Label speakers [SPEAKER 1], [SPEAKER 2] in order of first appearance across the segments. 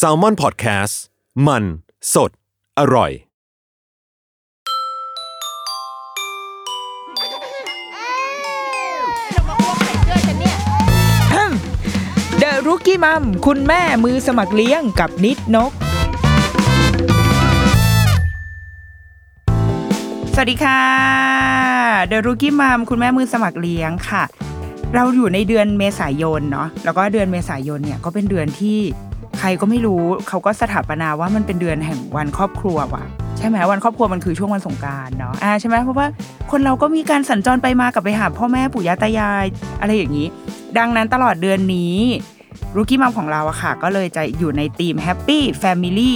[SPEAKER 1] s a l m o n PODCAST มัน สด อร่อย
[SPEAKER 2] เดอะรุกี้มัมคุณแม่มือสมัครเลี้ยงกับนิดนก สวัสดีค่ะเดอะรุกี้มัมคุณแม่มือสมัครเลี้ยงค่ะ เราอยู่ในเดือนเมษายนเนาะแล้วก็เดือนเมษายนเนี่ยก็เป็นเดือนที่ใครก็ไม่รู้เขาก็สถาปนาว่ามันเป็นเดือนแห่งวันครอบครัวว่ะ ใช่ไหมวันครอบครัวมันคือช่วงวันสงกรารเนาะอ่าใช่ไหมเพราะว่าคนเราก็มีการสัญจรไปมากลับไปหาพ่อแม่ปู่ย่าตายายอะไรอย่างนี้ ดังนั้นตลอดเดือนนี้รูกี้มัมของเราอะค่ะ ก็เลยจะอยู่ในธีม Happy Family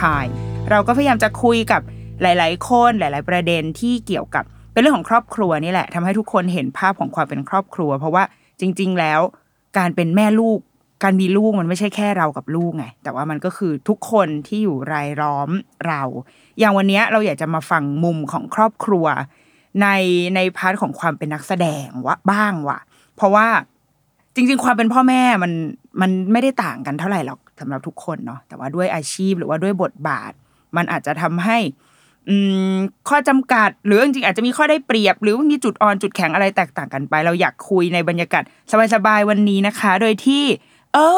[SPEAKER 2] Time เราก็พยายามจะคุยกับหลาย ๆ คนหลาย ๆ ประเด็นที่เกี่ยวกับเป็นเรื่องของครอบครัวนี่แหละทำให้ทุกคนเห็นภาพของความเป็นครอบครัว เพราะว่าจริง ๆ แล้วการเป็นแม่ลูก การมีลูกมันไม่ใช่แค่เรากับลูกไง แต่ว่ามันก็คือทุกคนที่อยู่รายล้อมเรา อย่างวันเนี้ยเราอยากจะมาฟังมุมของครอบครัว ในในพาร์ทของความเป็นนักแสดงวะบ้างว่ะ เพราะว่าจริง ๆ ความเป็นพ่อแม่มันมันไม่ได้ต่างกันเท่าไหร่หรอกสำหรับทุกคนเนาะแต่ว่าด้วยอาชีพหรือว่าด้วยบทบาท มันอาจจะทำให้ อืมข้อจำกัด หรือจริงๆอาจจะมีข้อได้เปรียบ หรือว่ามีจุดอ่อนจุดแข็งอะไรแตกต่างกันไป เราอยากคุยในบรรยากาศสบายๆวันนี้นะคะ โดยที่เอ้า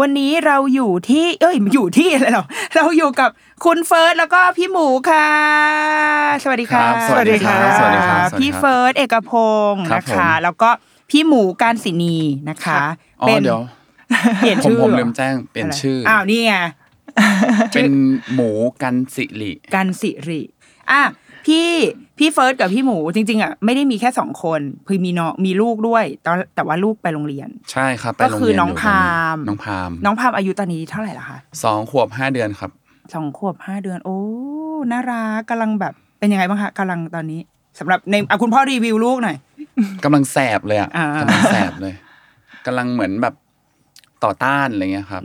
[SPEAKER 2] วันนี้เราอยู่ที่ เอ้ยอยู่ที่อะไรหรอเราอยู่กับคุณเฟิร์สแล้วก็พี่หมูค่ะ สวัสดีค่ะ
[SPEAKER 3] ครับสวัสดีครับสวัสดีครับสวัสดีครับ
[SPEAKER 2] พี่เฟิร์สเอกพงศ์
[SPEAKER 3] ครับ
[SPEAKER 2] นะ
[SPEAKER 3] ผม
[SPEAKER 2] คะ แล้วก็พี่หมูการศินีนะคะ
[SPEAKER 3] อ๋อ
[SPEAKER 2] เป็น
[SPEAKER 3] เดี๋ยว
[SPEAKER 2] เปลี่ยน
[SPEAKER 3] ผม
[SPEAKER 2] ชื่อ
[SPEAKER 3] ผม
[SPEAKER 2] หรอ
[SPEAKER 3] ลืมแจ้งเปลี่ยนชื่ออ
[SPEAKER 2] อ้าวนี่ไง
[SPEAKER 3] เป็นหมูกันสิริ
[SPEAKER 2] กันสิริอ่ะพี่พี่เฟิร์สกับพี่หมูจริงๆอ่ะไม่ได้มีแค่สองคนคือมีน้องมีลูกด้วยตอนแต่ว่าลูกไปโรงเรียน
[SPEAKER 3] ใช่ครับไป
[SPEAKER 2] ก็
[SPEAKER 3] โรง
[SPEAKER 2] คือ
[SPEAKER 3] เรียน
[SPEAKER 2] น้อง
[SPEAKER 3] ยู่
[SPEAKER 2] พาม
[SPEAKER 3] น้องพาม
[SPEAKER 2] น้องพามอายุตอนนี้เท่าไหร่ละคะ
[SPEAKER 3] สองขวบห้าเดือนครับ
[SPEAKER 2] สองขวบห้าเดือน โอ้น่ารักกำลังแบบเป็นยังไงบ้างคะกำลังตอนนี้สำหรับในอ่ะคุณพ่อรีวิวลูกหน่อย
[SPEAKER 3] กำลังแสบเลยอ่ะ
[SPEAKER 2] อ่า
[SPEAKER 3] กำลังแสบ เลยกำลังเหมือนแบบต่อต้านอะไรเงี้ยครับ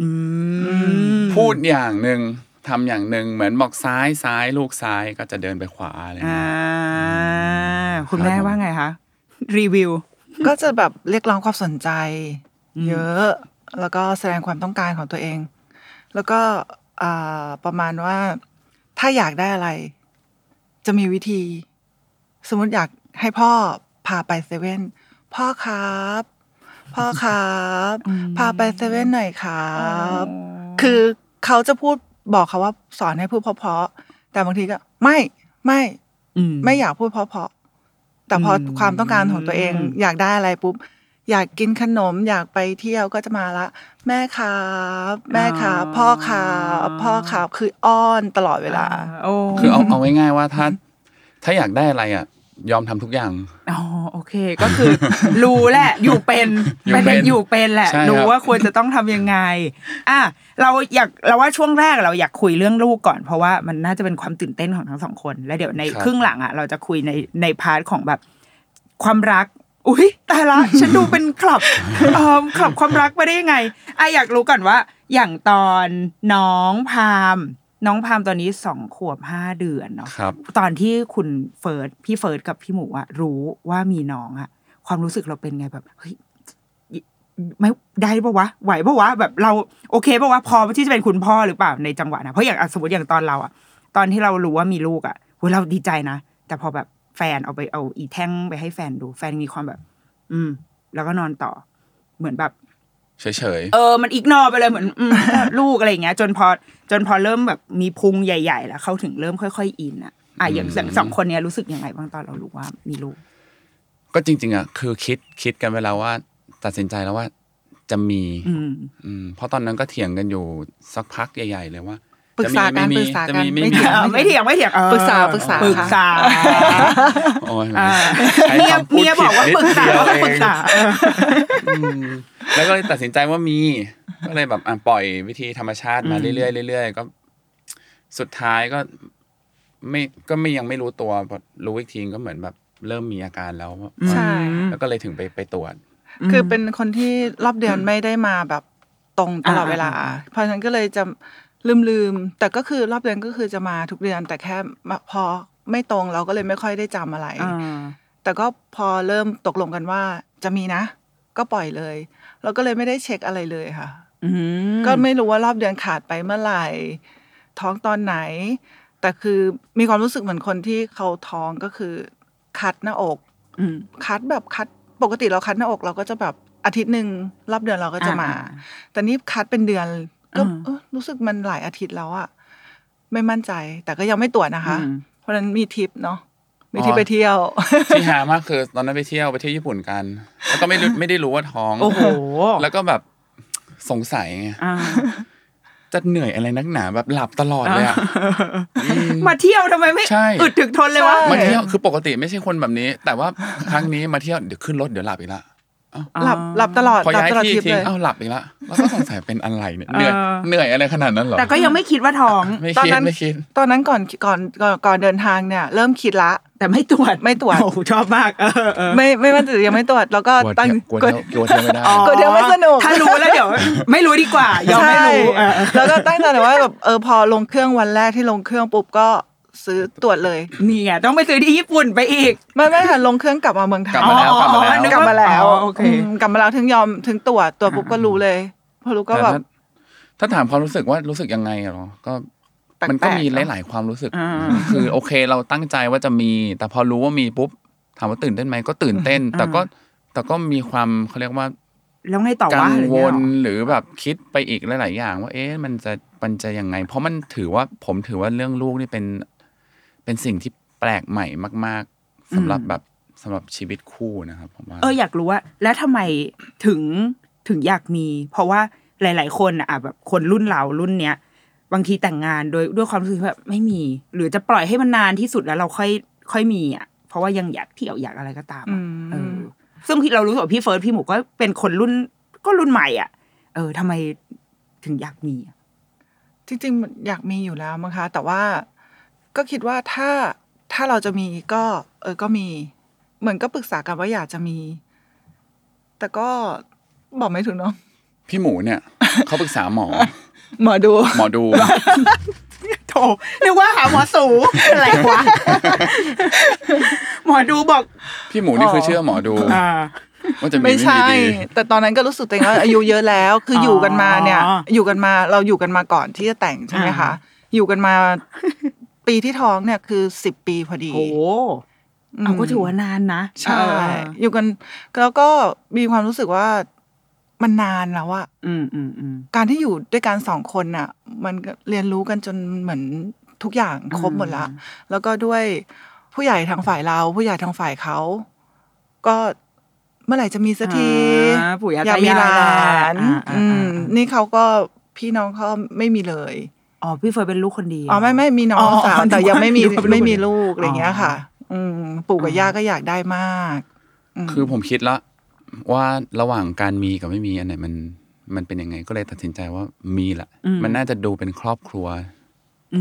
[SPEAKER 3] พูดอย่างหนึ่งทำอย่างหนึ่งเหมือนบอกซ้ายซ้ายลูกซ้ายก็จะเดินไปขวาอะไร
[SPEAKER 2] อ่า
[SPEAKER 3] เงี้ย
[SPEAKER 2] คุณแม่
[SPEAKER 3] ครับผม
[SPEAKER 2] ว่าไงคะรีวิว
[SPEAKER 4] ก็จะแบบเรียกร้องความสนใจ
[SPEAKER 2] อืม
[SPEAKER 4] เยอะ แล้วก็แสดงความต้องการของตัวเอง แล้วก็อ่าประมาณว่าถ้าอยากได้อะไร จะมีวิธี สมมติอยากให้พ่อพาไปเซเว่นพ่อครับ พ่อครับ พาไปเซเว่นหน่อยครับ คือเขาจะพูดบอกเขาว่าสอนให้พูดเพราะๆแต่บางทีก็ไม่ไม่
[SPEAKER 2] ม
[SPEAKER 4] ไม่อยากพูดเพราะๆแต่พออ
[SPEAKER 2] ม
[SPEAKER 4] ความต้องการของตัวเอง
[SPEAKER 2] อืม
[SPEAKER 4] อยากได้อะไรปุ๊บ อยากกินขนม อยากไปเที่ยวก็จะมาละ แม่ครับแม่ครับพ่อครับพ่อครับคืออ้อนตลอดเวลา
[SPEAKER 2] โอ้
[SPEAKER 3] คือเอาเอาง่ายๆว่าถ้า ถ้าอยากได้อะไรอ่ะ ยอมทำทุกอย่าง
[SPEAKER 2] อ๋อโอเคก็คือ รู้แหละ อยู่เป็น
[SPEAKER 3] อยู่
[SPEAKER 2] ไม่
[SPEAKER 3] เป็
[SPEAKER 2] ได้
[SPEAKER 3] น
[SPEAKER 2] อยู่เป็นแหละ
[SPEAKER 3] ใช่ครับ
[SPEAKER 2] รู้ว่าควรจะต้องทำยังไง อ่ะเราอยากเราว่าช่วงแรกเราอยากคุยเรื่องลูกก่อน เพราะว่ามันน่าจะเป็นความตื่นเต้นของทั้งสองคน แล้วเดี๋ยวในครึ่งหลังอ่ะเราจะคุยในในพาร์ทของแบบ ความรัก อุ้ยตายละ ฉันดูเป็นคลับ เอ่อคลับความรักไปได้ยังไงอ่ะอยากรู้ก่อนว่า อย่างตอนน้องพาม น้องพามตอนนี้สองขวบห้าเดือนเนาะ
[SPEAKER 3] ครับ
[SPEAKER 2] ตอนที่คุณเฟิร์สพี่เฟิร์สกับพี่หมูอะรู้ว่ามีน้องอะความรู้สึกเราเป็นไงแบบเฮ้ยไม่ได้ปะวะไหวปะวะแบบเราโอเคปะวะพอที่จะเป็นคุณพ่อหรือเปล่าในจังหวะนะเพราะอย่างอ่ะสมมติอย่างตอนเราอะตอนที่เรารู้ว่ามีลูกอะโหเราดีใจนะ แต่พอแบบแฟนเอาไปเอาอีแท่งไปให้แฟนดู แฟนมีความแบบ อืม แล้วก็นอนต่อ เหมือนแบบ
[SPEAKER 3] เฉย
[SPEAKER 2] เออ มันอีกนอไปเลยเหมือนอืมลูกอะไรอย่างเงี้ย จนพอจนพอเริ่มแบบมีพุงใหญ่ ๆ แล้วเขาถึงเริ่มค่อย ๆ อินอ่ะอ่ะอย่างอย่างสองคนเนี้ยรู้สึกยังไงบ้างตอนเรารู้ว่ามีลูก
[SPEAKER 3] ๆ ก็จริง ๆอ่ะคือคิดคิดกันเวแลาว่า ตัดสินใจแล้วว่าจะมี
[SPEAKER 2] อืม
[SPEAKER 3] อืมเพราะตอนนั้นก็เถียงกันอยู่สักพักใหญ่ ๆ เลยว่า
[SPEAKER 4] ปรึกษากัน
[SPEAKER 3] จะมี
[SPEAKER 4] ปรึกษา
[SPEAKER 3] จะ
[SPEAKER 4] กัน
[SPEAKER 3] มีไม่มี
[SPEAKER 4] เถียง
[SPEAKER 2] อ่าไม่เถียงไม่เถียงเออ
[SPEAKER 4] ปรึกษาปรึกษา
[SPEAKER 2] ปรึกษา
[SPEAKER 3] โอ้ย
[SPEAKER 2] อ่า
[SPEAKER 3] ใช้
[SPEAKER 2] เมีย
[SPEAKER 3] คำพูด
[SPEAKER 2] เมียบอกว่า
[SPEAKER 3] ผิด
[SPEAKER 2] ปรึก
[SPEAKER 3] นิด
[SPEAKER 2] ษา
[SPEAKER 3] เดียว
[SPEAKER 2] ว่า
[SPEAKER 3] เอง
[SPEAKER 2] ปรึกษาเออ
[SPEAKER 3] อืมแล้วก็เลยตัดสินใจว่ามี ก็เลยแบบอ่ะปล่อยวิธีธรรมชาติมาเรื่อยๆเรื่อยๆก็ สุดท้ายก็ ไม่ก็ไม่ยังไม่รู้ตัวพอรู้อีกทีก็เหมือนแบบ เริ่มมีอาการแล้วว่า
[SPEAKER 4] ใช่
[SPEAKER 3] แล้วก็เลยถึงไปไปตรวจ
[SPEAKER 4] คือเป็นคนที่รอบเดือนไม่ได้มาแบบตรงตลอดเวลา
[SPEAKER 2] อ่าอ่าอ่า
[SPEAKER 4] เพราะฉะนั้นก็เลยจะลืมลืมๆแต่ก็คือรอบเดือนก็คือจะมาทุกเดือน แต่แค่มาพอไม่ตรงเราก็เลยไม่ค่อยได้จำอะไร
[SPEAKER 2] อ่า
[SPEAKER 4] แต่ก็พอเริ่มตกลงกันว่าจะมีนะ ก็ปล่อยเลย เราก็เลยไม่ได้เช็คอะไรเลยค่ะ
[SPEAKER 2] อืม
[SPEAKER 4] ก็ไม่รู้ว่ารอบเดือนขาดไปเมื่อไหร่ ท้องตอนไหน แต่คือมีความรู้สึกเหมือนคนที่เขาท้องก็คือคัดหน้าอก
[SPEAKER 2] อืม
[SPEAKER 4] คัดแบบคัดปกติเราคัดหน้าอกเราก็จะแบบอาทิตย์หนึ่งรอบเดือนเราก็จะมา
[SPEAKER 2] อ่
[SPEAKER 4] แต่นี่คัดเป็นเดือนก็
[SPEAKER 2] อ่า
[SPEAKER 4] เอ้อรู้สึกมันหลายอาทิตย์แล้วอะไม่มั่นใจ แต่ก็ยังไม่ตรวจนะคะ
[SPEAKER 2] อืม
[SPEAKER 4] เพราะฉะนั้นมีทริปเนาะมีทริ
[SPEAKER 3] อ๋
[SPEAKER 4] ป
[SPEAKER 3] อ
[SPEAKER 4] ไปเที่ยว
[SPEAKER 3] ที่หามากคือตอนนั้นไปเที่ยวไปเที่ยวญี่ปุ่นกัน แล้วก็ไม่รู้ไม่ได้รู้ว่าท้อง
[SPEAKER 2] โอ้โห
[SPEAKER 3] แล้วก็แบบสงสัยไง
[SPEAKER 2] อ่า
[SPEAKER 3] จะเหนื่อยอะไรนักหนาแบบหลับตลอดเลยอะ
[SPEAKER 2] มาเที่ยวทำไมไม่
[SPEAKER 3] ใช่
[SPEAKER 2] อึดถึกทนเลยวะ
[SPEAKER 4] ใช่
[SPEAKER 3] มาเที่ยวคือปกติไม่ใช่คนแบบนี้ แต่ว่า ครั้งนี้มาเที่ยวเดี๋ยวขึ้นรถเดี๋ยวหลับอีกละ
[SPEAKER 4] หลับหลับตลอด
[SPEAKER 3] พอ
[SPEAKER 4] หลับ
[SPEAKER 3] ย้าย
[SPEAKER 4] ตลอด
[SPEAKER 3] ที่
[SPEAKER 4] ทริป
[SPEAKER 3] ทิ้
[SPEAKER 4] เล
[SPEAKER 3] ง
[SPEAKER 4] ย
[SPEAKER 3] เอ้าหลับอีกละแล้วก็สงสัยเป็นอะไรเนี่ยเหนื่อย
[SPEAKER 2] เออ
[SPEAKER 3] เหนื่อยอะไรขนาดนั้นเหรอ
[SPEAKER 2] แต่ก็ยังไม่คิดว่าท้อง
[SPEAKER 3] ไม่
[SPEAKER 4] ตอน
[SPEAKER 3] คิด
[SPEAKER 4] นั้น
[SPEAKER 3] ไม่คิด
[SPEAKER 4] ตอนนั้นก่อนก่อนก่อนก่อนเดินทางเนี่ย เริ่มคิดละ
[SPEAKER 2] แต่ไม่ตรวจ
[SPEAKER 4] ไม่ตรวจ
[SPEAKER 2] โอ้โหชอบมากเออเออ
[SPEAKER 4] ไม่ไม่มั่นใจยังไม่ตรวจแล้วก็
[SPEAKER 3] กลัว
[SPEAKER 4] ตั้ง
[SPEAKER 3] เที่ยวกลัวเที่ยวกลัวเที่ยวไม่
[SPEAKER 4] ลัวเที่ยว
[SPEAKER 2] อ๋อก
[SPEAKER 3] ได้
[SPEAKER 4] ไม่สนุก
[SPEAKER 2] ถ้ารู้แล้วเดี๋ยว ไม่รู้ดีกว่ายอมไม่รู้เออเออ
[SPEAKER 4] แล้วก็ตั้งใจแต่ว่าแบบเออพอลงเครื่องวันแรกที่ลงเครื่องปุ๊บก็ซื้อตรวจเลย
[SPEAKER 2] นี่ไงต้องไปซื้อที่ญี่ปุ่นไปอีก
[SPEAKER 4] ไม่ไม่ค่ะลงเครื่องกลับมาเมืองไทย
[SPEAKER 3] กลับมาแล้
[SPEAKER 4] กลับมาแล้
[SPEAKER 2] อ๋อนึ
[SPEAKER 3] วกลับมาแล้ว
[SPEAKER 4] ว
[SPEAKER 2] อ๋อโอเค
[SPEAKER 4] อืมกลับมาแล้วถึงยอมถึงตรวจตรวจปุ๊บก็รู้เลยพอรู้ก็
[SPEAKER 3] แต่
[SPEAKER 4] แบ
[SPEAKER 3] ถ้า
[SPEAKER 4] บ
[SPEAKER 3] ถ้าถามความรู้สึกว่ารู้สึกยังไงอะเหรอก็
[SPEAKER 4] แปลกๆ
[SPEAKER 3] มันก็มี
[SPEAKER 4] เนอะ
[SPEAKER 3] หลาย ๆ ความรู้สึก
[SPEAKER 2] อ่า
[SPEAKER 3] คือโอเคเราตั้งใจว่าจะมี แต่พอรู้ว่ามีปุ๊บถามว่าตื่นเต้นไหมก็ตื่นเต้น แต่ก็แต่ก็มีความเขาเรียกว่า
[SPEAKER 2] แล้วไงต่อ
[SPEAKER 3] กั
[SPEAKER 2] วะ
[SPEAKER 3] ง
[SPEAKER 2] อะไร
[SPEAKER 3] ว
[SPEAKER 2] เงี้ย
[SPEAKER 3] ล
[SPEAKER 2] หรอ
[SPEAKER 3] หรือแบบคิดไปอีกหลาย ๆ อย่าง ว่า เอ๊ะมันจะมันจะยังไง เพราะมันถือว่าผมถือว่าเรื่องลูกนี่เป็น เป็นสิ่งที่แปลกใหม่มาก ๆสำหรับแบบสำหรับชีวิตคู่นะครับผมว่า
[SPEAKER 2] เอออยากรู้ว่าแล้วทำไมถึงถึงอยากมี เพราะว่าหลาย ๆ คนอ่ะแบบคนรุ่นเรารุ่นเนี้ยบางทีแต่งงานโดยด้วยความรู้สึกแบบไม่มี หรือจะปล่อยให้มันนานที่สุดแล้วเราค่อยค่อยมีอ่ะ เพราะว่ายังอยากเที่ยวอยากอะไรก็ตามอะ
[SPEAKER 4] อืม
[SPEAKER 2] เออซึ่งพี่เรารู้สึกว่าพี่เฟิร์สพี่หมูก็เป็นคนรุ่นก็รุ่นใหม่อ่ะ เออทำไมถึงอยากมีอะ
[SPEAKER 4] จริงๆมันอยากมีอยู่แล้วมั้งคะ แต่ว่าก็คิดว่าถ้าถ้าเราจะมีก็ เออก็มี เหมือนก็ปรึกษากันว่าอยากจะมี แต่ก็บอกไม่ถูกเนาะ
[SPEAKER 3] พี่หมู เนี่ย เขาปรึกษาหมอ
[SPEAKER 4] หมอดู
[SPEAKER 3] หมอดู
[SPEAKER 2] โถนึกว่าหาหมอสูอะไรวะ หมอดูบอก
[SPEAKER 3] พี่หมูนี่คือเชื่อหมอดู
[SPEAKER 2] อ่า
[SPEAKER 3] ว่าจะมี
[SPEAKER 4] ไม่
[SPEAKER 3] ไม่
[SPEAKER 4] ใช่
[SPEAKER 3] มีดี
[SPEAKER 4] แต่ตอนนั้นก็รู้สึกตัวเองว่า อายุเยอะแล้ว คืออ
[SPEAKER 2] อ
[SPEAKER 4] อยู่กันมาเนี่ย
[SPEAKER 2] อ๋อ
[SPEAKER 4] อยู่กันมาเราอยู่กันมาก่อนที่จะแต่งใช่ไหม
[SPEAKER 2] อ่า
[SPEAKER 4] คะ อยู่กันมาปีที่ท้องเนี่ยคือสิบปีพอดี
[SPEAKER 2] โอ้
[SPEAKER 4] อืม
[SPEAKER 2] เอาก็ถือว่านานนะ
[SPEAKER 4] ใช่
[SPEAKER 2] เออ
[SPEAKER 4] อยู่กันแล้วก็มีความรู้สึกว่ามันนานแล้วอะ
[SPEAKER 2] อืมอืมอืม
[SPEAKER 4] การที่อยู่ด้วยกันสองคนน่ะ มันก็เรียนรู้กันจนเหมือนทุกอย่างครบหมดละ
[SPEAKER 2] อืม
[SPEAKER 4] แล้วก็ด้วยผู้ใหญ่ทางฝ่ายเรา ผู้ใหญ่ทางฝ่ายเขาก็เมื่อไหร่จะมีสักที
[SPEAKER 2] อ่าปู่ย่า
[SPEAKER 4] อยา
[SPEAKER 2] ตาก
[SPEAKER 4] มี
[SPEAKER 2] ยา
[SPEAKER 4] หลาย นหลาน
[SPEAKER 2] อ่าอ่า
[SPEAKER 4] อืม
[SPEAKER 2] อ่า
[SPEAKER 4] นี่เขาก็พี่น้องเขาไม่มีเลย
[SPEAKER 2] อ๋อพี่เฟิร์นเป็นลูกคนเดียว
[SPEAKER 4] อ๋อไม่ไม่มีน้อง
[SPEAKER 2] อ๋อ
[SPEAKER 4] สาวแต่
[SPEAKER 2] นึกว่า
[SPEAKER 4] ยังไม่มี
[SPEAKER 2] นึกว่าเป็นลูก
[SPEAKER 4] ไม่มีลูกอะไรอย่างเงี้ย
[SPEAKER 2] อ๋อ
[SPEAKER 4] ค่ะ อืม ปู่กับย่าก็อยากได้มาก
[SPEAKER 3] คือผมคิดละว่าระหว่างการมีกับไม่มีอันไหนมัน มันเป็นยังไง ก็เลยตัดสินใจว่ามีแหละ มันน่าจะดูเป็นครอบครัว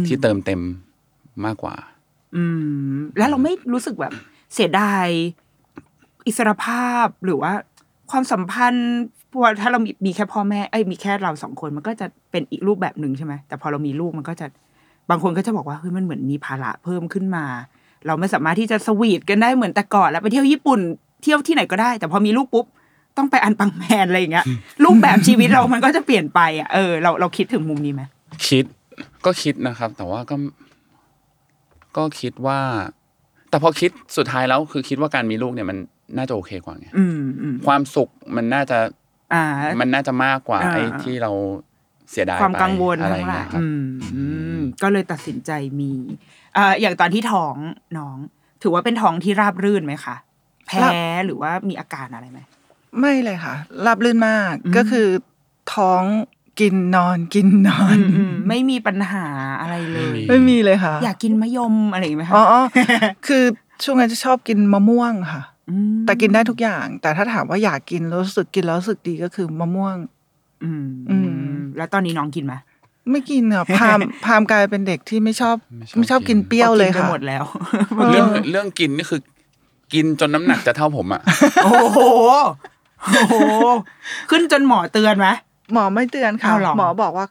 [SPEAKER 3] ที่เติมเต็มมากกว่า
[SPEAKER 2] อืม แล้วเราไม่รู้สึกแบบเสียดายอิสรภาพหรือว่า ความสัมพันธ์เพราะว่าถ้าเรามีมีแค่พ่อแม่เอ้ยมีแค่เราสองคนมันก็จะเป็นอีกรูปแบบหนึ่งใช่ไหมแต่พอเรามีลูกมันก็จะบางคนก็จะบอกว่าเฮ้ยมันเหมือนมีภาระเพิ่มขึ้นมา เราไม่สามารถที่จะสวีทกันได้เหมือนแต่ก่อนแล้วไปเที่ยวญี่ปุ่นเที่ยวที่ไหนก็ได้ แต่พอมีลูกปุ๊บต้องไปอันปังแมนอะไรอย่างเงี้ยรูปแบบชีวิตเรามันก็จะเปลี่ยนไปอ่ะเออเราเราคิดถึงมุมนี้ไหม
[SPEAKER 3] คิดก็คิดนะครับ แต่ว่าก็ ก็คิดว่า แต่พอคิดสุดท้ายแล้วคือคิดว่าการมีลูกเนี่ยมันน่าจะโอเคกว่าไง
[SPEAKER 2] อืมอืม
[SPEAKER 3] ความสุขมันน่าจะ
[SPEAKER 2] อ่า
[SPEAKER 3] มันน่าจะมากกว่า
[SPEAKER 2] อ่า
[SPEAKER 3] ไอ้ที่เราเสียดาย
[SPEAKER 2] ความ
[SPEAKER 3] ไป
[SPEAKER 2] กังวล
[SPEAKER 3] อะไร
[SPEAKER 2] ทั้งหลาย
[SPEAKER 3] เงี้ยครับ
[SPEAKER 2] อืมอืม ก็เลยตัดสินใจมีเอ่ออย่างตอนที่ท้องน้อง ถือว่าเป็นท้องที่ราบรื่นไหมคะแพ้
[SPEAKER 4] ราบ
[SPEAKER 2] หรือว่ามีอาการอะไรไหม
[SPEAKER 4] ไม่เลยค่ะราบรื่นมากก็คือท้อง กินนอนกินนอน
[SPEAKER 2] อืมไม่มีปัญหาอะไรเลย
[SPEAKER 3] ไม่
[SPEAKER 4] ไม่
[SPEAKER 3] มี
[SPEAKER 4] มีเลยค่ะ
[SPEAKER 2] อยากกินมะยมอะไรอย่างงี้ไหม
[SPEAKER 4] อ๋อ
[SPEAKER 2] คะ
[SPEAKER 4] อ๋อ คือช่วงนั้นจะชอบกินมะม่วงค่ะ
[SPEAKER 2] ม
[SPEAKER 4] แต่กินได้ทุกอย่าง แต่ถ้าถามว่าอยากกินแล้วรู้สึกกินแล้วรู้สึกดีก็คือมะม่วง
[SPEAKER 2] อืม
[SPEAKER 4] อืม
[SPEAKER 2] แล้วตอนนี้น้องกินไหม
[SPEAKER 4] ไม่กิน อ่ะ พามพามกลายเป็นเด็กที่ไม่ชอบ
[SPEAKER 3] ไม่ชอบ
[SPEAKER 4] ไม่ชอบกิน
[SPEAKER 3] กิน
[SPEAKER 4] เปรี้ยวเลย
[SPEAKER 2] พรากิน
[SPEAKER 4] ค่ะ
[SPEAKER 2] ไปหมดแล้ว
[SPEAKER 3] เรื่องเรื่องกินนี่คือ กินจนน้ำหนักจะเท่าผมอ่ะ
[SPEAKER 2] โอ้โหโอ้โห ขึ้นจนหมอเตือนไหม
[SPEAKER 4] หมอไม่เตือนค่ะ
[SPEAKER 2] เอาเหรอ
[SPEAKER 4] หมอบอกว่า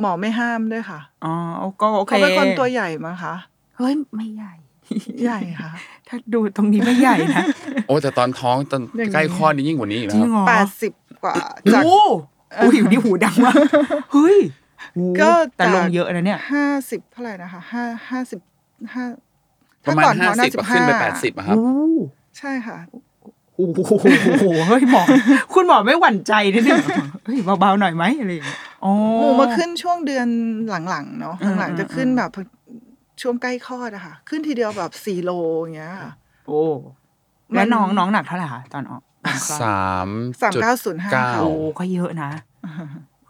[SPEAKER 4] หมอไม่ห้ามด้วยค่ะ
[SPEAKER 2] อ๋อก็โอเค
[SPEAKER 4] เขาเป็นคนตัวใหญ่มั้งคะ
[SPEAKER 2] เฮ้ยไม่ใหญ่
[SPEAKER 4] ใหญ่ค่ะ
[SPEAKER 2] ถ้าดูตรงนี้ไม่ใหญ่นะ
[SPEAKER 3] โอ้แต่ตอนท้องตอน
[SPEAKER 4] อย่างนี้
[SPEAKER 3] ใกล้คลอดนี่ยิ่งกว่านี้อีก
[SPEAKER 2] จริง
[SPEAKER 3] นะค
[SPEAKER 2] เห
[SPEAKER 3] รับ
[SPEAKER 2] รอ
[SPEAKER 4] แปดสิบกว่าจาก
[SPEAKER 2] โอ้อุ้ยอยู่นี่หูดังมากเฮ้ยโอ้
[SPEAKER 4] ก็
[SPEAKER 2] แต่
[SPEAKER 4] จาก
[SPEAKER 2] ลงเยอะนะเนี่ย
[SPEAKER 4] ห้าสิบเท่าไหร่นะคะห้าห้าสิบห้า
[SPEAKER 3] ประมาณห้าสิบ
[SPEAKER 4] ท้อง
[SPEAKER 3] ขึ้นไปแปดสิบอะครับ
[SPEAKER 4] ใช่ค่ะ
[SPEAKER 2] โอ้โหเฮ้ยหมอ คุณหมอไม่หวั่นใจนิดนึงเหรอเฮ้ยเบาๆหน่อยไหมอะไรอย่างเงี้ยโอ้
[SPEAKER 4] หมูมาขึ้นช่วงเดือนหลังๆเนาะ
[SPEAKER 2] อืม
[SPEAKER 4] หลังๆจะ
[SPEAKER 2] อืม
[SPEAKER 4] ขึ้นแบบช่วงใกล้คลอดอะค่ะ ขึ้นทีเดียวแบบสี่โลอย่างเงี้ยค่ะ
[SPEAKER 2] โอ้
[SPEAKER 4] มั
[SPEAKER 2] แล้ว
[SPEAKER 4] น
[SPEAKER 2] น้องน้องหนักเท่าไหร่คะตอนออกตอนคลอด
[SPEAKER 3] สาม
[SPEAKER 4] สาม
[SPEAKER 3] จุด
[SPEAKER 4] เก้าศูนย์ห้า
[SPEAKER 3] เก้า
[SPEAKER 2] โอ้ก็เยอะนะ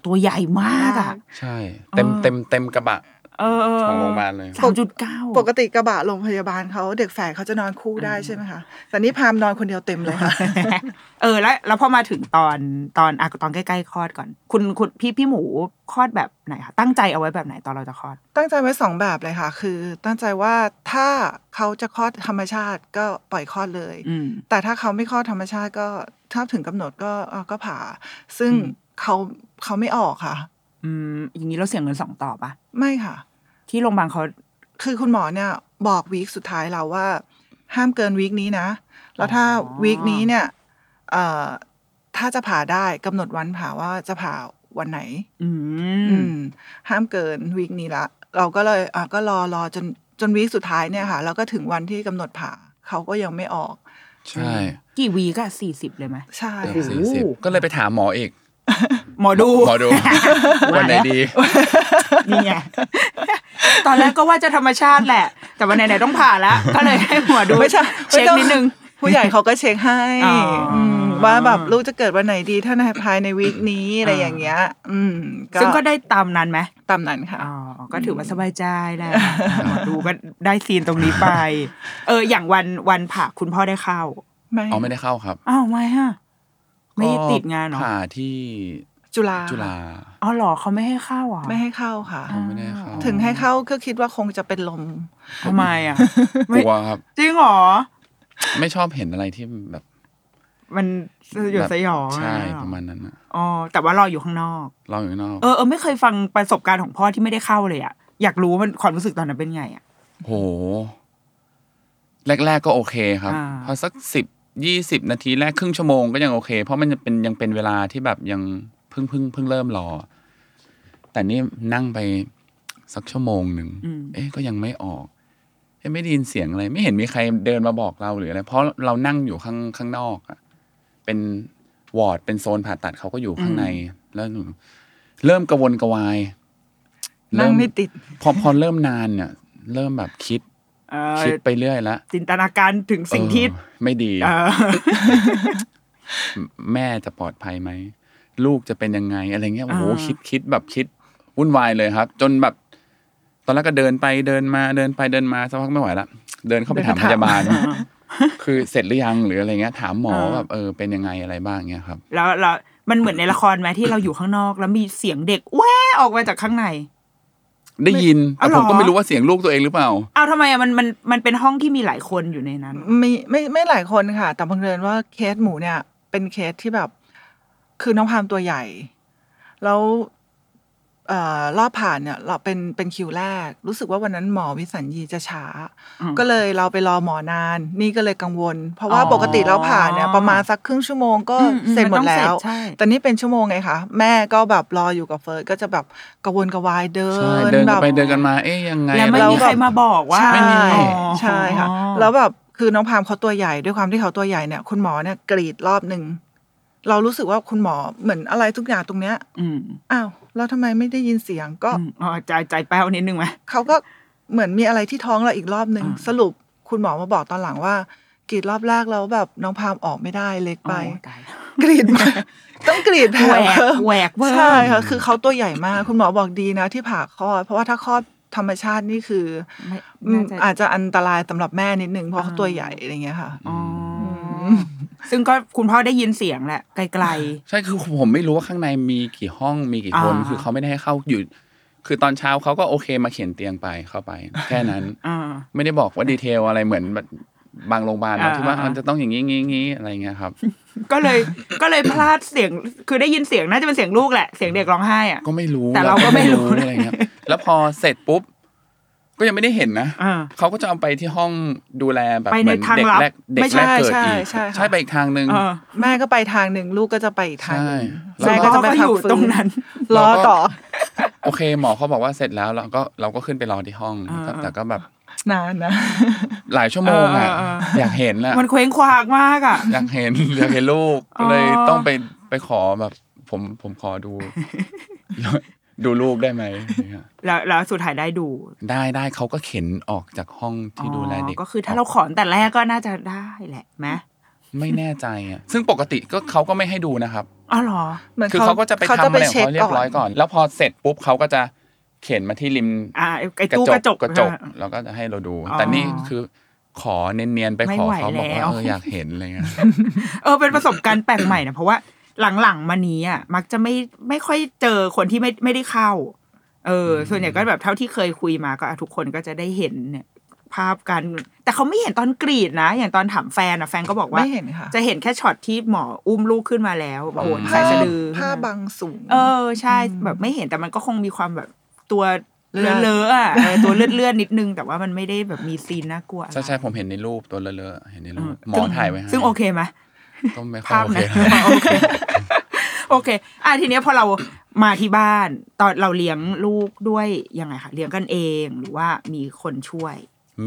[SPEAKER 2] ตัวใหญ่มากอ่ะ
[SPEAKER 3] ใช่ เต็ม
[SPEAKER 2] อ๋อ
[SPEAKER 3] เต็มเต็มกระบะ
[SPEAKER 2] เออ
[SPEAKER 3] ของโรงพยาบาลเลย
[SPEAKER 2] สามจุดเก้า
[SPEAKER 4] ปกติกระบะโรงพยาบาลเขาเด็กแฝดเขาจะนอนคู่ได้ใช่ไหมคะแต่นี่พามนอนคนเดียวเต็มเลยค่ะ
[SPEAKER 2] เออแล้วแล้วพอมาถึงตอนตอนอ่ะตอนใกล้ๆคลอดก่อน คุณคุณพี่พี่หมูคลอดแบบไหนคะตั้งใจเอาไว้แบบไหนตอนเราจะคลอด
[SPEAKER 4] ตั้งใจไว้สองแบบเลยค่ะ คือ ตั้งใจว่าถ้าเขาจะคลอดธรรมชาติก็ปล่อยคลอดเลย
[SPEAKER 2] อืม
[SPEAKER 4] แต่ถ้าเขาไม่คลอดธรรมชาติก็ถ้าถึงกำหนดก็เอ่อก็ผ่า ซึ่ง
[SPEAKER 2] อืม
[SPEAKER 4] เขาเขาไม่ออกค่ะ
[SPEAKER 2] อืมอย่างนี้เราเสียเงินสองต่อปะ
[SPEAKER 4] ไม่ค่ะ
[SPEAKER 2] ที่โรงพยาบาลเขา
[SPEAKER 4] คือคุณหมอเนี่ยบอกวีคสุดท้ายเราว่า ห้ามเกินวีคนี้นะ แล้วถ้า
[SPEAKER 2] อ๋อ
[SPEAKER 4] วีคนี้เนี่ยเอ่อถ้าจะผ่าได้กำหนดวันผ่าว่าจะผ่าวันไหน
[SPEAKER 2] อื
[SPEAKER 4] อื
[SPEAKER 2] ม
[SPEAKER 4] ม ห้ามเกินวีคนี้ละ เราก็เลยอ่ะก็รอรอจนจนวีคสุดท้ายเนี่ยค่ะแล้วก็ถึงวันที่กำหนดผ่าเขาก็ยังไม่ออก
[SPEAKER 3] ใช่
[SPEAKER 2] กี่วีก็สี่สิบเลยไหม
[SPEAKER 4] ใช่
[SPEAKER 3] เกือบ
[SPEAKER 2] โอ้โห
[SPEAKER 3] สี่สิบก็เลยไปถามหมออีก
[SPEAKER 2] หมอดู
[SPEAKER 3] หมอดู วันไหนดี
[SPEAKER 2] นี่ไง ตอนแรกก็ว่าจะธรรมชาติแหละ แต่วันไหนๆต้องผ่า แล้ว ก็เลยให้หมอดู
[SPEAKER 4] ไม่ใช่
[SPEAKER 2] เช็ค
[SPEAKER 4] ไม่ต้อง
[SPEAKER 2] นิดนึง
[SPEAKER 4] ผู้ใหญ่เขาก็เช็คให้
[SPEAKER 2] อ๋ออื
[SPEAKER 4] มว่าแบบลูกจะเกิดวันไหนดีถ้าในภายในวีคนี้อะไร
[SPEAKER 2] อ่า
[SPEAKER 4] อย่างเงี้ย อืม
[SPEAKER 2] ซึ่งก็ได้ตามนั้นไหม
[SPEAKER 4] ตามนั้นค่ะ
[SPEAKER 2] อ๋อ ก็ถือว่าสบายใจแหละ หมอดูก็ได้ซีนตรงนี้ไป เออ อย่างวันวันผ่าคุณพ่อได้เข้า
[SPEAKER 4] ไม่
[SPEAKER 3] อ๋อไม่ได้เข้าครับ
[SPEAKER 2] อ้าวไม่ฮะ ไม่ติดงานเหรอ
[SPEAKER 3] ผ่าที่
[SPEAKER 4] จุฬา
[SPEAKER 3] จุฬา
[SPEAKER 2] อ๋อเหรอเขาไม่ให้เข้าเหรอ่ะ
[SPEAKER 4] ไม่ให้เข้าค่ะ
[SPEAKER 3] เขาไม่ได้เข้า
[SPEAKER 4] ถึงให้เข้าก็คิดว่าคงจะเป็นลม
[SPEAKER 2] ทำไมอ่ะ
[SPEAKER 3] กลัวครับ
[SPEAKER 2] จริงเหรอ
[SPEAKER 3] ไม่ชอบเห็นอะไรที่แบบ
[SPEAKER 2] มันสยดสยอง
[SPEAKER 3] ใช่
[SPEAKER 2] อไอย่งเงี้ยเหอ
[SPEAKER 3] ประมาณนั้นอะ
[SPEAKER 2] อ๋อ แต่ว่ารออยู่ข้างนอก
[SPEAKER 3] เราอยู่ข้างนอก
[SPEAKER 2] เออเออไม่เคยฟังประสบการณ์ของพ่อที่ไม่ได้เข้าเลยอะอยากรู้ว่ามันความรู้สึกตอนนั้นเป็นไงอะ
[SPEAKER 3] โห แรก ๆ ก็โอเคครับ
[SPEAKER 2] อ่า
[SPEAKER 3] พอสักสิบยี่สิบนาทีแรกครึ่งชั่วโมงก็ยังโอเค เพราะมันยังเป็นยังเป็นเวลาที่แบบยังเพิ่งเพิ่งเพิ่งเริ่มรอ แต่นี่นั่งไปสักชั่วโมงหนึ่ง
[SPEAKER 2] อืม
[SPEAKER 3] เอ๊ะก็ยังไม่ออกเอ๊ะไม่ได้ยินเสียงอะไร ไม่เห็นมีใครเดินมาบอกเราหรืออะไรเพราะเรานั่งอยู่ข้างข้างนอกอะเป็นวอร์ดเป็นโซนผ่าตัดเขาก็อยู่ข้างใน แล้วหนูเริ่มกระวนกระวาย
[SPEAKER 4] นั่
[SPEAKER 3] เริ่
[SPEAKER 4] งไม่ติด
[SPEAKER 3] พอพอเริ่มนานเนี่ยเริ่มแบบคิด
[SPEAKER 2] เออ
[SPEAKER 3] คิดไปเรื่อยละ
[SPEAKER 2] จินตนาการถึงสิ่งที่
[SPEAKER 3] เออไม่ดี
[SPEAKER 2] เออ
[SPEAKER 3] แม่จะปลอดภัยไหม ลูกจะเป็นยังไงอะไรเงี้ยโอ้โห
[SPEAKER 2] อ่า
[SPEAKER 3] คิดคิดแบบคิดวุ่นวายเลยครับ จนแบบ ตอนแรกก็เดินไปเดินมาเดินไปเดินมาสักพักไม่ไหวละเดินเข้าไปถามพยาบาล คือเสร็จหรือยังหรืออะไรเงี้ย ถามหมอแบบเออเป็นยังไงอะไรบ้างเงี้ยครับ
[SPEAKER 2] แล้วแล้วมันเหมือนในละครไหมที่เราอยู่ข้างนอก แล้วมีเสียงเด็กแว่ออกมาจากข้างใน
[SPEAKER 3] ได้ยิน
[SPEAKER 2] เอา
[SPEAKER 3] แต่
[SPEAKER 2] เหรอ
[SPEAKER 3] ผมก็ไม่รู้ว่าเสียงลูกตัวเองหรือเปล่า
[SPEAKER 2] เอาทำไมอะมันมันมันเป็นห้องที่มีหลายคนอยู่ในนั้น
[SPEAKER 4] มีไม่ไม่หลายคนค่ะ แต่บังเอิญว่าเคสหมูเนี่ย เป็นเคสที่แบบ คือน้องพามตัวใหญ่ แล้วเอ่อรอบผ่านเนี่ย เราเป็นเป็นคิวแรก รู้สึกว่าวันนั้นหมอวิสัญญีจะช้า
[SPEAKER 2] อืม
[SPEAKER 4] ก็เลยเราไปรอหมอนาน นี่ก็เลยกังวล เพราะว่า
[SPEAKER 2] อ๋อ
[SPEAKER 4] ปกติเราผ่านเนี่ย ประมาณสักครึ่งชั่วโมงก็
[SPEAKER 2] อือื
[SPEAKER 4] เสร็จหม
[SPEAKER 2] น
[SPEAKER 4] ด
[SPEAKER 2] ต้อง
[SPEAKER 4] แล้ว
[SPEAKER 2] ใช่
[SPEAKER 4] แต่นี่เป็นชั่วโมงไงคะแม่ก็แบบรออยู่กับเฟิร์สก็จะแบบกระวนกระวายเดิ
[SPEAKER 3] ใช่
[SPEAKER 4] น
[SPEAKER 3] เดิน
[SPEAKER 4] แบ
[SPEAKER 3] กัน
[SPEAKER 4] บ
[SPEAKER 3] ไปเดินกันมาเอ๊ยยังไง
[SPEAKER 2] แล้วไม่มี
[SPEAKER 3] อะ
[SPEAKER 2] ใคร
[SPEAKER 3] เงี้ย
[SPEAKER 2] มาบอกว่า
[SPEAKER 4] ใช่
[SPEAKER 2] อ๋อ
[SPEAKER 4] ใช่ค่ะ แล้วแบบคือน้องพามเขาตัวใหญ่ด้วยความที่เขาตัวใหญ่เนี่ย คุณหมอเนี่ยกรีดรอบหนึ่งเรารู้สึกว่าคุณหมอเหมือนอะไรทุกอย่างตรงเนี้ย
[SPEAKER 2] อืม
[SPEAKER 4] อ้าวแล้วทำไมไม่ได้ยินเสียงก็
[SPEAKER 2] อืมอ๋อใจใจแป้วนิดนึงไหม
[SPEAKER 4] เขาก็เหมือนมีอะไรที่ท้องเราอีกรอบหนึ่ง
[SPEAKER 2] อ่า
[SPEAKER 4] สรุปคุณหมอมาบอกตอนหลังว่ากรีดรอบแรกแล้วแบบน้องพามออกไม่ได้เล็กไป
[SPEAKER 2] อ๋อตาย
[SPEAKER 4] กรีดมาต้องกรีดแผล
[SPEAKER 2] แหวก
[SPEAKER 4] เพิ่ม
[SPEAKER 2] แหวกเวอร์
[SPEAKER 4] ใช่ค่ะคือเขาตัวใหญ่มาก คุณหมอบอกดีนะที่ผ่าคลอด เพราะว่าถ้าคลอดธรรมชาตินี่คือ
[SPEAKER 2] ไม่
[SPEAKER 4] อืม
[SPEAKER 2] น่าจะ
[SPEAKER 4] อาจจะอันตรายสำหรับแม่นิดนึงเพราะ
[SPEAKER 2] อ่า
[SPEAKER 4] เขาตัวใหญ่อะไรเงี้ยค่ะ
[SPEAKER 2] อ๋ออซึ่งก็คุณพ่อได้ยินเสียงแหละ ไกล
[SPEAKER 3] ใช่คือผมไม่รู้ว่าข้างในมีกี่ห้องมีกี่คน
[SPEAKER 2] อ่า
[SPEAKER 3] คือเขาไม่ได้ให้เข้าอยู่ คือตอนเช้าเขาก็โอเคมาเขียนเตียงไปเข้าไป แค่ นั้น
[SPEAKER 2] ๆอ่า
[SPEAKER 3] ไม่ได้บอกว่าดีเทลอะไรเหมือนแบบบางโรงพยาบาลนะ
[SPEAKER 2] อ่า
[SPEAKER 3] ที่ว่า
[SPEAKER 2] อ่า
[SPEAKER 3] มันจะต้องอย่างนี้งี้งี้อะไรเงี้ยครับ
[SPEAKER 2] ก็เลย ก็เลยพลาดเสียง คือได้ยินเสียงน่าจะเป็นเสียงลูกแหละ เสี ยงเด็กร้องไห้อ่ะ
[SPEAKER 3] ก็ไม่รู้
[SPEAKER 2] แต่เราก็ไม่รู้นะ
[SPEAKER 3] อะไรเงี้ยแล้วพอเสร็จปุ๊บ ก็ยังไม่ได้เห็นนะ
[SPEAKER 2] อ่า
[SPEAKER 3] เขาก็จะเอาไปที่ห้องดูแลแบบ
[SPEAKER 2] ไป
[SPEAKER 3] เห
[SPEAKER 2] ใน
[SPEAKER 3] มือน
[SPEAKER 2] ทาง
[SPEAKER 3] เด็ก
[SPEAKER 2] ลับ
[SPEAKER 3] แรกเด็ก
[SPEAKER 4] ไม่ใช่
[SPEAKER 3] แรกเกิดอีก
[SPEAKER 4] ใช่ใช่ค่ะ
[SPEAKER 3] ไปอีกทางหนึ่ง
[SPEAKER 2] เออ
[SPEAKER 4] แม่ก็ไปทางหนึ่งลูกก็จะไปอีกทางหนึ่ง
[SPEAKER 3] ใช่
[SPEAKER 4] แม่ก็จะไปพักฟื้
[SPEAKER 2] แล้วก็อยู่ตรงนั้น
[SPEAKER 4] รอต่อ
[SPEAKER 3] โอเค หมอเขาบอกว่าเสร็จแล้วเราก็เราก็ขึ้นไปรอที่ห้องนะครับแต่ก็แบบ
[SPEAKER 4] นานนะ
[SPEAKER 3] หลายชั่วโมงอ่ะ
[SPEAKER 2] เออเออเออ
[SPEAKER 3] อ
[SPEAKER 2] อ
[SPEAKER 3] ยากเห็นอะ
[SPEAKER 2] มันเคว้งคว้างมากอ่ะ
[SPEAKER 3] อยากเห็น อยากเห็นลูก
[SPEAKER 2] อ๋อ
[SPEAKER 3] เลยต้องไปไปขอแบบ ผมผมขอดู ดูลูกได้ไหมเนี่ย
[SPEAKER 2] แล้วแล้วสุดท้ายได้ดู
[SPEAKER 3] ได้ได้เขาก็เข็นออกจากห้องที่ดูแลเด็ก
[SPEAKER 2] อ๋อก็คือถ้าเราขอนแต่แรกก็น่าจะได้แหละไหม
[SPEAKER 3] ไม่แน่ใจอ่ะ ซึ่งปกติก็เขาก็ไม่ให้ดูนะครับ
[SPEAKER 2] อ๋อเหรอ
[SPEAKER 4] เหมือน
[SPEAKER 3] คือเขาก็จะไปทำอะไรของเขาเรียบร้อยก่อน แล้วพอเสร็จปุ๊บเขาก็จะเข็นมาที่ริม
[SPEAKER 2] อ่าไอ้ตู้กระจก
[SPEAKER 3] กระจก
[SPEAKER 2] อ่ะ
[SPEAKER 3] แล้วก็จะให้เราดู
[SPEAKER 2] อ๋อ
[SPEAKER 3] แต่นี่คือขอเนียนๆไป
[SPEAKER 2] ไม่
[SPEAKER 3] ขอ
[SPEAKER 2] ไหว
[SPEAKER 3] เขาบอก
[SPEAKER 2] แล้
[SPEAKER 3] ว่าว เอออยากเห็นอะไรเงี้ย
[SPEAKER 2] เออเป็นประสบการณ์แปลกใหม่นะเพราะว่าหลังๆมานี้อ่ะมักจะไม่ไม่ค่อยเจอคนที่ไม่ไม่ได้เข้า เออ ส่วนใหญ่ก็แบบเท่าที่เคยคุยมาก็อ่ะทุกคนก็จะได้เห็นเนี่ยภาพการแต่เขาไม่เห็นตอนกรีดนะ อย่างตอนถามแฟนอ่ะแฟนก็บอกว่า
[SPEAKER 4] ไม่เห็นค่ะ
[SPEAKER 2] จะเห็นแค่ช็อตที่หมออุ้มลูกขึ้นมาแล้วโอ้โหสายสะดือ
[SPEAKER 4] ผ้า
[SPEAKER 2] ขึ้นม
[SPEAKER 4] บางสูง
[SPEAKER 2] เออใช่แบบไม่เห็นแต่มันก็คงมีความแบบตัว
[SPEAKER 4] เลื
[SPEAKER 2] เล
[SPEAKER 4] อด
[SPEAKER 2] อะเลอะอ่ะเออตัวเลือดเลือดนิดนึง แต่ว่ามันไม่ได้แบบมีซีนน่ากลัวอะไร
[SPEAKER 3] ใช่ใช่ผมเห็นในรูปตัวเลอะๆเห็นในรูปหมอ
[SPEAKER 2] ซึ่ง
[SPEAKER 3] ถ่ายไว้ให้
[SPEAKER 2] ซึ่งโอเคไหม
[SPEAKER 3] ก็ไม่ค่อ
[SPEAKER 2] ภาย พ
[SPEAKER 3] โอเค
[SPEAKER 2] นะ
[SPEAKER 3] เท่าไหร่
[SPEAKER 2] โอเคโอเค อ่ะทีเนี้ยพอเรามาที่บ้าน ตอนเราเลี้ยงลูกด้วยยังไงคะเลี้ยงกันเองหรือว่ามีคนช่วย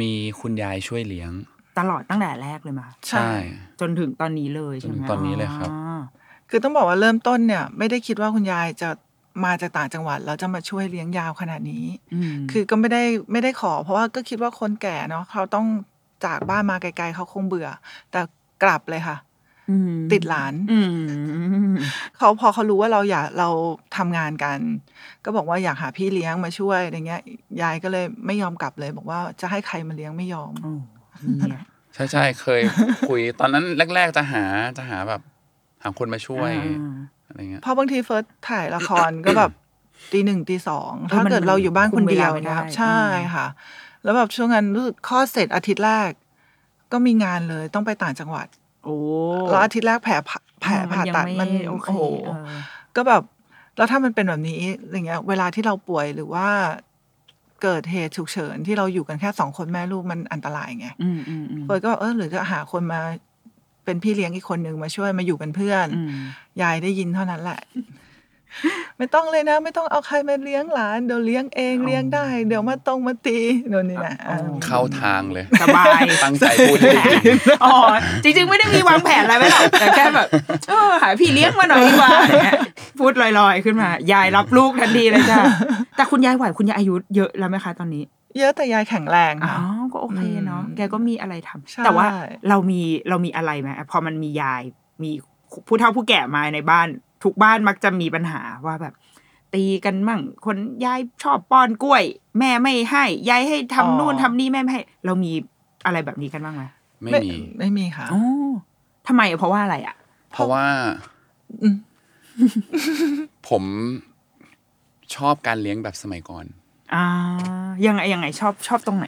[SPEAKER 3] มีคุณยายช่วยเลี้ยง
[SPEAKER 2] ตลอดตั้งแต่แรกเลยมา
[SPEAKER 4] ใช่
[SPEAKER 3] ใช่
[SPEAKER 2] จนถึงตอนนี้เลยใช่ไหม
[SPEAKER 3] จนถึงตอนนี้เลยครับ
[SPEAKER 2] อ๋อ
[SPEAKER 4] คือต้องบอกว่าเริ่มต้นเนี่ย ไม่ได้คิดว่าคุณยายจะมาจากต่างจังหวัดแล้วจะมาช่วยเลี้ยงยาวขนาดนี้
[SPEAKER 2] อืม
[SPEAKER 4] คือก็ไม่ได้ไม่ได้ขอ เพราะว่าก็คิดว่าคนแก่เนาะเขาต้องจากบ้านมาไกลๆเขาคงเบื่อ แต่กลับเลยค่ะ
[SPEAKER 2] ม
[SPEAKER 4] ติดหลาน
[SPEAKER 2] อืม
[SPEAKER 4] เขาพอเขารู้ว่าเราอยากเราทำงานกัน ก็บอกว่าอยากหาพี่เลี้ยงมาช่วยอะไรเงี้ยยายก็เลยไม่ยอมกลับเลย บอกว่าจะให้ใครมาเลี้ยงไม่ยอม
[SPEAKER 2] โอ้เนี่ย
[SPEAKER 3] ใช่ใช่เคยคุย ตอนนั้นแรก ๆจะหาจะหาแบบหาคนมาช่วย
[SPEAKER 2] อ่า
[SPEAKER 3] อะไรเงี้ย
[SPEAKER 4] เพราะบางทีเฟิร์สถ่ายละคร ก็แบบ ตีหนึ่งตีสอง
[SPEAKER 2] เออ
[SPEAKER 4] ถ้าเกิด
[SPEAKER 2] มัน
[SPEAKER 4] เราอยู่บ้าน
[SPEAKER 2] คุ
[SPEAKER 4] ค
[SPEAKER 2] ม
[SPEAKER 4] น
[SPEAKER 2] เว
[SPEAKER 4] เดีย
[SPEAKER 2] ลาว ไม่ได้
[SPEAKER 4] นะครับ
[SPEAKER 2] อืม
[SPEAKER 4] ใช่ค่ะ แล้วแบบช่วงนั้นรู้สึกข้อดเสร็จอาทิตย์แรก ก็มีงานเลยต้องไปต่างจังหวัด
[SPEAKER 2] โอ้
[SPEAKER 4] แล้วอาทิตย์แรกแผลผ่าแผลผ่าตัดมัน
[SPEAKER 2] ยัง
[SPEAKER 4] โอ้
[SPEAKER 2] ไเค
[SPEAKER 4] โห
[SPEAKER 2] เออ
[SPEAKER 4] ก็แบบแล้วถ้ามันเป็นแบบนี้อย่างเงี้ย เวลาที่เราป่วยหรือว่าเกิดเหตุฉุกเฉินที่เราอยู่กันแค่สองคนแม่ลูกมันอันตรายไง
[SPEAKER 2] อืมอืมอืม
[SPEAKER 4] เฟิร์สก็บอกเออหรือจะหาคนมาเป็นพี่เลี้ยงอีกคนหนึ่งมาช่วยมาอยู่เป็นเพื่อน
[SPEAKER 2] อืม
[SPEAKER 4] ยายได้ยินเท่านั้นแหละ ไม่ต้องเลยนะ ไม่ต้องเอาใครมาเลี้ยงหลานเดี๋ยวเลี้ยงเองเลี้ยงได้ เดี๋ยวมาตรงมาตีโน่นนี่นะอ่า
[SPEAKER 3] เข้าทางเลย
[SPEAKER 2] สบาย
[SPEAKER 3] ตั้งใจพูดให้ดี
[SPEAKER 2] อ๋อจริง ๆ ไม่ได้มีวางแผนอะไรไว้หรอกแต่แค่แบบเออหาพี่เลี้ยงมาหน่อยดีกว่าเนี่ยพูดลอยๆ ขึ้นมา ยายรับลูกทันทีเลยจ้ะแต่คุณยายไหวคุณยายอายุเยอะแล้วไหมคะตอนนี้
[SPEAKER 4] เยอะแต่ยายแข็งแรง
[SPEAKER 2] อ๋อ
[SPEAKER 4] ค่ะ
[SPEAKER 2] ก็โอเคเนาะ
[SPEAKER 4] อืม
[SPEAKER 2] แกก็มีอะไรทำ
[SPEAKER 4] ใช่
[SPEAKER 2] แต่ว่าเรามีเรามีอะไรไหมพอมันมียายมีผู้เฒ่าผู้แก่มาในบ้าน ทุกบ้านมักจะมีปัญหาว่าแบบ ตีกันมั่ง คนยายชอบป้อนกล้วย แม่ไม่ให้ยายให้ทำนู่นทำนี่แม่ไม่ให้ เรามีอะไรแบบนี้กันบ้างไหม
[SPEAKER 3] ไม่มี
[SPEAKER 4] ไม่มีค่ะ
[SPEAKER 2] อ๋อทำไมอะเพราะว่าอะไรอ่ะ
[SPEAKER 3] เพราะว่า
[SPEAKER 4] อืม
[SPEAKER 3] ผมชอบการเลี้ยงแบบสมัยก่อน
[SPEAKER 2] อ่า ยังไงยังไงชอบชอบตรงไหน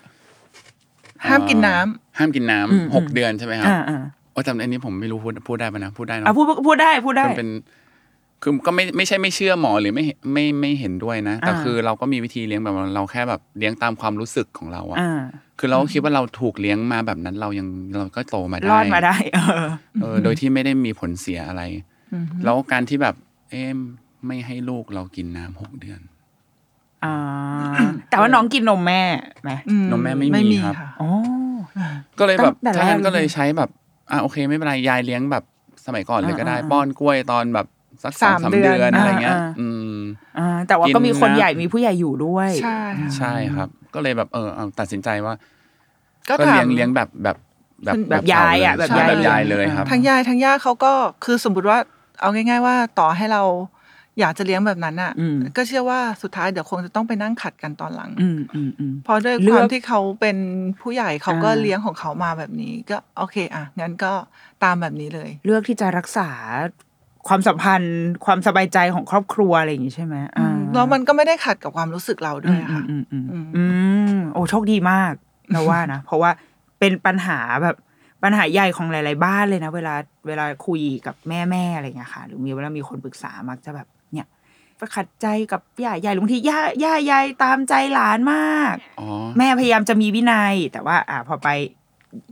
[SPEAKER 4] ห้ามกินน้ำ
[SPEAKER 3] ห้ามกินน้
[SPEAKER 2] อืม
[SPEAKER 3] ำหกเดือนใช่ไหมครับ
[SPEAKER 2] อ่าอ่า
[SPEAKER 3] โอ้จำอันนี้ผมไม่รู้พูดพูดได้ปะนะ พูดได้เน
[SPEAKER 2] อ่ะ
[SPEAKER 3] อะ
[SPEAKER 2] พูดพูดได้พูดได้
[SPEAKER 3] มันเป็น คือก็ไม่ไม่ใช่ไม่เชื่อหมอหรือไม่ไม่ไม่เห็นด้วยนะ แต่
[SPEAKER 2] อ่า
[SPEAKER 3] คือเราก็มีวิธีเลี้ยงแบบเราแค่แบบเลี้ยงตามความรู้สึกของเราอะ
[SPEAKER 2] อ่า
[SPEAKER 3] คือเราก็คิดว่าเราถูกเลี้ยงมาแบบนั้นเรายังเราก็โตมาได้
[SPEAKER 2] รอดมาได้ เออ
[SPEAKER 3] เออโดยที่ไม่ได้มีผลเสียอะไร แล้วการที่แบบ เอ๊ะไม่ให้ลูกเรากินน้ำหกเดือน
[SPEAKER 2] อ่า แต่ว่าน้องกินนมแม่ไหม
[SPEAKER 4] อื
[SPEAKER 3] นมแม่ไม่มีครับ
[SPEAKER 4] ค่ะ
[SPEAKER 2] อ๋อ
[SPEAKER 3] ก็เลยแบบ
[SPEAKER 2] ตั้งแต่
[SPEAKER 3] ถ้างั้น
[SPEAKER 2] แรกเลย
[SPEAKER 3] ก็เลยใช้แบบอ่ะโอเคไม่เป็นไรยายเลี้ยงแบบสมัยก่อนเลยก็ได้
[SPEAKER 2] อ่าอ่า
[SPEAKER 3] ป้อนกล้วยตอนแบบสักสาม
[SPEAKER 4] สาม
[SPEAKER 3] เดือ
[SPEAKER 4] เดือน น
[SPEAKER 3] อะไรเงี้ย อืม
[SPEAKER 2] อ่า แต่ว่าก็มี
[SPEAKER 3] กิน
[SPEAKER 2] คน
[SPEAKER 3] นะ
[SPEAKER 2] ใหญ่มีผู้ใหญ่อยู่ด้วย
[SPEAKER 4] ใช่ค่ะ
[SPEAKER 3] ใช่ครับ ก็เลยแบบเออเอาตัดสินใจว่า
[SPEAKER 4] ก็
[SPEAKER 3] ก็
[SPEAKER 4] ถา
[SPEAKER 3] เลี้ย
[SPEAKER 4] ม
[SPEAKER 3] งเลี้ยงแบบแบบ แบบ
[SPEAKER 4] มัน
[SPEAKER 2] แบบยายอะแบบ
[SPEAKER 3] ใช่
[SPEAKER 2] ยาย
[SPEAKER 3] แบบยายเลยครับ
[SPEAKER 4] ทั้งยายทั้งย่าเขาก็คือสมมติว่าเอาง่าย ๆ ว่าต่อให้เราอยากจะเลี้ยงแบบนั้นอ่ะ
[SPEAKER 2] อืม
[SPEAKER 4] ก็เชื่อว่าสุดท้ายเดี๋ยวคงจะต้องไปนั่งขัดกันตอนหลัง
[SPEAKER 2] อืมอืมอืม
[SPEAKER 4] เพราะด้วย
[SPEAKER 2] เลื
[SPEAKER 4] ค
[SPEAKER 2] อก
[SPEAKER 4] วามที่เขาเป็นผู้ใหญ่เขาก็
[SPEAKER 2] อ่า
[SPEAKER 4] เลี้ยงของเขามาแบบนี้ ก็โอเคอ่ะงั้นก็ตามแบบนี้เลย
[SPEAKER 2] เลือกที่จะรักษาความสัมพันธ์ ความสบายใจของครอบครัวอะไรอย่างงี้ใช่ไหมอ่า
[SPEAKER 4] แล้วมันก็ไม่ได้ขัดกับความรู้สึกเราด้วยอะค่ะ
[SPEAKER 2] อืมอืมอืม
[SPEAKER 4] อืม
[SPEAKER 2] อืมโอ้โชคดีมากเราว่า นะ เพราะว่าเป็นปัญหาแบบปัญหาใหญ่ของหลาย ๆ บ้านเลยนะ เวลาเวลาคุยกับแม่แม่อะไรอย่างเงี้ยค่ะ หรือมีเวลามีคนปรึกษามักจะแบบเนี่ยไปขัดใจกับย่าใหญ่หรือบางทีย่าย่าใหญ่ตามใจหลานมาก
[SPEAKER 3] อ๋อ
[SPEAKER 2] แม่พยายามจะมีวินัย แต่ว่า อ่าพอไป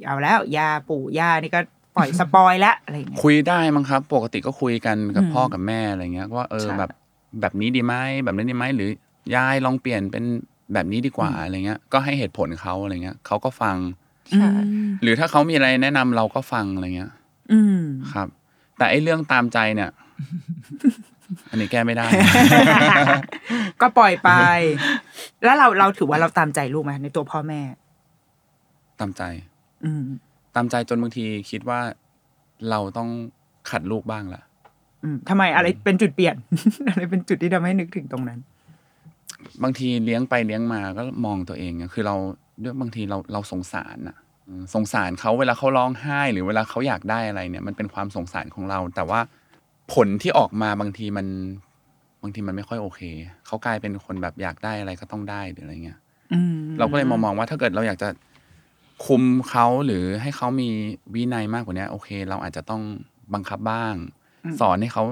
[SPEAKER 2] เอาแล้วยาปู่ย่านี่ก็ปล่อยสปอยแล้วอะไรอย่างเงี้ย
[SPEAKER 3] คุยได้มั้งครับ ปกติก็คุยกันกับ
[SPEAKER 2] อืม
[SPEAKER 3] พ่อกับแม่อะไรเงี้ยว่าเออ
[SPEAKER 4] ใช่
[SPEAKER 3] แบบแบบนี้ดีไหมแบบนั้นดีไหมหรือยายลองเปลี่ยนเป็นแบบนี้ดีกว่าอะไรเงี้ย ก็ให้เหตุผลเขาอะไรเงี้ยเขาก็ฟัง
[SPEAKER 4] ใช่
[SPEAKER 2] อืม
[SPEAKER 3] หรือถ้าเขามีอะไรแนะนำเราก็ฟังอะไรเงี้ย
[SPEAKER 2] อืม
[SPEAKER 3] ครับ แต่ไอ้เรื่องตามใจเนี่ย อันนี้แก้ไม่ได้
[SPEAKER 2] ก็ปล่อยไป แล้วเราเราถือว่าเราตามใจลูกไหมในตัวพ่อแม่
[SPEAKER 3] ตามใจ
[SPEAKER 2] อืม
[SPEAKER 3] ตามใจจนบางทีคิดว่าเราต้องขัดลูกบ้างละ
[SPEAKER 2] อืมทำไมอะไรเป็นจุดเปลี่ยน อะไรเป็นจุดที่ทำให้นึกถึงตรงนั้น
[SPEAKER 3] บางทีเลี้ยงไปเลี้ยงมาก็มองตัวเองอะคือเราด้วยบางทีเราเราสงสารอะอืมสงสารเขาเวลาเขาร้องไห้ หรือเวลาเขาอยากได้อะไรเนี่ย มันเป็นความสงสารของเรา แต่ว่าผลที่ออกมาบางทีมัน บางทีมันไม่ค่อยโอเคเขากลายเป็นคนแบบอยากได้อะไรก็ต้องได้หรืออะไรเงี้ย
[SPEAKER 2] อืม
[SPEAKER 3] เราก็เลยมองมองว่าถ้าเกิดเราอยากจะคุมเขาหรือให้เขามีวินัยมากกว่าเนี้ยโอเค เราอาจจะต้องบังคับบ้าง สอนให้เขา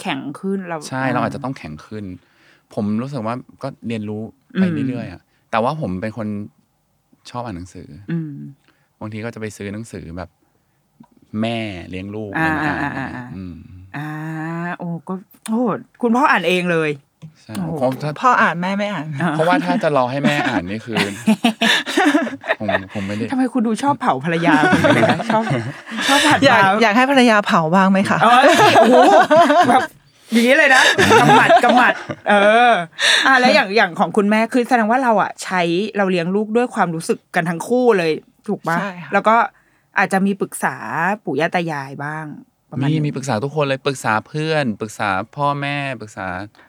[SPEAKER 2] แข็งขึ้นเรา
[SPEAKER 3] ใช่เราอาจจะต้องแข็งขึ้น ผมรู้สึกว่าก็เรียนรู้ไป
[SPEAKER 2] อืม
[SPEAKER 3] เรื่อยๆอะแต่ว่าผมเป็นคนชอบอ่านหนังสือ
[SPEAKER 2] อืม
[SPEAKER 3] บางทีก็จะไปซื้อหนังสือแบบ แม่เลี้ยงลูก
[SPEAKER 2] อ่า
[SPEAKER 3] มาอ่าน
[SPEAKER 2] อ่าอ่า
[SPEAKER 3] อะไรเงี้ยอืม
[SPEAKER 2] อ่า โอ้ก็โอ้คุณพ่ออ่านเองเลย
[SPEAKER 3] ใช่
[SPEAKER 2] โอ้โห
[SPEAKER 3] เพราะถ้า
[SPEAKER 4] พ่ออ่านแม่ไม่อ่าน
[SPEAKER 3] เพราะว่าถ้าจะรอให้แม่อ่านนี่คือ ผมผมไม่ได้
[SPEAKER 2] ทำไมคุณดูชอบเผาภรรยาคุณเลยนะชอบชอบผัด
[SPEAKER 4] อยาก
[SPEAKER 2] มา
[SPEAKER 4] อยากให้ภรรยาเผาบ้างไหมคะ
[SPEAKER 2] เอ้ยโอ้โหแบบอย่างนี้เลยนะกำหมัดกำหมัด เออ อ่ะแล้วอย่างอย่างของคุณแม่คือแสดงว่าเราอ่ะใช้เราเลี้ยงลูกด้วยความรู้สึกกันทั้งคู่เลยถูกปะ
[SPEAKER 4] ใช่ค่ะ
[SPEAKER 2] แล้วก็อาจจะมีปรึกษาปู่ย่าตายายบ้างประมาณ
[SPEAKER 3] มี
[SPEAKER 2] นี้
[SPEAKER 3] มีปรึกษาทุกคนเลยปรึกษาเพื่อนปรึกษาพ่อแม่ปรึกษา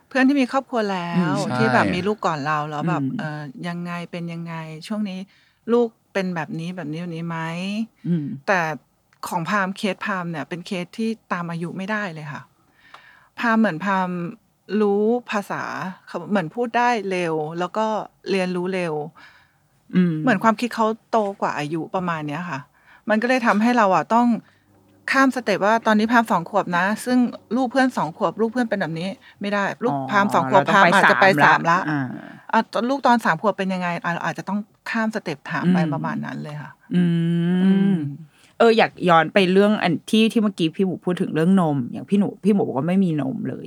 [SPEAKER 4] เพื่อนที่มีครอบครัวแล้ว
[SPEAKER 3] ใช่
[SPEAKER 4] ที่แบบมีลูกก่อนเราแล้วแบบเออยังไงเป็นยังไง ช่วงนี้ลูกเป็นแบบนี้แบบนี้แบบนี้ไหม
[SPEAKER 2] อืม
[SPEAKER 4] แต่ของพามเคสพามเนี่ย เป็นเคสที่ตามอายุไม่ได้เลยค่ะ พามเหมือนพามรู้ภาษาเขาเหมือนพูดได้เร็ว แล้วก็เรียนรู้เร็ว
[SPEAKER 2] อืม
[SPEAKER 4] เหมือนความคิดเขาโตกว่าอายุประมาณเนี้ยค่ะ มันก็เลยทำให้เราอ่ะต้องข้ามสเต็ปว่าตอนนี้พามสองขวบนะ ซึ่งลูกเพื่อนสองขวบ ลูกเพื่อนเป็นแบบนี้ ไม่ได้ ลูกพามสองขวบ
[SPEAKER 2] เรต้
[SPEAKER 4] พามอาจจะไปสามละ
[SPEAKER 2] อ่า
[SPEAKER 4] อ่ะตอนลูกตอนสามขวบเป็นยังไงอ่ะเราอาจจะต้องข้ามสเต็ปถามไป
[SPEAKER 2] อืม
[SPEAKER 4] ประมาณนั้นเลยค่ะ
[SPEAKER 2] อืม เอออยากย้อนไปเรื่องอันที่ที่เมื่อกี้พี่หมูพูดถึงเรื่องนม อย่างพี่หนูพี่หมูบอกว่าไม่มีนมเลย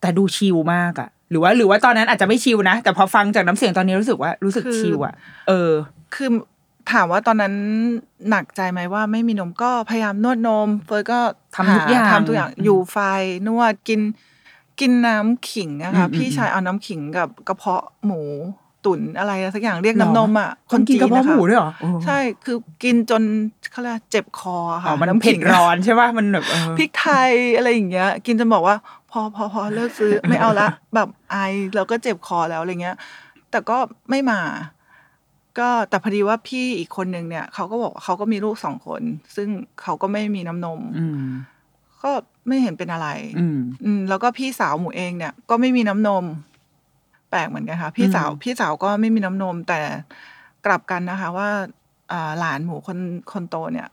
[SPEAKER 2] แต่ดูชิลมากอะหรือว่าหรือว่าตอนนั้นอาจจะไม่ชิลนะ แต่พอฟังจากน้ำเสียงตอนนี้รู้สึกว่ารู้สึก
[SPEAKER 4] คือ
[SPEAKER 2] ชิลอะเออ
[SPEAKER 4] คือถามว่าตอนนั้นหนักใจไหมว่าไม่มีนมก็พยายามนวดนม เฟิร์สก็
[SPEAKER 2] ทำทุกอย่าง
[SPEAKER 4] หทำทุกอย่าง
[SPEAKER 2] อืม
[SPEAKER 4] อยู่ไฟนวดกิน กินน้ำขิงนะคะ
[SPEAKER 2] อืมอืม
[SPEAKER 4] พี่ชายเอาน้ำขิงกับกระเพาะหมูตุ๋นอะไรสักอย่างเรียก
[SPEAKER 2] หรอ
[SPEAKER 4] น้ำนมอ่ะ
[SPEAKER 2] คนกินกระเพาะ
[SPEAKER 4] ค
[SPEAKER 2] หมูด้วยเหรอโอ้
[SPEAKER 4] ใช่คือกินจนเขาเรียกเจ็บคอ
[SPEAKER 2] อ๋
[SPEAKER 4] ค่ะ
[SPEAKER 2] อมันเผ็ดร้อนใช่ป่ะมันแบบเออ
[SPEAKER 4] พริกไทยอะไรอย่างเงี้ย กินจนบอกว่า พอพอพอเลิกซื้อ ไม่เอาละ แบบไอแล้วก็เจ็บคอแล้วอะไรเงี้ย แต่ก็ไม่มา ก็แต่พอดีว่าพี่อีกคนนึงเนี่ยเขาก็บอกว่าเขาก็มีลูกสองคน ซึ่งเขาก็ไม่มีน้ำนม
[SPEAKER 2] อืม
[SPEAKER 4] ก็ไม่เห็นเป็นอะไร
[SPEAKER 2] อืม
[SPEAKER 4] อืมแล้วก็พี่สาวหมูเองเนี่ย ก็ไม่มีน้ำนม แปลกเหมือนกันค่ะ พี่สาว
[SPEAKER 2] อืม
[SPEAKER 4] พี่สาวก็ไม่มีน้ำนม แต่กลับกันนะคะ ว่าอ่าหลานหมูคนคนโตเนี่ย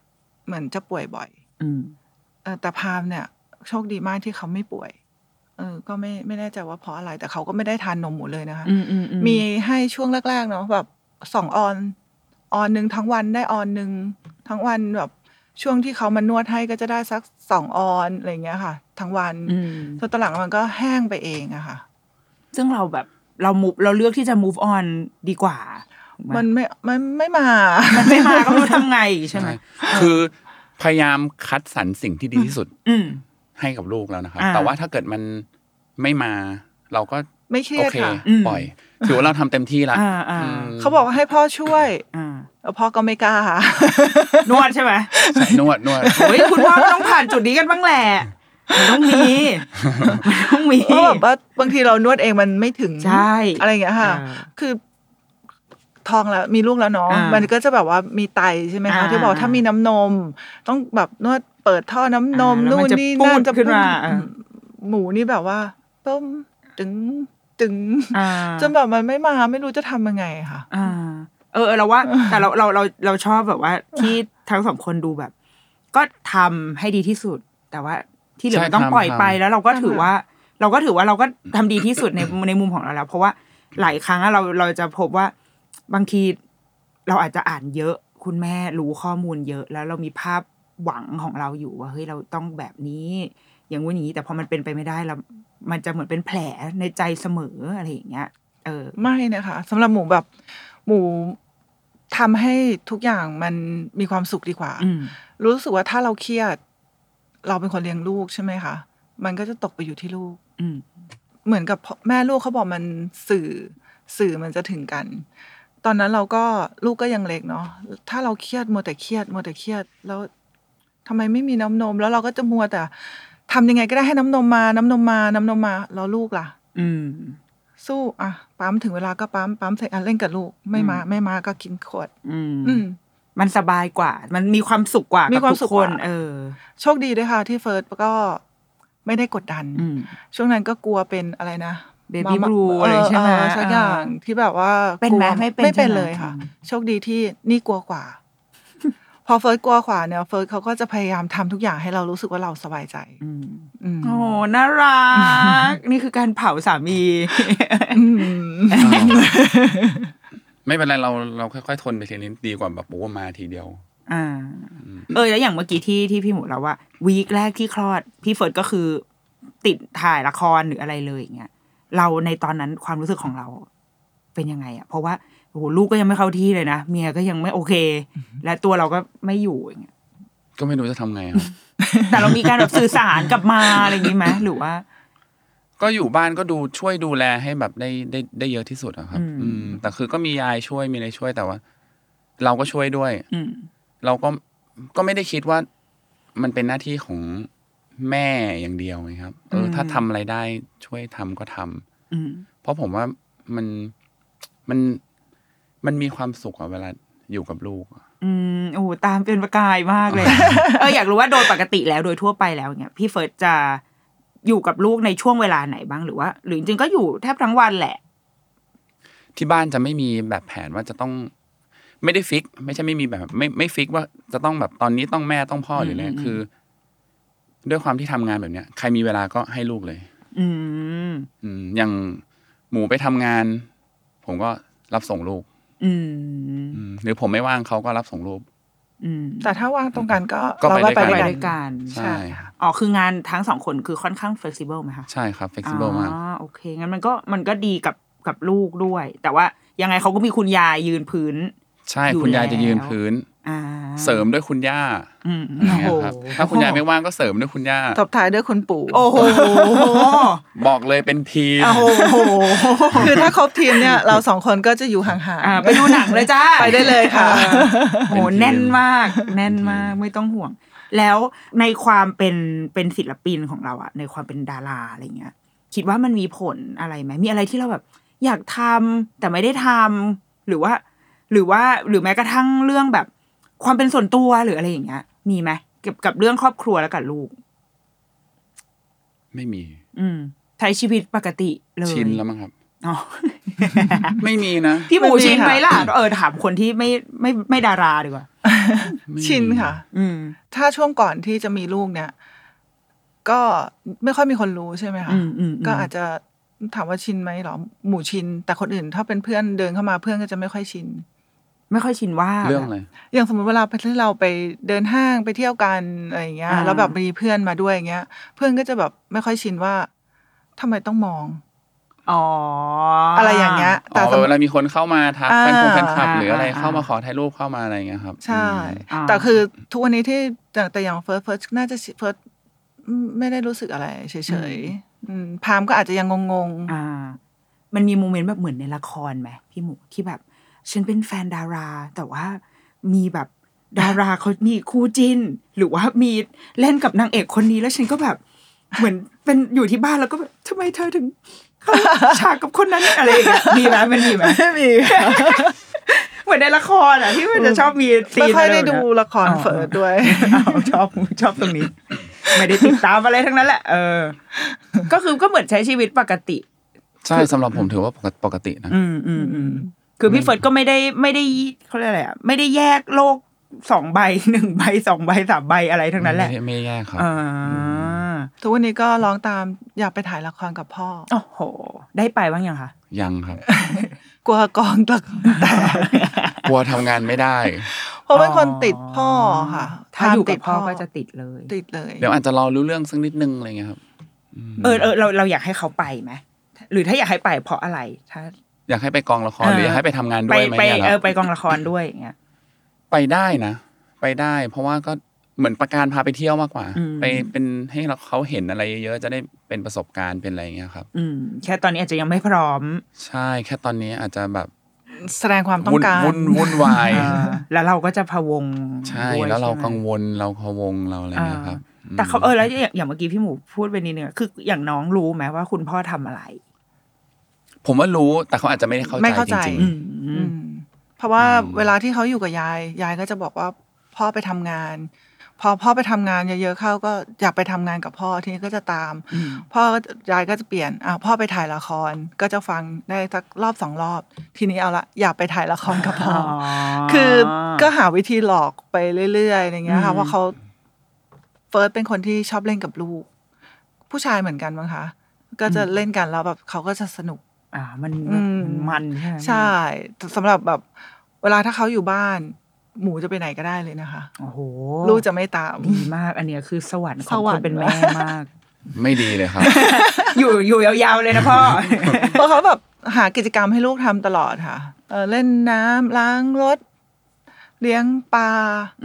[SPEAKER 4] เหมือนจะป่วยบ่อย
[SPEAKER 2] อืม
[SPEAKER 4] เออแต่พามเนี่ย โชคดีมากที่เขาไม่ป่วย เออ ก็ไม่ไม่แน่ใจว่าเพราะอะไร แต่เขาก็ไม่ได้ทานนมหมูเลยนะคะ
[SPEAKER 2] อืมอืมอื
[SPEAKER 4] มีให้ช่วงแรกๆเนาะแบบสองออน ออนหนึ่งทั้งวันได้ออนหนึ่งทั้งวันแบบ ช่วงที่เขามานวดให้ก็จะได้สักสองออนอะไรอย่างเงี้ยค่ะ ทั้งวัน
[SPEAKER 2] อืม
[SPEAKER 4] จนตอนหลังมันก็แห้งไปเองอะค่ะ
[SPEAKER 2] ซึ่งเราแบบเรามุเราเลือกที่จะ move on ดีกว่าถูกไห
[SPEAKER 4] มันไม่มันไม่มา
[SPEAKER 2] มันไม่มาก็ไม่รู้ทำไงใช่ไหม
[SPEAKER 3] ใช่คือพยายามคัดสรรสิ่งที่ดีที่สุด
[SPEAKER 2] อืม
[SPEAKER 3] ให้กับลูกแล้วนะครับ
[SPEAKER 2] อ่า
[SPEAKER 3] แต่ว่าถ้าเกิดมันไม่มา เราก็
[SPEAKER 4] ไม่เครี
[SPEAKER 3] โอย
[SPEAKER 4] ด
[SPEAKER 3] เค
[SPEAKER 4] ค่ะ
[SPEAKER 3] ปล่อย ถือว่าเราทำเต็มที่ละ
[SPEAKER 2] อ่าอ่า
[SPEAKER 3] อืม
[SPEAKER 4] เขาบอกว่าให้พ่อช่วย
[SPEAKER 2] อ่า
[SPEAKER 4] เอ แล้วพ่อก็ไม่กล้า
[SPEAKER 2] นวดใช่ไหม
[SPEAKER 3] สายนวดนวด
[SPEAKER 2] โอ้ยคุณพ่อก็ต้องผ่านจุดนี้กันบ้างแหละมันต้องมี มันต้องมี
[SPEAKER 4] เพราะแบบว่าบางทีเรานวดเองมันไม่ถึง
[SPEAKER 2] ใช่
[SPEAKER 4] อะไรอย่างเงี้ยค่ะ
[SPEAKER 2] อ่า
[SPEAKER 4] คือท้องแล้วมีลูกแล้วเนาะ
[SPEAKER 2] อ่ามั
[SPEAKER 4] มันก็จะแบบว่ามีไตใช่ไหมคะ
[SPEAKER 2] อ่า
[SPEAKER 4] ที่บอกถ้ามีน้ำนม ต้องแบบนวดเปิดท่อน้ำนม
[SPEAKER 2] อ่าแล้ว
[SPEAKER 4] นู่
[SPEAKER 2] มันนจะ
[SPEAKER 4] นี่
[SPEAKER 2] ปูด
[SPEAKER 4] น่าจะ
[SPEAKER 2] ขึ้น
[SPEAKER 4] ปู
[SPEAKER 2] มา
[SPEAKER 4] ด
[SPEAKER 2] อ่า
[SPEAKER 4] หมูนี่แบบว่าต้มตึงตึง
[SPEAKER 2] อ่า
[SPEAKER 4] จนแบบมันไม่มาไม่รู้จะทำยังไงค่ะ
[SPEAKER 2] อ่าเออเออเรา ว่า แต่เราเราเราเราชอบแบบว่าที่ทั้งสองคนดูแบบ ก็ทำให้ดีที่สุด แต่ว่าที่เหลือ
[SPEAKER 3] ใช่
[SPEAKER 2] มันต้อง
[SPEAKER 3] ทำ
[SPEAKER 2] ปล่อยไป
[SPEAKER 3] ทำ
[SPEAKER 2] แล้วเราก็ถือ
[SPEAKER 4] ทำค่ะ
[SPEAKER 2] ว่า เราก็ถือว่าเราก็ทำดีที่สุดใน ในมุมของเราแล้ว เพราะว่าหลายครั้งอะเราเราจะพบว่าบางทีเราอาจจะอ่านเยอะ คุณแม่รู้ข้อมูลเยอะ แล้วเรามีภาพหวังของเราอยู่ว่าเฮ้ยเราต้องแบบนี้ อย่างงู้นอย่างนี้แต่พอมันเป็นไปไม่ได้แล้วมันจะเหมือนเป็นแผลในใจเสมออะไรอย่างเงี้ยเออ
[SPEAKER 4] ไม่นะคะสำหรับหมูแบบหมูทำให้ทุกอย่างมันมีความสุขดีกว่า
[SPEAKER 2] อืม
[SPEAKER 4] รู้สึกว่าถ้าเราเครียด เราเป็นคนเลี้ยงลูกใช่ไหมคะ มันก็จะตกไปอยู่ที่ลูก
[SPEAKER 2] อืม
[SPEAKER 4] เหมือนกับพ่อแม่ลูกเขาบอกมันสื่อสื่อมันจะถึงกัน ตอนนั้นเราก็ลูกก็ยังเล็กเนาะถ้าเราเครียดมัวแต่เครียดมัวแต่เครียด แล้วทำไมไม่มีน้ำนม แล้วเราก็จะมัวแต่ทำยังไงก็ได้ให้น้ำนมมา น้ำนมมาน้ำนมมาแล้วลูกล่ะ
[SPEAKER 2] อืม
[SPEAKER 4] สู้อ่ะปั๊มถึงเวลาก็ปั๊มปั๊มเสร็จอ่ะเล่นกับลูกไม่มา
[SPEAKER 2] อืม
[SPEAKER 4] ไม่มาก็กินขวด
[SPEAKER 2] อืม
[SPEAKER 4] อืม
[SPEAKER 2] มันสบายกว่า มันมีความสุขกว่า
[SPEAKER 4] มี
[SPEAKER 2] มี
[SPEAKER 4] ความสุข
[SPEAKER 2] ค
[SPEAKER 4] กว่า
[SPEAKER 2] น เออ
[SPEAKER 4] โชคดีด้วยค่ะ ที่เฟิร์สก็ไม่ได้กดดัน
[SPEAKER 2] อืม
[SPEAKER 4] ช่วงนั้นก็กลัวเป็นอะไรนะ
[SPEAKER 2] Baby
[SPEAKER 4] มาม่า
[SPEAKER 2] blue อะไรใช่ไหม
[SPEAKER 4] เออสักอย่าง
[SPEAKER 2] อ่า
[SPEAKER 4] ที่แบบว่า
[SPEAKER 2] เป็นไหม
[SPEAKER 4] กลัว
[SPEAKER 2] ไม่เป็น
[SPEAKER 4] ไม่เป็น
[SPEAKER 2] ใช่ไหม
[SPEAKER 4] เลยค่ะ
[SPEAKER 2] อืม
[SPEAKER 4] โชคดีที่นี่กลัวกว่า พอเฟิร์สกลัวกว่าเนี่ยเฟิร์สเขาก็จะพยายามทำทุกอย่างให้เรารู้สึกว่าเราสบายใจ
[SPEAKER 2] อืม
[SPEAKER 4] อืม
[SPEAKER 2] โอ้โหน่ารัก นี่คือการเผาสา มี
[SPEAKER 4] อืม
[SPEAKER 3] ไม่เป็นไรเราเราค่อยๆทนไปทีนี้ดีกว่าแบบปูมาทีเดียว
[SPEAKER 2] อ่า เออ แล้วอย่างเมื่อกี้ที่ที่พี่หมูเราว่า วีคแรกที่คลอด พี่เฟิร์สก็คือ ติดถ่ายละครหรืออะไรเลยอย่างเงี้ย เราในตอนนั้นความรู้สึกของเรา เป็นยังไงอะเพราะว่าโอ้โหลูกก็ยังไม่เข้าที่เลยนะ เมียก็ยังไม่โอเค และตัวเราก็ไม่อยู่อย่างเงี้ย
[SPEAKER 3] ก็ไม่รู้จะทำไงครับ
[SPEAKER 2] แต่เรามีการแบบสื่อสารกลับมาอะไรอย่างงี้ไหมหรือว่า
[SPEAKER 3] ก็อยู่บ้านก็ดูช่วยดูแลให้แบบได้ได้ได้เยอะที่สุดอะครับ
[SPEAKER 2] อืม
[SPEAKER 3] อืม แต่คือก็มียายช่วยมีอะไรช่วยแต่ว่า เราก็ช่วยด้วย
[SPEAKER 2] อืม
[SPEAKER 3] เราก็ก็ไม่ได้คิดว่ามันเป็นหน้าที่ของแม่อย่างเดียวไงครับ เออ
[SPEAKER 2] อืม
[SPEAKER 3] ถ้าทำอะไรได้ช่วยทำก็ทำ
[SPEAKER 2] อืม
[SPEAKER 3] เพราะผมว่ามันมันมันมีความสุขอะเวลาอยู่กับลูกอะ
[SPEAKER 2] อืมโอ้โหตามเป็นประกายมากเลย เอออยากรู้ว่าโดยปกติแล้วโดยทั่วไปแล้วเนี่ยพี่เฟิร์สจะอยู่กับลูกในช่วงเวลาไหนบ้างหรือว่า หรือจริงๆก็อยู่แทบทั้งวันแหละ
[SPEAKER 3] ที่บ้านจะไม่มีแบบแผนว่าจะต้อง ไม่ได้ฟิก ไม่ใช่ไม่มีแบบไม่ไม่ฟิกว่าจะต้องแบบตอนนี้ต้องแม่ต้องพ่อหรืออะไร
[SPEAKER 2] อืมอืม
[SPEAKER 3] คือ ด้วยความที่ทำงานแบบเนี้ยใครมีเวลาก็ให้ลูกเลย
[SPEAKER 2] อืม
[SPEAKER 3] อืมอย่างหมูไปทำงาน ผมก็รับส่งลูก
[SPEAKER 2] อืม
[SPEAKER 3] อืมหรือผมไม่ว่างเขาก็รับส่งลูก
[SPEAKER 2] อืม
[SPEAKER 4] แต่ถ้าว่างตรงกันก็
[SPEAKER 3] ก็ไป
[SPEAKER 4] เราก็ไป
[SPEAKER 3] ด้
[SPEAKER 4] ด้
[SPEAKER 3] ว
[SPEAKER 4] วย ยกั
[SPEAKER 3] กั
[SPEAKER 4] น น
[SPEAKER 2] ด้วยกัน
[SPEAKER 3] ใช่
[SPEAKER 2] อ๋อคืองานทั้งสองคนคือค่อนข้าง flexible ไหมคะ
[SPEAKER 3] ใช่ครับ flexible มาก
[SPEAKER 2] อ๋อโอเคงั้นมันก็มันก็ดีกับกับลูกด้วย แต่ว่ายังไงเขาก็มีคุณยายยืนพื้น
[SPEAKER 3] ใช่
[SPEAKER 2] อยู่
[SPEAKER 3] คุณยาย
[SPEAKER 2] แล้ว
[SPEAKER 3] จะยืนพื้น
[SPEAKER 2] อ่า
[SPEAKER 3] เสริมด้วยคุณย่า
[SPEAKER 2] อืม
[SPEAKER 3] อะไรเงี้
[SPEAKER 2] โอ้
[SPEAKER 3] ย
[SPEAKER 2] โห
[SPEAKER 3] ครับ ถ้าคุณยายไม่ว่างก็เสริมด้วยคุณย่า
[SPEAKER 4] ตบท้ายด้วยคนปู่
[SPEAKER 2] โอ้โห
[SPEAKER 3] บอกเลยเป็นทีม
[SPEAKER 2] โอ้โห
[SPEAKER 4] คือถ้าครบทีมเนี่ย เราสองคนก็จะอยู่ห่าง
[SPEAKER 2] อ่า
[SPEAKER 4] ๆ
[SPEAKER 2] ไปดูหนังเลยจ้า
[SPEAKER 4] ไปได้เลยค่ะ
[SPEAKER 2] เออโห
[SPEAKER 3] เป็นทีม
[SPEAKER 2] แน่นมาก แน่นมากไม่ต้องห่วง แล้วในความเป็นเป็นศิลปินของเราอะในความเป็นดาราอะไรเงี้ย คิดว่ามันมีผลอะไรไหมมีอะไรที่เราแบบ อยากทำแต่ไม่ได้ทำหรือว่า หรือว่าหรือแม้กระทั่งเรื่องแบบ ความเป็นส่วนตัวหรืออะไรอย่างเงี้ย มีไหมเกี่ยวกับเรื่องครอบครัวแล้วกับลูก
[SPEAKER 3] ไม่มี
[SPEAKER 2] อืมใช้ชีวิตปกติเลย
[SPEAKER 3] ชินแล้วมั้งครับ
[SPEAKER 2] อ๋อ
[SPEAKER 3] ไม่มีนะ
[SPEAKER 2] พี่หมู
[SPEAKER 4] ไม่มี
[SPEAKER 2] ชิน
[SPEAKER 4] ค่ะ
[SPEAKER 2] ไหมล่ะเออถามคนที่ไม่ไม่ไม่ดาราดีกว่า
[SPEAKER 3] ไม่มี
[SPEAKER 4] ชินค่ะ
[SPEAKER 2] อืม
[SPEAKER 4] ถ้าช่วงก่อนที่จะมีลูกเนี่ย ก็ไม่ค่อยมีคนรู้ใช่ไหมคะ
[SPEAKER 2] อืมอืมม
[SPEAKER 4] ก็อาจจะถามว่าชินไหมเหรอหมู่ชิน แต่คนอื่นถ้าเป็นเพื่อนเดินเข้ามาเพื่อนก็จะไม่ค่อยชิน
[SPEAKER 2] ไม่ค่อยชินว่า
[SPEAKER 3] เรื่องอะไร
[SPEAKER 4] อย่างสมมติเวลาไปที่เราไปเดินห้างไปเที่ยวกันอะไรอย่างเงี้ย
[SPEAKER 2] อ่า
[SPEAKER 4] แล้วแบบมีเพื่อนมาด้วยอย่างเงี้ย เพื่อนก็จะแบบไม่ค่อยชินว่าทำไมต้องมอง
[SPEAKER 2] อ๋ออ
[SPEAKER 4] อะไรอย่างเงี้ย
[SPEAKER 3] อ๋
[SPEAKER 4] แต่ส
[SPEAKER 3] อ
[SPEAKER 4] มม
[SPEAKER 3] เว
[SPEAKER 4] ติ
[SPEAKER 3] ลามีคนเข้ามาทัก
[SPEAKER 4] อ่า
[SPEAKER 3] แฟนคงแฟนคลับ
[SPEAKER 2] อ่า
[SPEAKER 3] หรืออะไร
[SPEAKER 2] อ่า
[SPEAKER 3] เข้ามาขอถ่ายรูปเข้ามาอะไรอย่างเงี้ยครับ
[SPEAKER 4] ใช่
[SPEAKER 2] อืม
[SPEAKER 4] แต่
[SPEAKER 2] อ่า
[SPEAKER 4] คือทุกวันนี้ที่แต่แต่อย่างเฟิร์สเฟิร์สน่าจะเฟิร์สไม่ได้รู้สึกอะไรเฉยๆอืมพามก็อาจจะยังงงๆ
[SPEAKER 2] อ่า มันมีโมเมนต์แบบเหมือนในละครไหมพี่หมูที่แบบ ฉันเป็นแฟนดารา แต่ว่า มีแบบดารา เขามีคู่จิ้น หรือว่ามีเล่นกับนางเอกคนนี้แล้วฉันก็แบบ เหมือนเป็นอยู่ที่บ้านแล้วก็แบบทำไมเธอถึงเข้าฉากกับคนนั้นอะไรอย่างเงี้ยมีไหมมันมีไหม
[SPEAKER 4] ไม่มี
[SPEAKER 2] เหมือนในละครอ่ะที่มันจะชอบมีซีน
[SPEAKER 4] ไม่ค่อยได้
[SPEAKER 2] แบบ
[SPEAKER 4] ดู
[SPEAKER 2] นั้น
[SPEAKER 4] ละคร
[SPEAKER 2] อ๋อ
[SPEAKER 4] เฟิร์สด้วย
[SPEAKER 2] อ้าวชอบชอบตรงนี้ ไม่ได้ติดตามอะไรทั้งนั้นแหละเออ ก็คือก็เหมือนใช้ชีวิตปกติ
[SPEAKER 3] ใช่สำหรับผมถือว่าปกติปกตินะ
[SPEAKER 2] อืมอืมอืมคือพี่เฟิร์สก็ไม่ได้ไม่ได้เขาเรียกอะไรอ่ะไม่ได้แยกโลกสองใบ หนึ่งใบสองใบสามใบอะไรทั้งนั้นแหละ
[SPEAKER 3] ไม่ไม่แย่ครับ
[SPEAKER 2] อ่า
[SPEAKER 4] ทุกวันนี้ก็ร้องตามอยากไปถ่ายละครกับพ่อ
[SPEAKER 2] โอ้โห ได้ไปบ้างยังคะ
[SPEAKER 3] ยังครับ
[SPEAKER 4] กลัวกองตะกอนแตก
[SPEAKER 3] กลัวทำงานไม่ได้
[SPEAKER 4] เพราะเป็นคนติดพ่อค่ะ
[SPEAKER 2] ถ้าอยู่กับพ่อ
[SPEAKER 4] ตม
[SPEAKER 2] ก็จะติดเลย
[SPEAKER 4] ติดเลย
[SPEAKER 3] เดี๋ยวอาจจะรอรู้เรื่องสักนิดนึงอะไรเงี้ยครับม
[SPEAKER 2] เออเออเราเราอยากให้เขาไปไหมหรือถ้าอยากให้ไปเพราะอะไรถ้า
[SPEAKER 3] อยากให้ไปกองละคร
[SPEAKER 2] เออ
[SPEAKER 3] หรืออยากให้ไปทำงานด้
[SPEAKER 2] ไป
[SPEAKER 3] วยไหม
[SPEAKER 2] ไป
[SPEAKER 3] เนี่ย
[SPEAKER 2] เอ
[SPEAKER 3] ครั
[SPEAKER 2] อบ ไปกองละครด้วยอย่างเงี้ย
[SPEAKER 3] ไปได้นะ ไปได้ เพราะว่าก็เหมือนประการพาไปเที่ยวมากกว่า
[SPEAKER 2] อืม
[SPEAKER 3] ไปเป็นให้เราเขาเห็นอะไรเยอะๆจะได้เป็นประสบการณ์เป็นอะไรเงี้ยครับ
[SPEAKER 2] อืม แค่ตอนนี้อาจจะยังไม่พร้อม
[SPEAKER 3] ใช่แค่ตอนนี้อาจจะแบบ
[SPEAKER 4] แสดงความต้อง
[SPEAKER 3] วุ่น
[SPEAKER 4] การ
[SPEAKER 3] วุ่นวุ่นวาย
[SPEAKER 2] อ่าแล้วเราก็จะพะวง
[SPEAKER 3] ใช่
[SPEAKER 2] ด้วย
[SPEAKER 3] แล้วเรา
[SPEAKER 2] ใช่ไหม
[SPEAKER 3] กังวลเราพะวงเราอะไรเงี้ยครับ
[SPEAKER 2] อ่าแต่เขาเออแล้วอย่างอย่างเมื่อกี้พี่หมูพูดไปนิดนึงอะคืออย่างน้องรู้ไหมว่าคุณพ่อทำอะไร
[SPEAKER 3] ผมว่ารู้แต่เขาอาจจะไม่ได้เข้า
[SPEAKER 4] ไม่เข้า
[SPEAKER 3] ใจ
[SPEAKER 4] ใจ
[SPEAKER 3] จริง
[SPEAKER 2] อืม
[SPEAKER 4] อืมเพราะว่าเวลาที่เขาอยู่กับยาย ยายก็จะบอกว่าพ่อไปทำงาน พอพ่อไปทำงานเยอะๆเข้าก็อยากไปทำงานกับพ่อทีนี้ก็จะตาม
[SPEAKER 2] อืม
[SPEAKER 4] พ่อก็ยายก็จะเปลี่ยนอ่ะพ่อไปถ่ายละครก็จะฟังได้สักรอบสองรอบ ทีนี้เอาละอยากไปถ่ายละครกับพ่ออคือก็หาวิธีหลอกไปเรื่อยๆอย่างเงี้ย
[SPEAKER 2] อื
[SPEAKER 4] ค่ะ
[SPEAKER 2] ม
[SPEAKER 4] ว่าเขาเฟิร์สเป็นคนที่ชอบเล่นกับลูก ผู้ชายเหมือนกันมั้งคะก็จะเล่นกันแล้วแบบเขาก็จะสนุก
[SPEAKER 2] อ่ามัน
[SPEAKER 4] อืม
[SPEAKER 2] มันใช่ไหม
[SPEAKER 4] ใช่สำหรับแบบเวลาถ้าเขาอยู่บ้าน หมูจะไปไหนก็ได้เลยนะคะ
[SPEAKER 2] โอ้โห
[SPEAKER 4] ลูกจะไม่ตาม
[SPEAKER 2] ดีมาก อันเนี้ยคือสวรรค์ของ
[SPEAKER 4] สว
[SPEAKER 2] ค
[SPEAKER 4] รร
[SPEAKER 2] น
[SPEAKER 4] ค์
[SPEAKER 2] เป็นแม่มาก
[SPEAKER 3] ไม่ดีเลย ครับ
[SPEAKER 2] อยู่อยู่ยาวๆเลยนะพ่อ
[SPEAKER 4] เพราะเขาแบบหากิจกรรมให้ลูกทำตลอดค่ะเออเล่นน้ำล้างรถ เลี้ยงปลา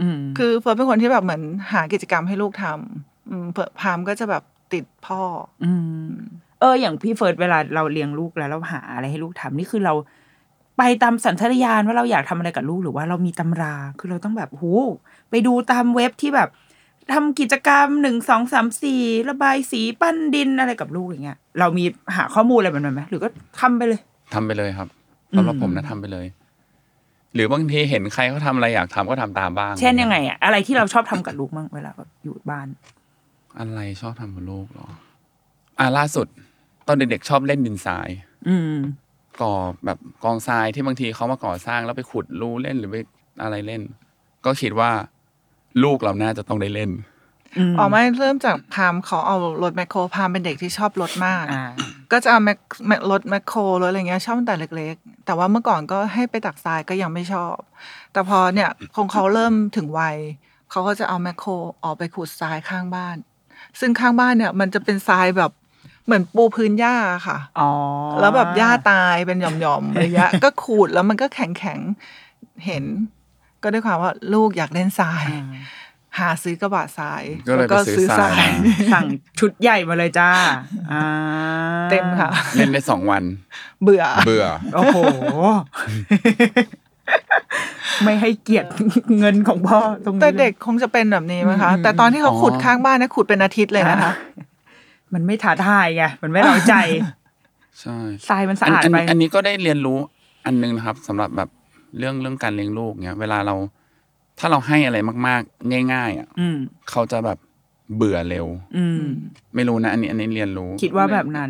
[SPEAKER 2] อืม
[SPEAKER 4] คือเฟิร์นเป็นคนที่แบบเหมือนหากิจกรรมให้ลูกทำอืมเพื่อพามก็จะแบบติดพ่อ
[SPEAKER 2] มเออ อย่างพี่เฟิร์สเวลาเราเลี้ยงลูกแล้วเราหาอะไรให้ลูกทำนี่คือเรา ไปตามสัญชาตญาณว่าเราอยากทำอะไรกับลูกหรือว่าเรามีตำรา คือเราต้องแบบโหไปดูตามเว็บที่แบบทำกิจกรรมหนึ่งสองสามสี่ระบายสีปั้นดินอะไรกับลูกอย่างเงี้ย เรามีหาข้อมูลอะไรแบบนั้นไหมหรือก็ทำไปเลย
[SPEAKER 3] ทำไปเลยครับ
[SPEAKER 2] อืม
[SPEAKER 3] สำหรับผมนะทำไปเลย หรือบางทีเห็นใครเขาทำอะไรอยากทำก็ทำตามบ้าง
[SPEAKER 2] เช่นยังไงอะอะไรที่เราชอบทำกับลูกมั่งเวลาแบบอยู่บ้าน
[SPEAKER 3] อะไรชอบทำกับลูกเหรอ อ่าล่าสุด ตอนเด็กๆชอบเล่นดินทราย
[SPEAKER 2] อืม
[SPEAKER 3] ก่อแบบกองทรายที่บางทีเขามาก่อสร้างแล้วไปขุดรูเล่นหรือไปอะไรเล่น ก็คิดว่า ลูกเราน่าจะต้องได้ เล่น
[SPEAKER 4] ออกมาเริ่มจากพามเขาเอารถแมคโครพามเป็นเด็กที่ชอบรถมาก
[SPEAKER 2] อ่า
[SPEAKER 4] ก็จะเอาแมคแมครถแมคโครรถอะไรเงี้ยชอบตั้งแต่เล็กๆ แต่ว่าเมื่อก่อนก็ให้ไปตักทรายก็ยังไม่ชอบ แต่พอเนี่ยคงเขาเริ่มถึงวัยเขาก็จะเอาแมคโครออกไปขุดทรายข้างบ้าน ซึ่งข้างบ้านเนี่ยมันจะเป็นทรายแบบเหมือนปูพื้นหญ้าค่ะ
[SPEAKER 2] อ๋อ
[SPEAKER 4] แล้วแบบหญ้าตายเป็นหย่อมๆอะไรเงี้ย ก็ขูดแล้วมันก็แข็งๆเห็น ก็ด้วยความว่าลูกอยากเล่นทราย
[SPEAKER 2] อ่า
[SPEAKER 4] หาซื้อกระบะทราย
[SPEAKER 3] ก็เลยไปซื้อทรายมา
[SPEAKER 2] สั่งชุดใหญ่มาเลยจ้าอ่า
[SPEAKER 4] เต็มค่ะ
[SPEAKER 3] เล่นได้สองวัน
[SPEAKER 4] เบื่อ
[SPEAKER 3] เบื่อ
[SPEAKER 2] โอ้โห ไม่ให้เกียรติเงินของพ่อตรงนี้
[SPEAKER 4] แต่
[SPEAKER 2] ลย
[SPEAKER 4] เด็กคงจะเป็นแบบนี้มั้งคะ
[SPEAKER 2] อืม
[SPEAKER 4] แต่ตอนที่เขา
[SPEAKER 3] อ๋อ
[SPEAKER 4] ขุดข้างบ้านเนี่ยขุดเป็นอาทิตย์เลยนะคะ
[SPEAKER 2] มันไม่ท้าทายไง มันไม่เรา ใจ
[SPEAKER 3] ใช่
[SPEAKER 2] ทรายมันสะ
[SPEAKER 3] อัน
[SPEAKER 2] อาด
[SPEAKER 3] อัน
[SPEAKER 2] ไป
[SPEAKER 3] นี้อันนี้ก็ได้เรียนรู้อันนึงนะครับสำหรับแบบเรื่องเรื่องการเลี้ยงลูกเนี้ย เวลาเรา ถ้าเราให้อะไรมากๆ ง่าย ๆอ่ะ
[SPEAKER 2] อืม
[SPEAKER 3] เขาจะแบบเบื่อเร็ว
[SPEAKER 2] อืม
[SPEAKER 3] ไม่รู้นะ อันนี้อันนี้เรียนรู้
[SPEAKER 2] คิดว่าแบบนั้น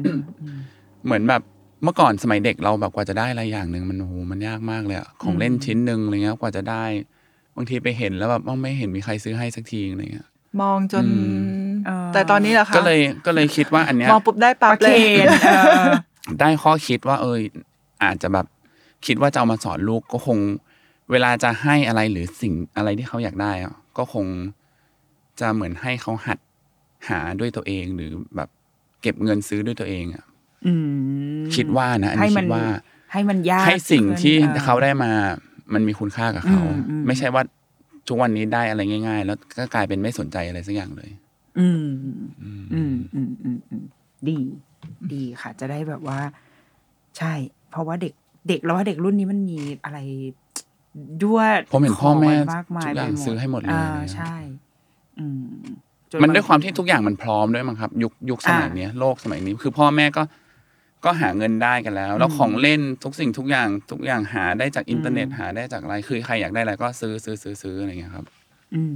[SPEAKER 3] เหมือนแบบเมื่อก่อนสมัยเด็กเราแบบกว่าจะได้อะไรอย่างหนึ่งมันโอ้โหมันยากมากเลยอะของเล่นชิ้นหนึ่งอะไรเงี้ยกว่าจะได้ บางทีไปเห็นแล้วแบบอ้าวไม่เห็นมีใครซื้อให้สักทีอะไรเงี้ย
[SPEAKER 4] มองจน
[SPEAKER 3] อื
[SPEAKER 2] เอ่อ
[SPEAKER 4] แต่ตอนนี้เหรอคะ
[SPEAKER 3] ก็เลยก็เลยคิดว่าอันเนี้ย
[SPEAKER 4] มองปุ๊บได้
[SPEAKER 2] ป
[SPEAKER 4] ปั๊บ
[SPEAKER 2] ระ
[SPEAKER 4] เล
[SPEAKER 2] เคน
[SPEAKER 4] ย
[SPEAKER 2] เออ
[SPEAKER 3] ได้ข้อคิดว่า เอยอาจจะแบบคิดว่าจะเอามาสอนลูกก็คง เวลาจะให้อะไรหรือสิ่งอะไรที่เขาอยากได้อะก็คงจะเหมือนให้เขาหัดหาด้วยตัวเองหรือแบบเก็บเงินซื้อด้วยตัวเองอะ
[SPEAKER 2] อืม
[SPEAKER 3] คิดว่านะอัน
[SPEAKER 2] ให้
[SPEAKER 3] นี้
[SPEAKER 2] มั
[SPEAKER 3] คิดว่า
[SPEAKER 2] ให้มันยาก
[SPEAKER 3] ให้สิ่งที่
[SPEAKER 2] ขึ้นออ
[SPEAKER 3] เขาได้มา มันมีคุณค่ากับเขา
[SPEAKER 2] อืมอืม
[SPEAKER 3] ไม่ใช่ว่าทุกวันนี้ได้อะไรง่าย ๆ แล้วก็กลายเป็นไม่สนใจอะไรสักอย่างเลย
[SPEAKER 2] อืม อืมอืมอืมอืมดี ดีค่ะ จะได้แบบว่า ใช่ เพราะว่าเด็กเด็กแล้วว่าเด็กรุ่นนี้มันมีอะไร ด้วย
[SPEAKER 3] ผมเห็นพ่อแม่
[SPEAKER 2] มากมาย
[SPEAKER 3] ทุกอย่าง
[SPEAKER 2] ไปมด
[SPEAKER 3] ซื้อให้หมดเลย
[SPEAKER 2] อ่า
[SPEAKER 3] อะไรเงี้ย
[SPEAKER 2] ใช่ อืมจ
[SPEAKER 3] มัน
[SPEAKER 2] บง
[SPEAKER 3] ด้วยความที่ทุกอย่างมันพร้อมด้วยมั้งครับ ยุคยุคสมัย
[SPEAKER 2] อ่า
[SPEAKER 3] เนี้ยโลกสมัยนี้คือพ่อแม่ก็ก็หาเงินได้กันแล้ว แล้ว
[SPEAKER 2] อืม
[SPEAKER 3] ของเล่นทุกสิ่งทุกอย่างทุกอย่างหาได้จากอินเทอร์เน็ต
[SPEAKER 2] อืม
[SPEAKER 3] หาได้จากอะไรคือใครอยากได้อะไรก็ซื้อซื้อซื้อซื้ออะไรอย่างเงี้ยครับ
[SPEAKER 2] อืม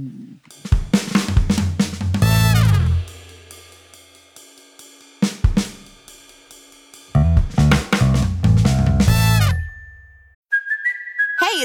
[SPEAKER 5] Hey,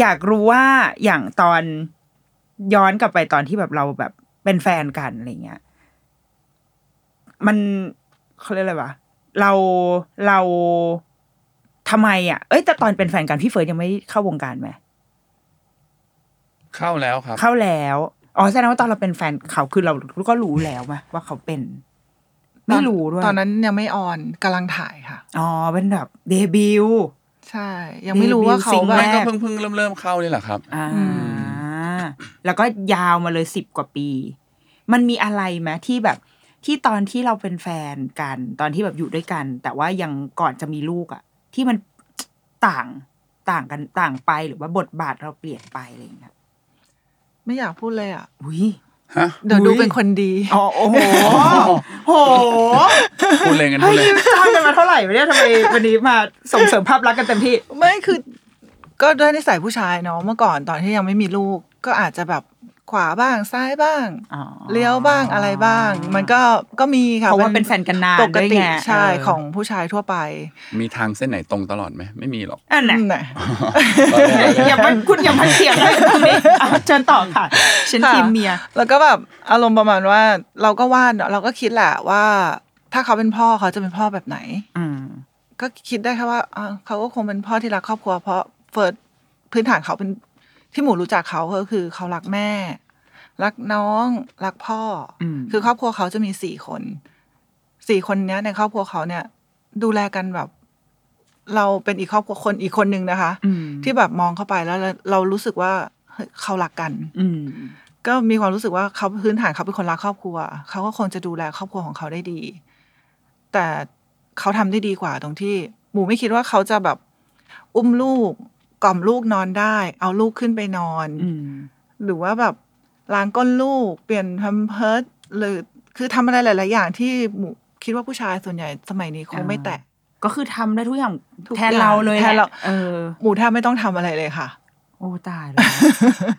[SPEAKER 2] อยากรู้ว่าอย่างตอนย้อนกลับไปตอนที่แบบเราแบบเป็นแฟนกันอะไรเงี้ย มันเขาเรียกอะไรวะเราเราทำไมอ่ะ เอ้ยแต่ตอนเป็นแฟนกันพี่เฟิร์สยังไม่เข้าวงการไหม
[SPEAKER 3] เข้าแล้วครับ
[SPEAKER 2] เข้าแล้วอ๋อแสดงว่าตอนเราเป็นแฟนเขาคือเราก็รู้แล้วมะว่าเขาเป็น ไม่รู้ด้วย
[SPEAKER 4] ตอนนั้นยังไม่ออนกำลังถ่ายค่ะ
[SPEAKER 2] อ๋อเป็นแบบเดบิวต์
[SPEAKER 4] ใช่ ยังไม่รู้ว่าเขา
[SPEAKER 2] รีวิวซิง
[SPEAKER 4] แบ
[SPEAKER 2] แร
[SPEAKER 4] บ
[SPEAKER 3] ก็เพิ่งเพิ่งเริ่มเริ่มเข้านี่แหละครับ
[SPEAKER 2] อ่า แล้วก็ยาวมาเลยสิบกว่าปี มันมีอะไรไหมที่แบบที่ตอนที่เราเป็นแฟนกัน ตอนที่แบบอยู่ด้วยกัน แต่ว่ายังก่อนจะมีลูกอะที่มันต่างต่างกันต่างไปหรือว่าบทบาทเราเปลี่ยนไปอะไรอย่างเงี้ย
[SPEAKER 4] ไม่อยากพูดเลยอ่ะ
[SPEAKER 2] อุ้ย
[SPEAKER 3] ฮะ
[SPEAKER 4] เดี๋ยวดูเป็นคนดี
[SPEAKER 2] อ๋อโอ้โหโอ้โห
[SPEAKER 3] พูดเลยกันพู
[SPEAKER 2] เฮ้
[SPEAKER 3] ด
[SPEAKER 2] ย
[SPEAKER 3] เลย
[SPEAKER 2] ทำกันมาเท่าไหร่วะเนี่ยทำไมวันนี้มาส่งเสริมภาพลักษณ์กันเต็มที่
[SPEAKER 4] ไม่คือ ก็ด้วยนิสัยผู้ชายเนาะเมื่อก่อนตอนที่ยังไม่มีลูก ก็อาจจะแบบขวาบ้างซ้ายบ้าง
[SPEAKER 2] อ๋อ
[SPEAKER 4] เลี้ยวบ้างอะไรบ้าง มันก็ก็มีค่ะ
[SPEAKER 2] เพราะว่าเป็นแฟนกันนาน
[SPEAKER 4] ปกติ
[SPEAKER 2] ด้วยไง
[SPEAKER 4] ใช่
[SPEAKER 2] เออ
[SPEAKER 4] ของผู้ชายทั่วไป
[SPEAKER 3] มีทางเส้นไหนตรงตลอดไหมไม่มี หรอก
[SPEAKER 2] อันไหน
[SPEAKER 4] อืมน่ะ
[SPEAKER 2] อย่ามาคุณอย่ามาเถียงเลยตรงนี้เอาเชิญต่อค่ะฉันทีมเมีย
[SPEAKER 4] แล้วก็แบบอารมณ์ประมาณว่าเราก็วาดเนาะเราก็คิดแหละว่า ถ้าเขาเป็นพ่อเขาจะเป็นพ่อแบบไหน
[SPEAKER 2] อืม
[SPEAKER 4] ก็คิดได้แค่ว่าอ่าเขาก็คงเป็นพ่อที่รักครอบครัว เพราะเฟิร์สพื้นฐานเขาเป็นที่หมูรู้จักเขาก็คือเขารักแม่ รักน้องรักพ่ออ
[SPEAKER 2] ม
[SPEAKER 4] คือครอบครัวเขาจะมีสี่คนสี่คนเนี้ยในครอบครัวเขาเนี่ย ดูแลกันแบบ เราเป็นอีกครอบครัวคนอีกคนนึงนะคะ
[SPEAKER 2] อืม
[SPEAKER 4] ที่แบบมองเข้าไปแล้วเราเรารู้สึกว่าเฮ้ยเขารักกัน
[SPEAKER 2] อืม
[SPEAKER 4] ก็มีความรู้สึกว่าเขาพื้นฐานเขาเป็นคนรักครอบครัว เขาก็คงจะดูแลครอบครัวของเขาได้ดี แต่เขาทำได้ดีกว่าตรงที่หมูไม่คิดว่าเขาจะแบบ อุ้มลูกกล่อมลูกนอนได้ เอาลูกขึ้นไปนอน
[SPEAKER 2] อืม
[SPEAKER 4] หรือว่าแบบล้างก้นลูก เปลี่ยนแพมเพิร์สหรือคือทำอะไรหลาย ๆ อย่างที่หมูคิดว่าผู้ชายส่วนใหญ่สมัยนี้คงไม่แตะ
[SPEAKER 2] ก็คือทำได้ทุกอย่าง
[SPEAKER 4] ทุก
[SPEAKER 2] แทนเราเลย
[SPEAKER 4] อย่างแทนเรา
[SPEAKER 2] หละเออ
[SPEAKER 4] หมูแทบไม่ต้องทำอะไรเลยค่ะ
[SPEAKER 2] โอ้ตายแล้ว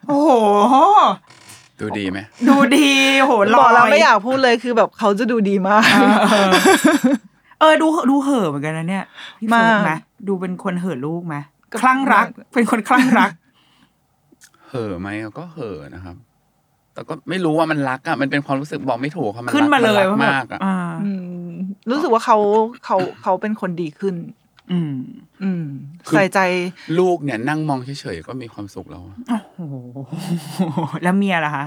[SPEAKER 2] โอ้โห
[SPEAKER 3] ดูดีไหม
[SPEAKER 2] ดูดีโหล
[SPEAKER 4] บ
[SPEAKER 2] อ
[SPEAKER 4] อก
[SPEAKER 2] ย
[SPEAKER 4] เราไม่อยากพูดเลยคือแบบเขาจะดูดีมาก
[SPEAKER 2] เออเออเออดูดูเห่อะเหมือนกันนะเนี่ยพี่เฟิร์สไหม
[SPEAKER 4] มาก
[SPEAKER 2] ดูเป็นคนเห่อะลูกไหม
[SPEAKER 4] ก็
[SPEAKER 2] คลั่งรัก เป็นคนคลั่งรัก
[SPEAKER 3] เห่อะไหมก็เห่อะนะครับ แต่ก็ไม่รู้ว่ามันรักอ่ะมันเป็นความรู้สึกบอกไม่ถูกครับมันรัก
[SPEAKER 2] ขึ้นมาเลย
[SPEAKER 3] นรัก
[SPEAKER 2] ว่าแบบ
[SPEAKER 3] มากอ่ะ
[SPEAKER 2] อ่า
[SPEAKER 4] อืมรู้สึกว่าเขาเขาเขาเป็นคนดีขึ้น
[SPEAKER 2] อืม
[SPEAKER 4] อืม
[SPEAKER 3] คือ
[SPEAKER 4] ใส่ใจ
[SPEAKER 3] ลูกเนี่ยนั่งมองเฉยๆก็มีความสุขแล้วอะ
[SPEAKER 2] โอ้โหแล้วเมียล่ะ คะ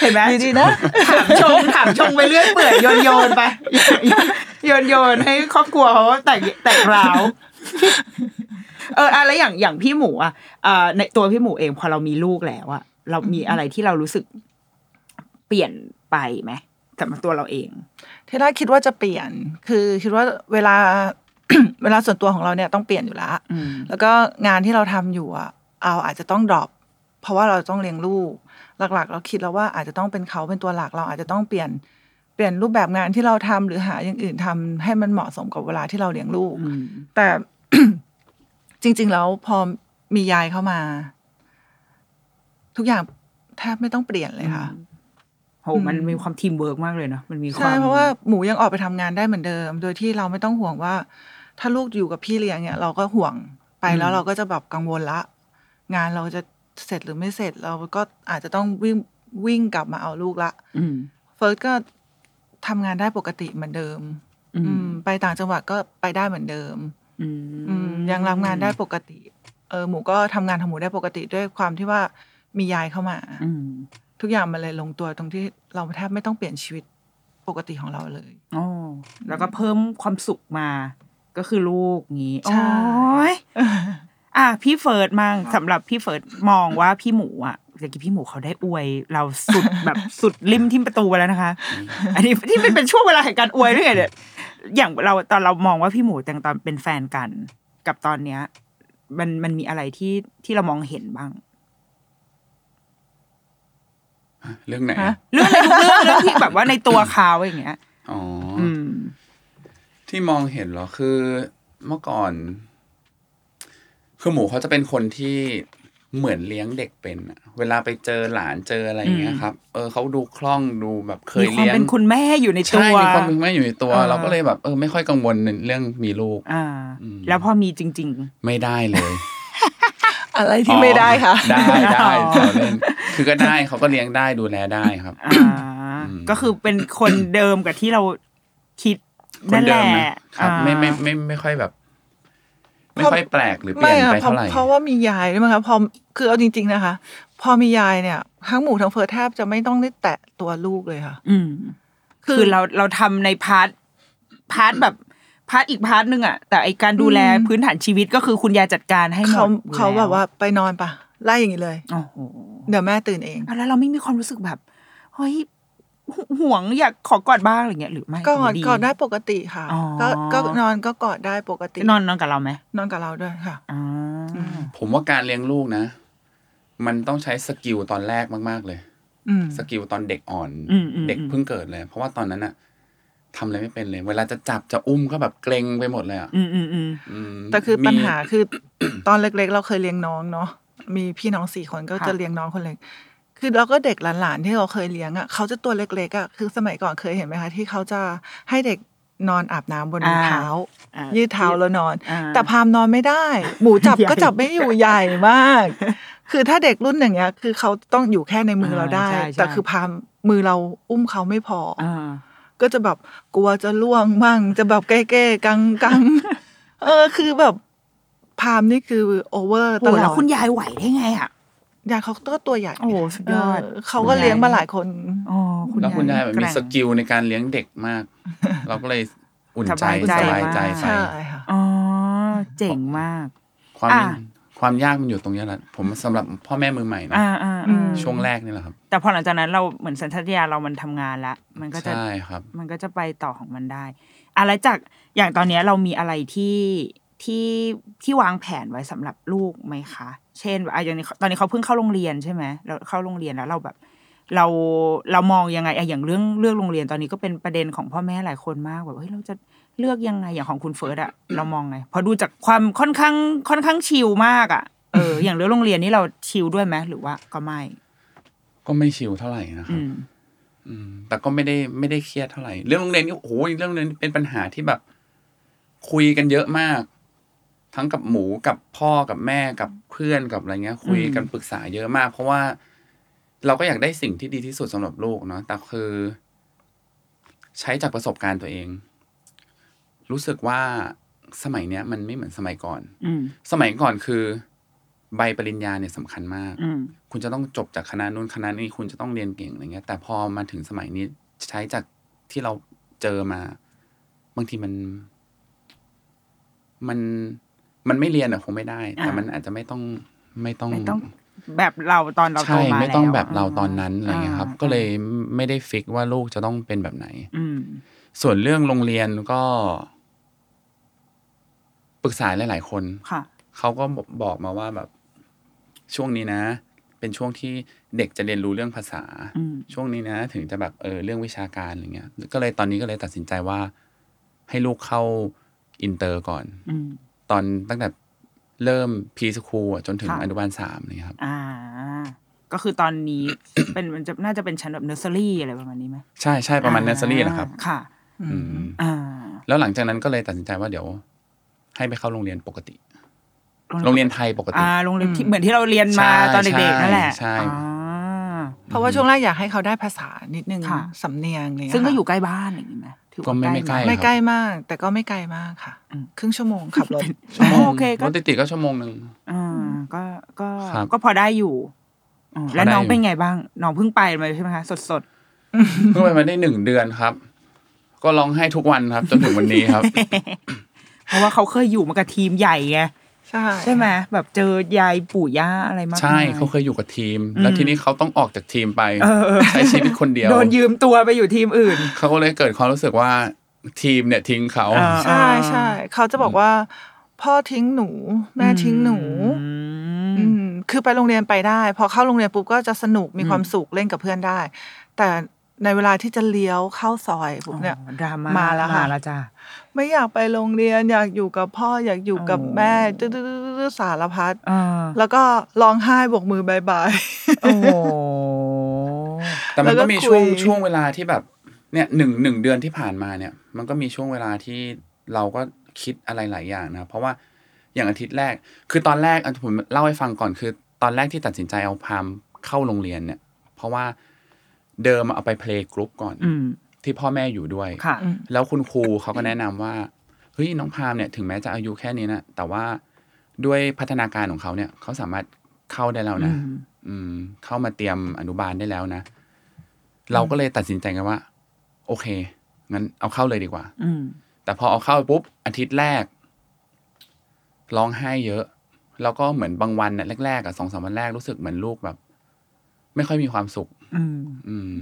[SPEAKER 2] เห็นไหม
[SPEAKER 4] ดีดีๆนะ
[SPEAKER 2] ถามชงถามชงไปเรื่อยเปื่อยโยนโยนไป โยนโยนให้ครอบครัวเขาแตกแตกร้าวเอออะไรอย่างอย่างพี่หมูอ่ะเอ่อในตัวพี่หมูเองพอเรามีลูกแล้วอะเรามีอะไรที่เรารู้สึกเปลี่ยนไปไหมสำหรับตัวเราเอง
[SPEAKER 4] ที่แรกคิดว่าจะเปลี่ยน คือคิดว่าเวลา เวลาส่วนตัวของเราเนี่ยต้องเปลี่ยนอยู่ละ
[SPEAKER 2] อืม
[SPEAKER 4] แล้วก็งานที่เราทำอยู่อ่ะเอาอาจจะต้องดรอปเพราะว่าเราต้องเลี้ยงลูก หลักๆ เราคิดแล้วว่าอาจจะต้องเป็นเขาเป็นตัวหลักเราอาจจะต้องเปลี่ยนเปลี่ยนรูปแบบงานที่เราทำหรือหาอย่างอื่นทำให้มันเหมาะสมกับเวลาที่เราเลี้ยงลูก
[SPEAKER 2] อืม
[SPEAKER 4] แต่ จริง ๆ แล้วพอมียายเข้ามา ทุกอย่างแทบไม่ต้องเปลี่ยนเลยค่ะ
[SPEAKER 2] โหมันมีความทีมเวิร์กมากเลยเนาะมันมีควา
[SPEAKER 4] ใช่
[SPEAKER 2] ม
[SPEAKER 4] เพราะว่าหมูยังออกไปทำงานได้เหมือนเดิม โดยที่เราไม่ต้องห่วงว่า ถ้าลูกอยู่กับพี่เลี้ยงเนี่ย เราก็ห่วงไปแล้วเราก็จะแบบกังวลละ งานเราจะ เสร็จหรือไม่เสร็จเราก็อาจจะต้องวิ่งวิ่งกลับมาเอาลูกละ
[SPEAKER 2] อืม
[SPEAKER 4] เฟิร์สก็ทำงานได้ปกติเหมือนเดิม
[SPEAKER 2] อืม
[SPEAKER 4] อืม ไปต่างจังหวัดก็ไปได้เหมือนเดิม
[SPEAKER 2] อืม
[SPEAKER 4] อืม ยังรับงานได้ปกติ เออหมูก็ทำงานของหมูได้ปกติด้วยความที่ว่ามียายเข้ามา
[SPEAKER 2] อืม
[SPEAKER 4] ทุกอย่างมันเลยลงตัวตรงที่เราแทบไม่ต้องเปลี่ยนชีวิตปกติของเราเลย
[SPEAKER 2] อ๋อแล้วก็เพิ่มความสุขมา ก็คือลูกงี้
[SPEAKER 4] ใช่
[SPEAKER 2] โอ้ย อ่ะพี่เฟิร์ดมั่งสำหรับพี่เฟิร์ดมองว่าพี่หมูอ่ะเมื่อกี้พี่หมูเขาได้อวย เราสุด แบบสุดริมทิมประตูไปแล้วนะคะ อันนี้ที่มันเป็นช่วงเวลาแห่งการอวยด้วยไงเนี่ยอย่างเราตอนเรามองว่าพี่หมูแต่งตอนเป็นแฟนกัน กับตอนเนี้ย มันมันมีอะไรที่ที่เรามองเห็นบ้าง
[SPEAKER 3] เรื่องไหน
[SPEAKER 4] ฮะ
[SPEAKER 3] อะ
[SPEAKER 2] เรื่องอะไรทุกเรื่องเรื่องที่แบบว่าในตัวเขาอย่างเงี้ย
[SPEAKER 3] อ๋ออ
[SPEAKER 2] อืม
[SPEAKER 3] ที่มองเห็นเหรอคือเมื่อก่อน คือหมูเขาจะเป็นคนที่เหมือนเลี้ยงเด็กเป็นอะเวลาไปเจอหลานเจออะไรอย่างเงี้ยครับ เออเขาดูคล่องดูแบบเค
[SPEAKER 2] มี
[SPEAKER 3] ย
[SPEAKER 2] ความ
[SPEAKER 3] เลี้ยง
[SPEAKER 2] เป็นคุณแม่อยู่ในตั
[SPEAKER 3] ใช่
[SPEAKER 2] ว
[SPEAKER 3] มีความเป็นแม่อยู่ในตัว
[SPEAKER 2] อ่า
[SPEAKER 3] เราก็เลยแบบเออไม่ค่อยกังวลในเรื่องมีลูก
[SPEAKER 2] อ่า
[SPEAKER 3] อืม
[SPEAKER 2] แล้วพอมีจริง
[SPEAKER 3] ไม่ได้เลย
[SPEAKER 4] อะไรที่ไม่ได้ค่ะ
[SPEAKER 3] ได้ได้
[SPEAKER 2] อ๋อ
[SPEAKER 3] เราเล่นคือก็ได้เขาก็เลี้ยงได้ดูแลได้ครับ
[SPEAKER 2] ๆ อ่า ก็คือเป็นคนเดิมกับที่เราคิด
[SPEAKER 3] คน
[SPEAKER 2] นั่นแห
[SPEAKER 3] เดิม
[SPEAKER 2] ละ
[SPEAKER 3] นะครับ ไม่ไม่ไม่ไม่ค่อยแบบ ไม่ค่อยแปลกหรือเปลี่ยนไป
[SPEAKER 4] อะ
[SPEAKER 3] เท่าไหร่
[SPEAKER 4] เพราะว่ามียายด้วยมั้งคะพอคือเอาจริง ๆนะคะ พอมียายเนี่ยทั้งหมูทั้งเฟิร์สแทบจะไม่ต้องได้แตะตัวลูกเลยค่ะ
[SPEAKER 2] อืม คือเราเราทำในพาร์ทพาร์ทแบบพาร์ทอีกพาร์ทหนึ่งอะแต่ไอการดูแล
[SPEAKER 4] อืม
[SPEAKER 2] พื้นฐานชีวิตก็คือคุณยายจัดการให้หมด
[SPEAKER 4] เขา
[SPEAKER 2] อยู่ล้
[SPEAKER 4] เขาแบบว่าไปนอนปะไล่อย่างนี้เลย
[SPEAKER 2] โอ้โห
[SPEAKER 4] เดี๋ยวแม่ตื่นเอง
[SPEAKER 2] แล้วเราไม่มีความรู้สึกแบบเฮ้ยห่วงอยากขอกอดบ้างอะไรเงี้ยหรือไม่
[SPEAKER 4] กอด
[SPEAKER 2] ดี
[SPEAKER 4] กอดได้ปกติค่ะ
[SPEAKER 2] อ๋อ
[SPEAKER 4] ก็ก็นอนก็กอดได้ปกติ
[SPEAKER 2] นอนนอนกับเราไหม
[SPEAKER 4] นอนกับเราด้วยค่ะ
[SPEAKER 2] อ๋ออ
[SPEAKER 3] ผมว่าการเลี้ยงลูกนะ มันต้องใช้สกิลตอนแรกมาก ๆ เลย
[SPEAKER 4] อืม
[SPEAKER 3] สกิลตอนเด็กอ่อน
[SPEAKER 2] อืมอืม
[SPEAKER 3] เด็กเพิ่งเกิดเลย เพราะว่าตอนนั้นอะทำอะไรไม่เป็นเลย เวลาจะจับจะอุ้มก็แบบเกรงไปหมดเลยอะ
[SPEAKER 2] อืมอืมอืม
[SPEAKER 3] อืม
[SPEAKER 4] แต่คือ
[SPEAKER 3] มี
[SPEAKER 4] ปัญหาคือ ตอนเล็ก ๆ เราเคยเลี้ยงน้องเนาะมีพี่น้องสี่คนก็
[SPEAKER 2] ค่ะ
[SPEAKER 4] จะเลี้ยงน้องคนเล็ก คือเราก็เด็กหลานๆที่เราเคยเลี้ยงอ่ะเขาจะตัวเล็กๆอ่ะคือสมัยก่อนเคยเห็นไหมคะที่เขาจะให้เด็กนอนอาบน้ำบนเท้า
[SPEAKER 2] อ่ะ
[SPEAKER 4] ยืดเท้าแล้วนอน
[SPEAKER 2] อ่า
[SPEAKER 4] แต่พามนอนไม่ได้ หมูจับ
[SPEAKER 2] ใหญ่
[SPEAKER 4] ก็จับไม่อยู่ใหญ่มาก คือถ้าเด็กรุ่นอย่างเงี้ย คือเขาต้องอยู่แค่ในมือเราได้
[SPEAKER 2] อ่าใช่ใช่
[SPEAKER 4] แต่คือพามมือเราอุ้มเขาไม่พอ
[SPEAKER 2] อ่า
[SPEAKER 4] ก็จะแบบกลัวจะล่วงมั่ง จะแบบเก้ๆกังกัง ๆ เออคือแบบพามนี่คือโอเวอร์ต
[SPEAKER 2] โอ้
[SPEAKER 4] ล
[SPEAKER 2] แล้
[SPEAKER 4] อ
[SPEAKER 2] ว
[SPEAKER 4] ด
[SPEAKER 2] คุณยายไหวได้ไงอ่ะ
[SPEAKER 4] ยายเขาก็ตัวใหญ่
[SPEAKER 2] โอ้สุดยอด
[SPEAKER 4] เเขาก็เลี้ยงมาหลายคน
[SPEAKER 2] อ๋อคุณ
[SPEAKER 3] แล้วคุณยาย
[SPEAKER 2] าย
[SPEAKER 3] แบบมี
[SPEAKER 2] แร่ง
[SPEAKER 3] สกิลในการเลี้ยงเด็กมาก เราก็เลยอุ่นใจ
[SPEAKER 2] ส
[SPEAKER 3] ส
[SPEAKER 2] บายใจ
[SPEAKER 3] บายใจไป
[SPEAKER 4] ใช่ค่ะ
[SPEAKER 2] อ๋อ เจ๋งมาก
[SPEAKER 3] ความ
[SPEAKER 2] อ่ะ
[SPEAKER 3] ความยากมันอยู่ตรงเนี้ยแหละผมสำหรับพ่อแม่มือใหม่นะ
[SPEAKER 2] อ่าอ่า
[SPEAKER 4] อื
[SPEAKER 2] อ่าม
[SPEAKER 3] ช่วงแรกนี่แหละครับ
[SPEAKER 2] แต่พอหลังจากนั้นเราเหมือนสัญชาตญาณเรามันทำงานละมันก็จะ
[SPEAKER 3] ใช่ครับ
[SPEAKER 2] มันก็จะไปต่อของมันได้ อะไรจากอย่างตอนเนี้ยเรามีอะไรที่ที่ที่วางแผนไว้สำหรับลูกไหมคะ เช่นแบบอ่ะอย่างนี้ตอนนี้เขาเพิ่งเข้าโรงเรียนใช่ไหมเราเข้าโรงเรียนแล้วเราแบบ เราเรามองยังไงอะอย่างเรื่องเลือกโรงเรียนตอนนี้ก็เป็นประเด็นของพ่อแม่หลายคนมากแบบเฮ้ยเราจะเลือกยังไงอย่างของคุณเฟิร์สอะเรามองไงพอดูจากความค่อนข้างค่อนข้างชิลมากอะเออ อย่างเรื่องโรงเรียนนี่เราชิลด้วยไหมหรือว่าก็ไม่
[SPEAKER 3] ก็ไม่ชิลเท่าไหร่นะค
[SPEAKER 2] อื
[SPEAKER 3] รับ
[SPEAKER 2] ม
[SPEAKER 3] อืมแต่ก็ไม่ได้ไม่ได้เครียดเท่าไหร่ เรื่องโรงเรียนนี่โอ้โหเรื่องโรงเรียนเป็นปัญหาที่แบบ คุยกันเยอะมาก ทั้งกับหมูกับพ่อกับแม่กับเพื่อนกับอะไรเงี้ย คุยกันปรึกษาเยอะมาก เพราะว่า เราก็อยากได้สิ่งที่ดีที่สุดสำหรับลูกเนาะแต่คือ ใช้จากประสบการณ์ตัวเอง รู้สึกว่าสมัยเนี้ย มันไม่เหมือนสมัยก่อน
[SPEAKER 2] อืม
[SPEAKER 3] สมัยก่อนคือ ใบปริญญาเนี่ยสำคัญมาก
[SPEAKER 2] อืม
[SPEAKER 3] คุณจะต้องจบจากคณะนู้นคณะนี้คุณจะต้องเรียนเก่งอะไรเงี้ย แต่พอมาถึงสมัยนี้ใช้จากที่เราเจอมา บางทีมัน มันมันไม่เรียนอะคงไม่ได้ แต่
[SPEAKER 2] อ่ามั
[SPEAKER 3] มันอาจจะไม่ต้องไม่ต้อง
[SPEAKER 2] ไม่ต้องแบบเราตอนเราโต
[SPEAKER 3] ใช่
[SPEAKER 2] มาแล้ว
[SPEAKER 3] ไม่ต้องแบบเราตอนนั้น
[SPEAKER 2] ม
[SPEAKER 3] อะไรเงี้ยครับ
[SPEAKER 2] อ่า
[SPEAKER 3] ก็เลยไม่ได้ฟิกว่าลูกจะต้องเป็นแบบไหน
[SPEAKER 2] อืม
[SPEAKER 3] ส่วนเรื่องโรงเรียนก็ปรึกษาหลายๆคน
[SPEAKER 2] ค่ะ
[SPEAKER 3] เขาก็บอกบอกมาว่าแบบช่วงนี้นะ เป็นช่วงที่เด็กจะเรียนรู้เรื่องภาษา
[SPEAKER 2] อืม
[SPEAKER 3] ช่วงนี้นะ ถึงจะแบบเออเรื่องวิชาการอะไรเงี้ย ก็เลยตอนนี้ก็เลยตัดสินใจว่า ให้ลูกเข้าอินเตอร์ก่อน
[SPEAKER 2] อืม
[SPEAKER 3] ตอนตั้งแต่เริ่มพีสคูลจนถึง
[SPEAKER 2] ค่ะ
[SPEAKER 3] อนุบาลสามเนี่ยครับ
[SPEAKER 2] อ่า ก็คือตอนนี้ เป็นมันจะน่าจะเป็นชั้นแบบเนอร์เซอรี่อะไรประมาณนี้ไหม
[SPEAKER 3] ใช่ใช่ประมาณเนสเซอรี่แหละครับ
[SPEAKER 2] อ่าค่ะ
[SPEAKER 3] อืม
[SPEAKER 2] อ่า
[SPEAKER 3] แล้วหลังจากนั้นก็เลยตัดสินใจว่าเดี๋ยว ให้ไปเข้าโรงเรียนปกติ โรงเรียนไทยปกติ
[SPEAKER 2] อ่าโรงเรียนที่เหมือนที่เราเรียนมา
[SPEAKER 3] ใช่
[SPEAKER 2] ตอนเด็กๆนั่นแหละ
[SPEAKER 3] ใช่ใช่
[SPEAKER 2] อ่า
[SPEAKER 4] เพราะว่าช่วงแรกอยากให้เขาได้ภาษานิดนึง
[SPEAKER 2] ค่ะ
[SPEAKER 4] สำเนียงอะไรเงี้ย
[SPEAKER 2] ซึ่งก็
[SPEAKER 4] ค่ะ
[SPEAKER 2] อยู่ใกล้บ้านอย่างนี้ไหมถือว่า
[SPEAKER 3] ก็ไม่
[SPEAKER 2] ใกล้ห
[SPEAKER 3] ไม่ใกล้
[SPEAKER 4] ไม่ใกล้มาก แต่ก็ไม่ไกลมากค่ะ
[SPEAKER 2] อืม
[SPEAKER 4] ครึ่งชั่วโมงขับรถ
[SPEAKER 2] อ๋อโอเคก็
[SPEAKER 3] รถติดๆก็ชั่วโมงหนึ่ง
[SPEAKER 2] อ่าก็ก็
[SPEAKER 3] ครับ
[SPEAKER 2] ก็พอได้อยู่อ่า
[SPEAKER 3] พอได้อยู่
[SPEAKER 2] แล้วน้องเป็นไงบ้าง น้องเพิ่งไปมาใช่ไหมคะ สด
[SPEAKER 3] เพิ่งไปมาได้หนึ่งเดือนครับ ก็ร้องไห้ทุกวันครับ จนถึงวันนี้ครับ
[SPEAKER 2] ๆ เพราะว่าเขาเคยอยู่มากับทีมใหญ่ไง
[SPEAKER 4] ใช่
[SPEAKER 2] ใช่ไหมแบบเจอยายปู่ย่าอะไรมากมาย
[SPEAKER 3] ใช่เขาเคยอยู่กับทีม แล้วทีนี้เขาต้องออกจากทีมไป
[SPEAKER 2] เออ
[SPEAKER 3] ใช้ชีวิตคนเดียว
[SPEAKER 2] โดนยืมตัวไปอยู่ทีมอื่น
[SPEAKER 3] เขาก็เลยเกิดความรู้สึกว่าทีมเนี่ยทิ้งเขา
[SPEAKER 2] อ่า
[SPEAKER 4] ใช่ใช่เขาจะบอกว่า พ่อทิ้งหนู แม่ทิ้งหนู
[SPEAKER 2] อืม
[SPEAKER 4] อืมคือไปโรงเรียนไปได้ พอเข้าโรงเรียนปุ๊บก็จะสนุกมีความสุขเล่นกับเพื่อนได้ แต่ในเวลาที่จะเลี้ยวเข้าซอยปุ๊บเนี่ย
[SPEAKER 2] อ๋อดราม่า
[SPEAKER 4] มา
[SPEAKER 2] มา
[SPEAKER 4] แล้วค่ะ
[SPEAKER 2] แล้วจ้ะ
[SPEAKER 4] ไม่อยากไปโรงเรียนอยากอยู่กับพ่ออยากอยู่กับ
[SPEAKER 2] อ๋อ
[SPEAKER 4] แม่ดื้อๆๆๆสารพัด
[SPEAKER 2] เออ
[SPEAKER 4] แล้วก็ร้องไห้บกมือบายบาย
[SPEAKER 2] โอ้โห
[SPEAKER 3] แต่มัน
[SPEAKER 4] แล้วก็
[SPEAKER 3] ก็มีช่วง
[SPEAKER 4] คุย
[SPEAKER 3] ช่วงเวลาที่แบบเนี่ยหนึ่งหนึ่งเดือนที่ผ่านมาเนี่ย มันก็มีช่วงเวลาที่เราก็คิดอะไรหลายอย่างนะครับเพราะว่าอย่างอาทิตย์แรก คือตอนแรกอ่ะผมเล่าให้ฟังก่อนคือ ตอนแรกที่ตัดสินใจเอาพามเข้าโรงเรียนเนี่ย เพราะว่าเดิมเอาไปเพลงกรุ๊ปก่อน
[SPEAKER 2] อืม
[SPEAKER 3] ที่พ่อแม่อยู่ด้วย
[SPEAKER 2] ค่ะ
[SPEAKER 3] แล้วคุณครูเขาก็แนะนำว่าเฮ้ยน้องพามเนี่ยถึงแม้จะอายุแค่นี้นะแต่ว่าด้วยพัฒนาการของเขาเนี่ยเขาสามารถเข้าได้แล้วนะ อืม เข้ามาเตรียมอนุบาลได้แล้วนะ เราก็เลยตัดสินใจกันว่า โอเคงั้นเอาเข้าเลยดีกว่า
[SPEAKER 2] อืม
[SPEAKER 3] แต่พอเอาเข้าไปปุ๊บอาทิตย์แรกร้องไห้เยอะ แล้วก็เหมือนบางวันน่ะแรกๆอ่ะสองสามวันแรกรู้สึกเหมือนลูกแบบ ไม่ค่อยมีความสุข
[SPEAKER 2] อืม
[SPEAKER 3] อืม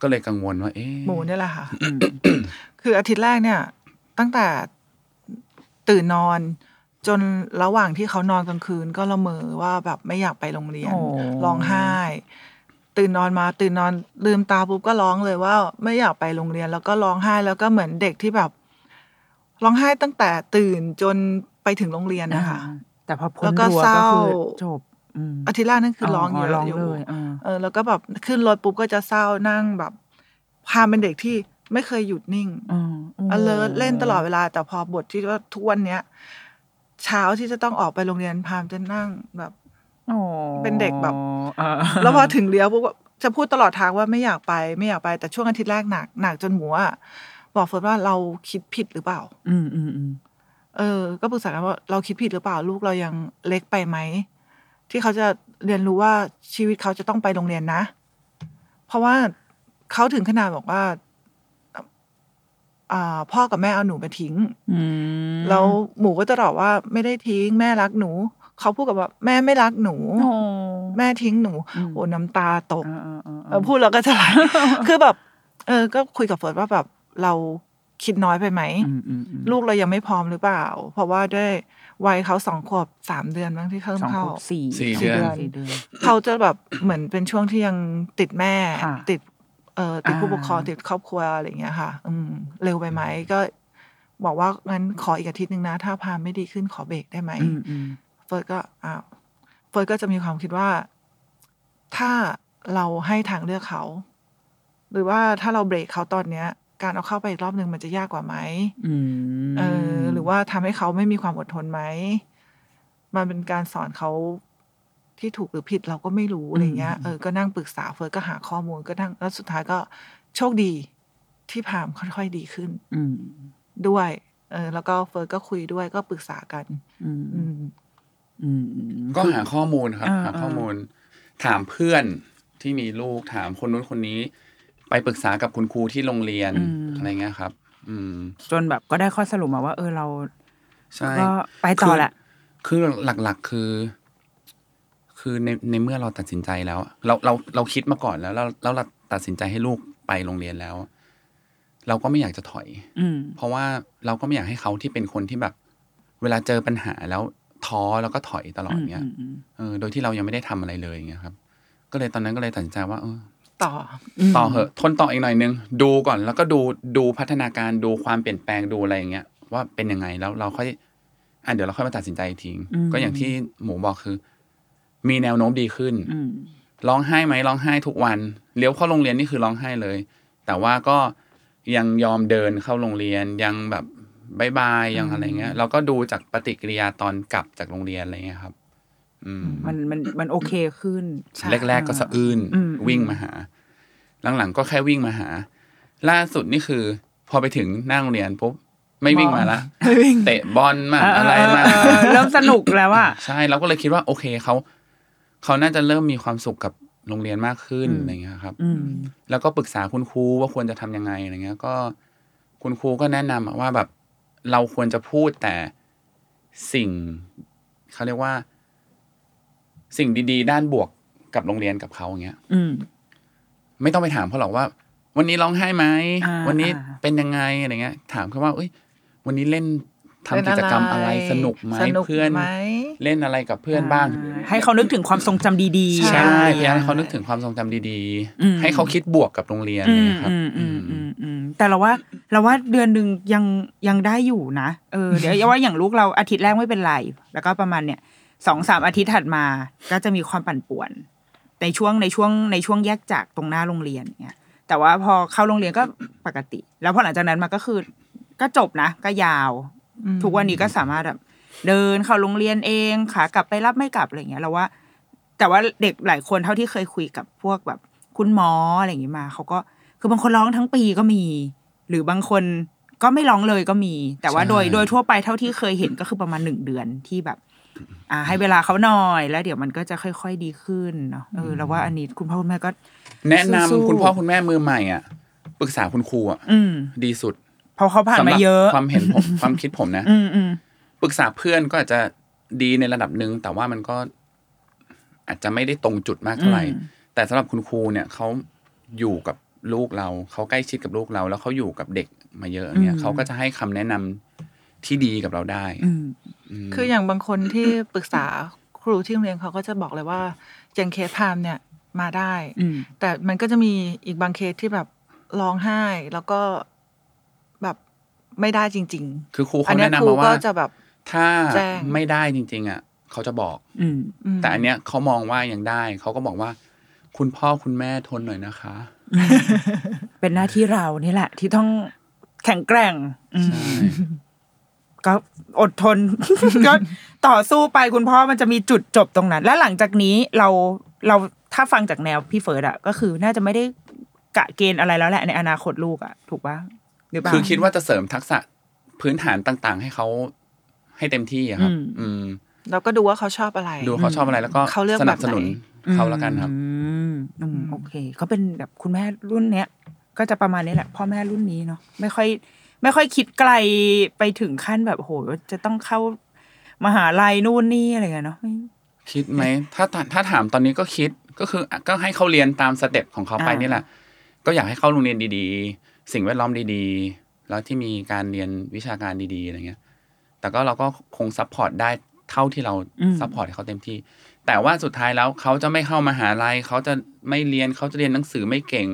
[SPEAKER 3] ก็เลยกังวลว่า เอ๊ะ
[SPEAKER 4] หมูเนี่ยแหละค่ะ คืออาทิตย์แรกเนี่ย ตั้งแต่ตื่นนอน จนระหว่างที่เขานอนกลางคืน ก็ละเมอว่าแบบไม่อยากไปโรงเรียน
[SPEAKER 2] โอ้
[SPEAKER 4] ร้องไห้ ตื่นนอนมา ตื่นนอนลืมตาปุ๊บก็ร้องเลยว่า ไม่อยากไปโรงเรียน แล้วก็ร้องไห้แล้วก็เหมือนเด็กที่แบบร้องไห้ตั้งแต่ตื่นจนไปถึงโรงเรียนนะคะ
[SPEAKER 2] แต่พอพ้
[SPEAKER 4] แล้
[SPEAKER 2] น
[SPEAKER 4] วก็
[SPEAKER 2] รั้ว
[SPEAKER 4] เศร้า
[SPEAKER 2] ก็คือจบ อืม
[SPEAKER 4] อาทิตย์แรกนั่นคือร้องเยอะ
[SPEAKER 2] ร้อง
[SPEAKER 4] อยู่
[SPEAKER 2] เลยอ่า
[SPEAKER 4] เออแล้วก็แบบขึ้นรถปุ๊บก็จะเศร้านั่งแบบพามเป็นเด็กที่ไม่เคยหยุดนิ่ง
[SPEAKER 2] อ่าโ
[SPEAKER 4] alert เล่นตลอดเวลา แต่พอบทที่ว่าทุกวันเนี้ย เช้าที่จะต้องออกไปโรงเรียนพามจะนั่งแบบ
[SPEAKER 2] โอ้
[SPEAKER 4] เป็นเด็กแบบ
[SPEAKER 2] อ่า
[SPEAKER 4] แล้วพอถึงเลี้ยวปุ๊บก็จะพูดตลอดทางว่าไม่อยากไปไม่อยากไปแต่ช่วงอาทิตย์แรกหนักหนักจนหมูอ่ะบอกเฟิร์นว่าเราคิดผิดหรือเปล่า
[SPEAKER 2] อืมอืมอืม
[SPEAKER 4] เออ ก็ปรึกษากันว่าเราคิดผิดหรือเปล่า ลูกเรายังเล็กไปไหม ที่เขาจะเรียนรู้ว่าชีวิตเขาจะต้องไปโรงเรียนนะ เพราะว่าเขาถึงขนาดบอกว่าอ่าพ่อกับแม่เอาหนูไปทิ้ง
[SPEAKER 2] อืม
[SPEAKER 4] แล้วหมูก็จะตอบว่าไม่ได้ทิ้ง แม่รักหนู เขาพูดกับว่า แม่ไม่รักหนู
[SPEAKER 2] โอ้
[SPEAKER 4] แม่ทิ้งหนู
[SPEAKER 2] อืม
[SPEAKER 4] โอ้น้ำตาตก
[SPEAKER 2] อ่าอ่าอ่า
[SPEAKER 4] เออพูดแล้วก็ จะไหล คือแบบ เออ ก็คุยกับเฟิร์สว่าแบบเราคิดน้อยไปไหม
[SPEAKER 2] อืมอืมอืม
[SPEAKER 4] ลูกเรายังไม่พร้อมหรือเปล่า เพราะว่าด้วยวัยเขาสองขวบสามเดือนบ้างที่เพิ่ง
[SPEAKER 2] สอง
[SPEAKER 4] เข้า
[SPEAKER 2] ขวบสี่
[SPEAKER 3] สี่เดือน
[SPEAKER 2] สี่เดือน
[SPEAKER 4] เขาจะแบบเหมือนเป็นช่วงที่ยังติดแม่
[SPEAKER 2] ค่ะ
[SPEAKER 4] ติด เอ่อติดผู้
[SPEAKER 2] อ่า
[SPEAKER 4] ปกครองติดครอบครัวอะไรอย่างเงี้ยค่ะ อืม เร็วไปไหมก็บอกว่างั้นขออีกอาทิตย์หนึ่งนะ ถ้าพาไม่ดีขึ้นขอเบรกได้ไหม
[SPEAKER 2] อืมอืม
[SPEAKER 4] เฟิร์สก็อ้าวเฟิร์สก็จะมีความคิดว่า ถ้าเราให้ทางเลือกเขา หรือว่าถ้าเราเบรกเขาตอนเนี้ย การเอาเข้าไปอีกรอบหนึ่งมันจะยากกว่าไหม
[SPEAKER 2] อืม
[SPEAKER 4] เออหรือว่าทำให้เขาไม่มีความอดทนไหม มันเป็นการสอนเขาที่ถูกหรือผิดเราก็ไม่รู้อะไรเงี้ย เออ ก็นั่งปรึกษาเฟิร์สก็หาข้อมูลก็นั่งแล้วสุดท้ายก็โชคดีที่พามค่อยๆดีขึ้น
[SPEAKER 2] อืม
[SPEAKER 4] ด้วย เออ แล้วก็เฟิร์สก็คุยด้วยก็ปรึกษากัน
[SPEAKER 2] อืม
[SPEAKER 4] อืม
[SPEAKER 2] อืมอืม
[SPEAKER 3] ก็หาข้อมูลครับ
[SPEAKER 2] อ่า
[SPEAKER 3] หาข้อมูล ถามเพื่อนที่มีลูกถามคนนู้นคนนี้ ไปปรึกษากับคุณครูที่โรงเรียนอะไรเงี้ยครับ อืม
[SPEAKER 2] จนแบบก็ได้ข้อสรุปมาว่า เออเรา
[SPEAKER 3] ใช่
[SPEAKER 2] ก็ไปต่อแหละ
[SPEAKER 3] คือคือหลักๆคือ คือในในเมื่อเราตัดสินใจแล้วอะเราเราเราคิดมาก่อนแล้วแล้วแล้วเราตัดสินใจให้ลูกไปโรงเรียนแล้ว เราก็ไม่อยากจะถอย
[SPEAKER 2] อืม
[SPEAKER 3] เพราะว่าเราก็ไม่อยากให้เขาที่เป็นคนที่แบบ เวลาเจอปัญหาแล้วท้อแล้วก็ถอยตลอดเงี้ยเออโดยที่เรายังไม่ได้ทำอะไรเลยเงี้ยครับ ก็เลยตอนนั้นก็เลยตัดสินใจว่าเออ
[SPEAKER 4] ต่อ
[SPEAKER 3] ต่อเหอะทนต่ออีกหน่อยนึง ดูก่อนแล้วก็ดูดูพัฒนาการดูความเปลี่ยนแปลงดูอะไรอย่างเงี้ย ว่าเป็นยังไงแล้วเราค่อยอ่ะเดี๋ยวเราค่อยมาตัดสินใจอีกทีก็อย่างที่หมูบอกคือ มีแนวโน้มดีขึ้น
[SPEAKER 2] อืม
[SPEAKER 3] ร้องไห้ไหมร้องไห้ทุกวันเลี้ยวเข้าโรงเรียนนี่คือร้องไห้เลย แต่ว่าก็ยังยอมเดินเข้าโรงเรียนยังแบบ บายบายยังอะไรเงี้ยเราก็ดูจากปฏิกิริยาตอนกลับจากโรงเรียนอะไรเงี้ยครับ อืม
[SPEAKER 2] มันมันมันโอเคขึ้น
[SPEAKER 4] ใช่
[SPEAKER 3] แรก ๆ ก็สะอื้น
[SPEAKER 2] อืม
[SPEAKER 3] วิ่งมาหา หลัง ๆ ก็แค่วิ่งมาหา ล่าสุดนี่คือ พอไปถึงหนั่งเรียนปุ๊บไม่วิ่งมาละเตะบอลมา
[SPEAKER 2] เ
[SPEAKER 3] อะไรมา
[SPEAKER 2] เออเริ่มสนุกแล้วอ่ะ
[SPEAKER 3] ใช่เราก็เลยคิดว่า โอเคเขาเขาน่าจะเริ่มมีความสุขกับโรงเรียนมากขึ้น
[SPEAKER 2] อืม
[SPEAKER 3] อะไรเงี้ยครับ
[SPEAKER 2] อืม
[SPEAKER 3] แล้วก็ปรึกษาคุณครูว่าควรจะทำยังไงอะไรเงี้ย ก็คุณครูก็แนะนำอะว่าแบบเราควรจะพูดแต่สิ่งเขาเรียกว่า สิ่งดีๆ ด้านบวกกับโรงเรียนกับเขาอย่างเงี้ย
[SPEAKER 2] อืม
[SPEAKER 3] ไม่ต้องไปถามเขาหรอกว่า วันนี้ร้องไห้ไหม
[SPEAKER 2] อ่า
[SPEAKER 3] วันนี้
[SPEAKER 2] อ่า
[SPEAKER 3] เป็นยังไงอะไรเงี้ย ถามแค่ว่าเอ้ย วันนี้เล่นทำ
[SPEAKER 4] เล่น
[SPEAKER 3] กิจกรรมอะไรสนุกไหม
[SPEAKER 4] สนุก
[SPEAKER 3] เพื่อน
[SPEAKER 4] ไหม
[SPEAKER 3] เล่นอะไรกับเพื่อนบ้าง
[SPEAKER 2] ให้เขานึกถึงความทรงจำดีๆ
[SPEAKER 3] ใช่
[SPEAKER 2] อะไรอย่ง
[SPEAKER 3] พ
[SPEAKER 2] งี้
[SPEAKER 3] ยาย ยามให้เขานึกถึงความทรงจำดี
[SPEAKER 2] อืม
[SPEAKER 3] ๆ ให้เขาคิดบวกกับโรงเรียนอะไร
[SPEAKER 2] อืม
[SPEAKER 3] เงี้ยครับ
[SPEAKER 2] อืมอืมอืมอืมแต่เราว่าเราว่าเดือนหนึ่งยังยังได้อยู่นะเอ อเดี๋ยวอย่าว่าอย่างลูกเราอาทิตย์แรกไม่เป็นไร แล้วก็ประมาณเนี่ยสองสามอาทิตย์ถัดมาก็จะมีความปั่นป่วน ในช่วงในช่วงในช่วงแยกจากตรงหน้าโรงเรียนเนี่ยแต่ว่าพอเข้าโรงเรียนก็ปกติ แล้วพอหลังจากนั้นมาก็คือ ก็จบนะ ก็ยาว
[SPEAKER 4] อืม
[SPEAKER 2] ทุกวันนี้ก็สามารถแบบเดินเข้าโรงเรียนเองขากลับไปรับไม่กลับอะไรอย่างเงี้ยเราว่า แต่ว่าเด็กหลายคนเท่าที่เคยคุยกับพวกแบบคุณหมออะไรอย่างงี้มาเขาก็คือบางคนร้องทั้งปีก็มี หรือบางคนก็ไม่ร้องเลยก็มี แต่ว่า
[SPEAKER 3] ใช่
[SPEAKER 2] โดยโดยทั่วไปเท่าที่เคยเห็นก็คือประมาณหนึ่งเดือนที่แบบ อ่า ให้เวลาเขาหน่อยแล้วเดี๋ยวมันก็จะค่อย ๆดีขึ้นเนาะเออเราว่าอันนี้คุณพ่อคุณแม่ก็
[SPEAKER 3] แนะนำ
[SPEAKER 2] สู้ๆ
[SPEAKER 3] คุณพ่อคุณแม่มือใหม่อ่ะปรึกษาคุณครูอ่ะ
[SPEAKER 2] อืม
[SPEAKER 3] ดีสุด
[SPEAKER 2] เพอเขาผ่าน
[SPEAKER 3] สำห
[SPEAKER 2] มา
[SPEAKER 3] รับ
[SPEAKER 2] เยอะ
[SPEAKER 3] ความเห็นผม ความคิดผมนะ
[SPEAKER 2] อืมอืม
[SPEAKER 3] ปรึกษาเพื่อนก็อาจจะดีในระดับหนึ่งแต่ว่ามันก็อาจจะไม่ได้ตรงจุดมากเท่าไหร่ แต่สำหรับคุณครูเนี่ยเขาอยู่กับลูกเราเขาใกล้ชิดกับลูกเรา แล้วเขาอยู่กับเด็กมาเยอะอย่างเนี่ยเขาก็จะให้คำแนะนำที่ดีกับเราได้
[SPEAKER 2] อืม
[SPEAKER 3] ม
[SPEAKER 4] คืออย่างบางคนที่ปรึกษาครูที่โรงเรียนเขาก็จะบอกเลยว่าอย่างเคสพามเนี่ยมาได้
[SPEAKER 2] อืม
[SPEAKER 4] แต่มันก็จะมีอีกบางเคสที่แบบร้องไห้ แล้วก็แบบไม่ได้จริง
[SPEAKER 3] คือครู
[SPEAKER 4] ๆ อั
[SPEAKER 3] เขา
[SPEAKER 4] เนี้ย
[SPEAKER 3] แนะนำ
[SPEAKER 4] ครู
[SPEAKER 3] มา
[SPEAKER 4] ก็
[SPEAKER 3] ว่า
[SPEAKER 4] จะแบบ
[SPEAKER 3] ถ้า
[SPEAKER 4] แจ้ง
[SPEAKER 3] ไม่ได้จริง ๆ อ่ะเขาจะบอก
[SPEAKER 2] อืม
[SPEAKER 4] ม
[SPEAKER 3] แต่อันเนี้ยเขามองว่ายังได้เขาก็บอกว่า คุณพ่อคุณแม่ทนหน่อยนะคะ
[SPEAKER 2] เป็นหน้าที่เรานี่แหละ ที่ต้องแข็งแกร่งอืมก็อดทน ก็ต่อสู้ไปคุณพ่อมันจะมีจุดจบตรงนั้น และหลังจากนี้เราเราถ้าฟังจากแนวพี่เฟิร์ดอะก็คือน่าจะไม่ได้กะเกณฑ์อะไรแล้วแหละในอนาคตลูกอะถูกปะหรือเปล่า
[SPEAKER 3] คือคิดว่าจะเสริมทักษะพื้นฐานต่างๆ ให้เขาให้เต็มที่อะครับ
[SPEAKER 2] อืม
[SPEAKER 3] อืม
[SPEAKER 4] เราก็ดูว่าเขาชอบอะไร
[SPEAKER 3] ดูเขาชอบอะไรแล้วก็
[SPEAKER 4] เขาเลือก
[SPEAKER 3] ส
[SPEAKER 4] แบบไหน
[SPEAKER 3] นับสนุนเขาแล้วกันครับ
[SPEAKER 2] อืมอืมโอเค ก็เป็นแบบคุณแม่รุ่นเนี้ย ก็จะประมาณนี้แหละพ่อแม่รุ่นนี้เนาะไม่ค่อย ไม่ค่อยคิดไกลไปถึงขั้นแบบโหจะต้องเข้ามหาลัยนู่นนี่อะไรเงี้ยเนาะ
[SPEAKER 3] คิดไหมถ้าถ้าถ้าถามตอนนี้ก็คิดก็คืออ่ะก็ให้เขาเรียนตามสเต็ปของเขาไป
[SPEAKER 2] อ่านี่
[SPEAKER 3] นี่แหละ ก็อยากให้เขาโรงเรียนดีๆ สิ่งแวดล้อมดีๆ แล้วที่มีการเรียนวิชาการดีๆอะไรเงี้ย แต่ก็เราก็คงซัพพอร์ตได้เท่าที่เราซัพพอร์ตให้เขาเต็มที่ แต่ว่าสุดท้ายแล้วเขาจะไม่เข้ามาหาลัยเขาจะไม่เรียนเขาจะเรียนหนังสือไม่เก่ง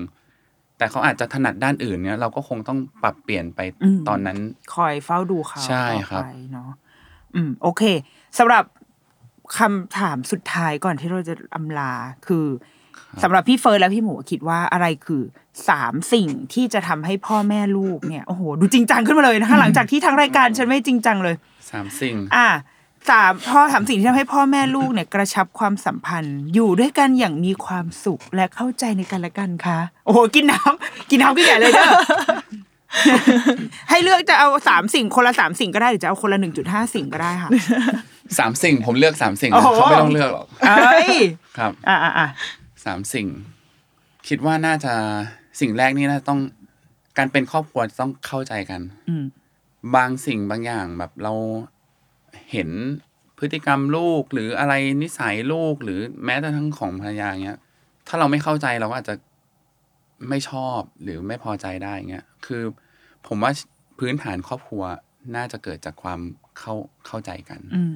[SPEAKER 3] แต่เขาอาจจะถนัดด้านอื่นเนี่ยเราก็คงต้องปรับเปลี่ยนไปตอนนั้น
[SPEAKER 2] คอยเฝ้าดูเขา
[SPEAKER 3] ใช่ครับ
[SPEAKER 2] ต่อไปเนาะอืม โอเคสำหรับคำถามสุดท้ายก่อนที่เราจะอำลาคือสำหรับพี่เฟิร์นและพี่หมูคิดว่าอะไรคือสามสิ่งที่จะทำให้พ่อแม่ลูกเนี่ยโอ้โหดูจริงจังขึ้นมาเลยนะคะ หลังจากที่ทางรายการฉันไม่จริงจังเลย
[SPEAKER 3] สามสิ่ง
[SPEAKER 2] อ่ะสามพ่อสามสิ่งที่ทำให้พ่อแม่ลูกเนี่ย กระชับความสัมพันธ์ อยู่ด้วยกันอย่างมีความสุขและเข้าใจในกันและกันค่ะ โอ้โหกินน้ำกินน้ำกินใหญ่เลยเด้อ ให้เลือกจะเอาสามสิ่งคนละสามสิ่งก็ได้หรือจะเอาคนละหนึ่งจุดห้าสิ่งก็ได้ค่ะ
[SPEAKER 3] สามสิ่งผมเลือกสามสิ่ง
[SPEAKER 2] โอ้
[SPEAKER 3] นะ
[SPEAKER 2] โห
[SPEAKER 3] เขาไม่ต้องเลือกหรอก
[SPEAKER 2] เอ้ย
[SPEAKER 3] ครับ
[SPEAKER 2] อ่ะอ่ะอ่ะ
[SPEAKER 3] สามสิ่ง คิดว่าน่าจะสิ่งแรกนี่น่าจะต้องการเป็นครอบครัวต้องเข้าใจกัน
[SPEAKER 2] อืม
[SPEAKER 3] บางสิ่งบางอย่างแบบเราเห็นพฤติกรรมลูกหรืออะไรนิสัยลูกหรือแม้แต่ทั้งของภรรยาเงี้ย ถ้าเราไม่เข้าใจเราก็อาจจะไม่ชอบหรือไม่พอใจได้เงี้ยคือผมว่าพื้นฐานครอบครัวน่าจะเกิดจากความเข้าเข้าใจกัน
[SPEAKER 2] อืม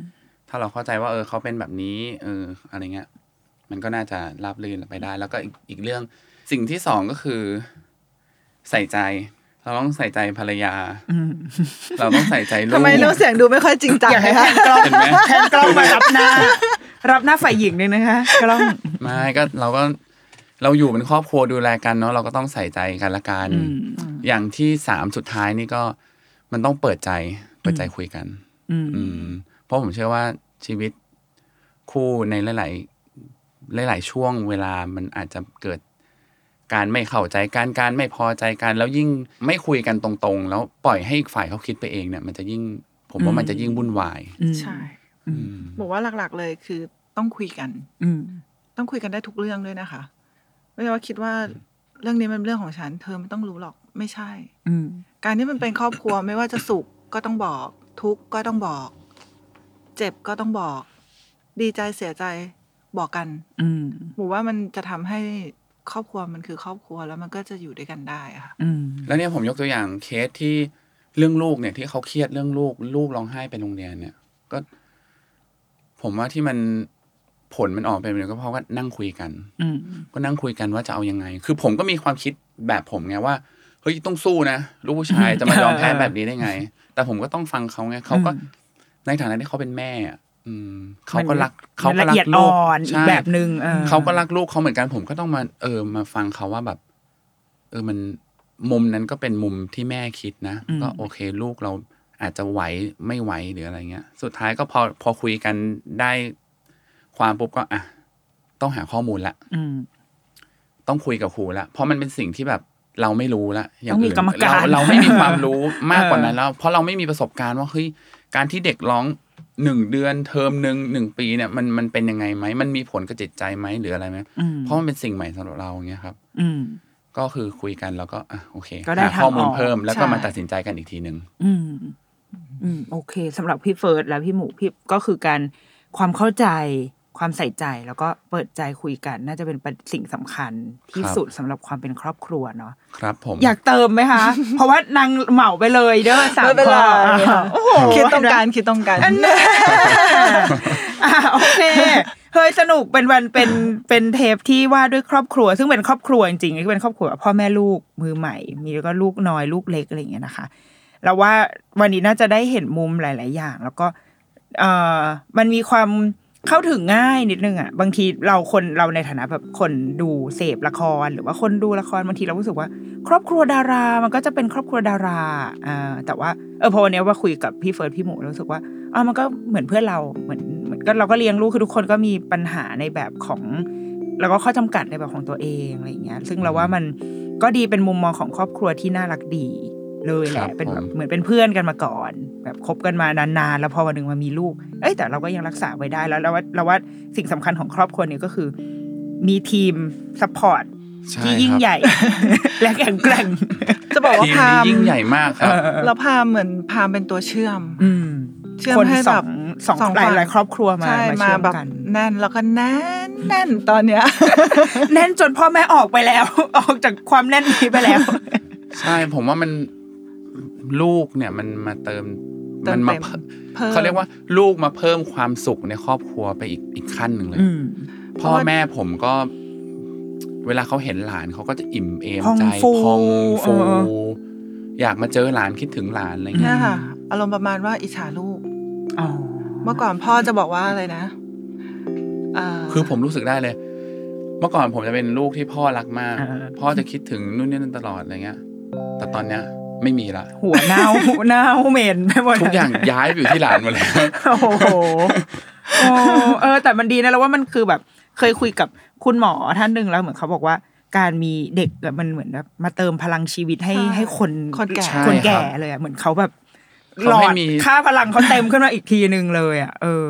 [SPEAKER 3] ถ้าเราเข้าใจว่าเออเขาเป็นแบบนี้เอออะไรเงี้ย มันก็น่าจะราบรื่นไปได้ แล้วก็อีกอีกเรื่องสิ่งที่สองก็คือ ใส่ใจ เราต้องใส่ใจภรรยา เราต้องใส่ใจลูก
[SPEAKER 4] ทำไมน้ำเสียงดูไม่ค่อยจริงจัง
[SPEAKER 2] อยากให้
[SPEAKER 4] คะ
[SPEAKER 2] แทนกล้อง
[SPEAKER 3] เห็นไหม
[SPEAKER 2] แทนกล้องมารับหน้า รับหน้าฝ่ายหญิงเลยนะคะกล้อง
[SPEAKER 3] ไม่ก็เราก็เราอยู่เป็นครอบครัวดูแลกันเนาะเราก็ต้องใส่ใจกันละกัน อย่างที่สามสุดท้ายนี่ก็ มันต้องเปิดใจเปิดใจคุยกัน
[SPEAKER 2] อืม
[SPEAKER 3] อืมเพราะผมเชื่อว่าชีวิตคู่ในหลาย ๆ หลาย ๆ ช่วงเวลามันอาจจะเกิดการไม่เข้าใจการการไม่พอใจกันแล้วยิ่งไม่คุยกันตรง ๆ แล้วปล่อยให้อีกฝ่ายเขาคิดไปเองเนี่ย มันจะยิ่งผมว่ามันจะยิ่งวุ่นวาย
[SPEAKER 2] อืม
[SPEAKER 4] ใช่
[SPEAKER 2] อืม
[SPEAKER 4] บอกว่าหลักๆเลยคือต้องคุยกัน
[SPEAKER 2] อืม
[SPEAKER 4] ต้องคุยกันได้ทุกเรื่องด้วยนะคะ ไม่ใช่ว่าคิดว่าเรื่องนี้มันเป็นเรื่องของฉัน เธอไม่ต้องรู้หรอกไม่ใช่
[SPEAKER 2] อืม
[SPEAKER 4] การที่มันเป็นครอบครัว ไม่ว่าจะสุขก็ต้องบอก ทุกข์ก็ต้องบอก เจ็บก็ต้องบอก ดีใจเสียใจบอกกัน
[SPEAKER 2] อืม
[SPEAKER 4] หมูว่ามันจะทำให้ครอบครัวมันคือครอบครัวแล้วมันก็จะอยู่ด้วยกันได้อะค่ะ
[SPEAKER 2] อืม
[SPEAKER 3] แล้วเนี่ยผมยกตัวอย่างเคสที่เรื่องลูกเนี่ยที่เขาเครียดเรื่องลูกลูกร้องไห้ไปโรงเรียนเนี่ย ก็ ผมว่าที่มันผลมันออกเป็นแบบนี้ก็เพราะว่านั่งคุยกัน
[SPEAKER 2] อืม
[SPEAKER 3] ก็นั่งคุยกันว่าจะเอายังไง คือผมก็มีความคิดแบบผมไงว่า เฮ้ยต้องสู้นะลูกผู้ชายจะมายอมแพ้แบบนี้ ได้ไง แต่ผมก็ต้องฟังเขาไงเขาก็
[SPEAKER 2] อืม
[SPEAKER 3] ในฐานะที่เขาเป็นแม่อะอืมเขาก็
[SPEAKER 2] มัน
[SPEAKER 3] รักเขา
[SPEAKER 2] มัน
[SPEAKER 3] ก็
[SPEAKER 2] ละ
[SPEAKER 3] รัก
[SPEAKER 2] เอียด
[SPEAKER 3] ลู
[SPEAKER 2] อ่
[SPEAKER 3] ก
[SPEAKER 2] อนอีก
[SPEAKER 3] ใช่
[SPEAKER 2] แบบหนึ่งออ
[SPEAKER 3] เขาก็รักลูกเขาเหมือนกันผมก็ต้องมา เออ มาฟังเขาว่าแบบ เออมันมุมนั้นก็เป็นมุมที่แม่คิดนะ
[SPEAKER 2] อืม
[SPEAKER 3] ก็โอเค ลูกเราอาจจะไหวไม่ไหวหรืออะไรเงี้ย สุดท้ายก็พอพอคุยกันได้ความปุ๊บก็อ่ะต้องหาข้อมูลละ
[SPEAKER 2] อืม
[SPEAKER 3] ต้องคุยกับครูละเพราะมันเป็นสิ่งที่แบบเราไม่รู้ละอย่างอื่น
[SPEAKER 2] ต้องมีกรรมการ
[SPEAKER 3] เราเราไม่มีความ รู้มากกว่านั้น
[SPEAKER 2] เออ
[SPEAKER 3] แล้ว เพราะเราไม่มีประสบการณ์ว่าเฮ้ยการที่เด็กร้องหนึ่งเดือนเทอมหนึ่งหนึ่งปีเนี่ยมันมันเป็นยังไงไหมมันมีผลกับจิตใจไหมหรืออะไรไหม
[SPEAKER 2] อืม
[SPEAKER 3] เพราะมันเป็นสิ่งใหม่สำหรับเราอย่างเงี้ยครับ
[SPEAKER 2] อืม
[SPEAKER 3] ก็คือคุยกันแล้วก็อ่ะโอเค
[SPEAKER 2] ก็ได้
[SPEAKER 3] หาข้อมูล
[SPEAKER 2] ทางออก
[SPEAKER 3] เพิ่มแล้วก็
[SPEAKER 4] ใช่
[SPEAKER 3] มาตัดสินใจกันอีกทีหนึ่ง
[SPEAKER 2] อืม อืม โอเคสำหรับพี่เฟิร์สและพี่หมูพี่ก็คือการความเข้าใจความใส่ใจแล้วก็เปิดใจคุยกัน น่าจะเป็นประสิ่งสำคัญที่สุดสำหรับความเป็นครอบครัวเนาะ
[SPEAKER 3] ครับ ผม
[SPEAKER 2] อยากเติมไหมคะ เพราะว่านางเหมาไปเลยเด้อสาม
[SPEAKER 4] ไม่เป็น
[SPEAKER 2] ข้
[SPEAKER 4] ไร
[SPEAKER 2] อ
[SPEAKER 4] ค่ะ
[SPEAKER 2] โอ้โห
[SPEAKER 4] คิดต้องการคิดต้องการ
[SPEAKER 2] อันแน่อ่ะโอเคเฮ้ยสนุกเป็นวันเป็นเป็นเทปที่ว่าด้วยครอบครัว ซึ่งเป็นครอบครัวจริงๆก็เป็นครอบครัวพ่อแม่ลูกมือใหม่ มีแล้วก็ลูกน้อยลูกเล็กอะไรอย่างเงี้ยนะคะ เราว่าวันนี้น่าจะได้เห็นมุมหลาย ๆ อย่าง แล้วก็เอ่อมันมีความเข้าถึงง่ายนิดนึงอ่ะบางทีเราคนเราในฐานะแบบคนดูเสพละคร หรือว่าคนดูละครบางทีเรารู้สึกว่า ครอบครัวดารามันก็จะเป็นครอบครัวดาราอ่าแต่ว่าเออพอวันนี้ว่าคุยกับพี่เฟิร์สพี่หมูรู้สึกว่าอ่ามันก็เหมือนเพื่อนเราเหมือนเหมือนก็เราก็เลี้ยงลูกคือทุกคนก็มีปัญหาในแบบของ แล้วก็ข้อจำกัดในแบบของตัวเองอะไรอย่างเงี้ย ซึ่งเราว่ามันก็ดีเป็นมุมมองของครอบครัวที่น่ารักดีเลยแหละเป็นแบบ เหมือนเป็นเพื่อนกันมาก่อน แบบคบกันมานานๆ แล้วพอวันหนึ่งมามีลูก เอ้ยแต่เราก็ยังรักษาไว้ได้แล้วเราว่าเราว่าสิ่งสำคัญของครอบครัวเนี่ยก็คือ มีทีมซัพพอร์ต
[SPEAKER 3] ช่
[SPEAKER 2] ที่ยิ่งใหญ่ และแข็งแกร่ง
[SPEAKER 4] จะบอกว่า
[SPEAKER 3] ทีม
[SPEAKER 4] พาม
[SPEAKER 3] นี้ยิ่งใหญ่มากครับ
[SPEAKER 4] แล้วพามเหมือนพามเป็นตัวเชื่อม
[SPEAKER 2] อืม
[SPEAKER 4] เชื่อม
[SPEAKER 2] คน
[SPEAKER 4] ให้
[SPEAKER 2] ส
[SPEAKER 4] แบ
[SPEAKER 2] อบ งสอง
[SPEAKER 4] สอง
[SPEAKER 2] หลายห
[SPEAKER 4] ฝั่
[SPEAKER 2] ลาย
[SPEAKER 4] ง
[SPEAKER 2] ครอบครัวมา
[SPEAKER 4] ใช่
[SPEAKER 2] มา
[SPEAKER 4] มา
[SPEAKER 2] เชื่อม
[SPEAKER 4] แบบ
[SPEAKER 2] กัน
[SPEAKER 4] แน่นแล้วก็แน่นแน่นตอนเนี้ย
[SPEAKER 2] แน่นจนพ่อแม่ออกไปแล้ว ออกจากความแน่นนี้ไปแล้ว
[SPEAKER 3] ใช่ผมว่ามันลูกเนี่ยมันมาเติม
[SPEAKER 4] เติม
[SPEAKER 3] มันมา
[SPEAKER 4] เต็ม
[SPEAKER 3] เพิ่ม
[SPEAKER 4] เพิ่ม
[SPEAKER 3] เขาเรียกว่าลูกมาเพิ่มความสุขในครอบครัวไปอีกอีกขั้นหนึ่งเลย
[SPEAKER 2] อืม
[SPEAKER 3] พ่อแม่ผมก็ เวลาเขาเห็นหลานเขาก็จะอิ่มเอม
[SPEAKER 2] พอง
[SPEAKER 3] ใจ
[SPEAKER 2] ฟู
[SPEAKER 3] พองฟู
[SPEAKER 2] เออ
[SPEAKER 3] อยากมาเจอหลานคิดถึงหลานอะไรเงี้ย
[SPEAKER 4] เนี่ยค่ะอารมณ์ประมาณว่าอิจฉาลูก
[SPEAKER 2] อ๋อ
[SPEAKER 4] เมื่อก่อนพ่อจะบอกว่าอะไรนะอ่า
[SPEAKER 3] คือผมรู้สึกได้เลย เมื่อก่อนผมจะเป็นลูกที่พ่อรักมาก พ่อจะคิดถึงนู่นนี่นั่นตลอดอะไรเงี้ย แต่ตอนเนี้ย ไม่มีละ
[SPEAKER 2] หัวเน่า หัวเน่าเหม็นไปหมด
[SPEAKER 3] ทุกอย่างย้ายไปอยู่ที่หลานหมดแล้ว
[SPEAKER 2] โอ้โหโอ้เออ แต่มันดีนะแล้วว่ามันคือแบบเคยคุยกับคุณหมอท่านหนึ่งแล้วเหมือนเขาบอกว่า การมีเด็กอะมันเหมือนแบบมาเติมพลังชีวิตให้ให้คน
[SPEAKER 4] คนแก่
[SPEAKER 3] ใช่
[SPEAKER 2] คนแก่
[SPEAKER 3] ครับ
[SPEAKER 2] เลยอะเหมือนเขาแบบหล
[SPEAKER 3] เขา
[SPEAKER 2] อ
[SPEAKER 3] ไม่
[SPEAKER 2] ด
[SPEAKER 3] มี
[SPEAKER 2] ค่าพลังเขาเต็มขึ้นมาอีกทีหนึ่งเลย อะเออ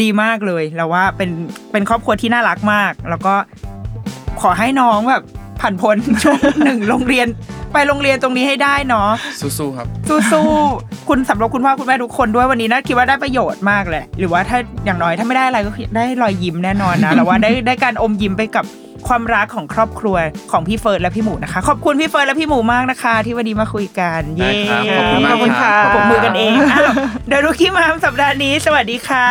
[SPEAKER 2] ดีมากเลยแล้วว่าเป็นเป็นครอบครัวที่น่ารักมาก แล้วก็ขอให้น้องแบบผ่าน พ้นช่วงหนึ่งโรงเรียนไปโรงเรียนตรงนี้ให้ได้เนาะ
[SPEAKER 3] สู้ๆครับ
[SPEAKER 2] สู้ๆ คุณสำหรับคุณพ่อคุณแม่ทุกคนด้วยวันนี้นะคิดว่าได้ประโยชน์มากเลย หรือว่าถ้าอย่างน้อยถ้าไม่ได้อะไรก็คือได้รอยยิ้มแน่นอน นะ แล้วว่าได้ได้การอมยิ้มไปกับความรักของครอบครัวของพี่เฟิร์นและพี่หมูนะคะ ขอบคุณพี่เฟิร์นและพี่หมูมากนะคะ ที่วันนี้มาคุยกันเย้
[SPEAKER 3] ได้ครับขอบคุณมา
[SPEAKER 4] ข
[SPEAKER 3] ก
[SPEAKER 4] อบคุณค่ะ
[SPEAKER 2] ปรบมือกันเองอ้าวเดรุกี้มามสัปดาห์นี้ สวัสดีค่ะ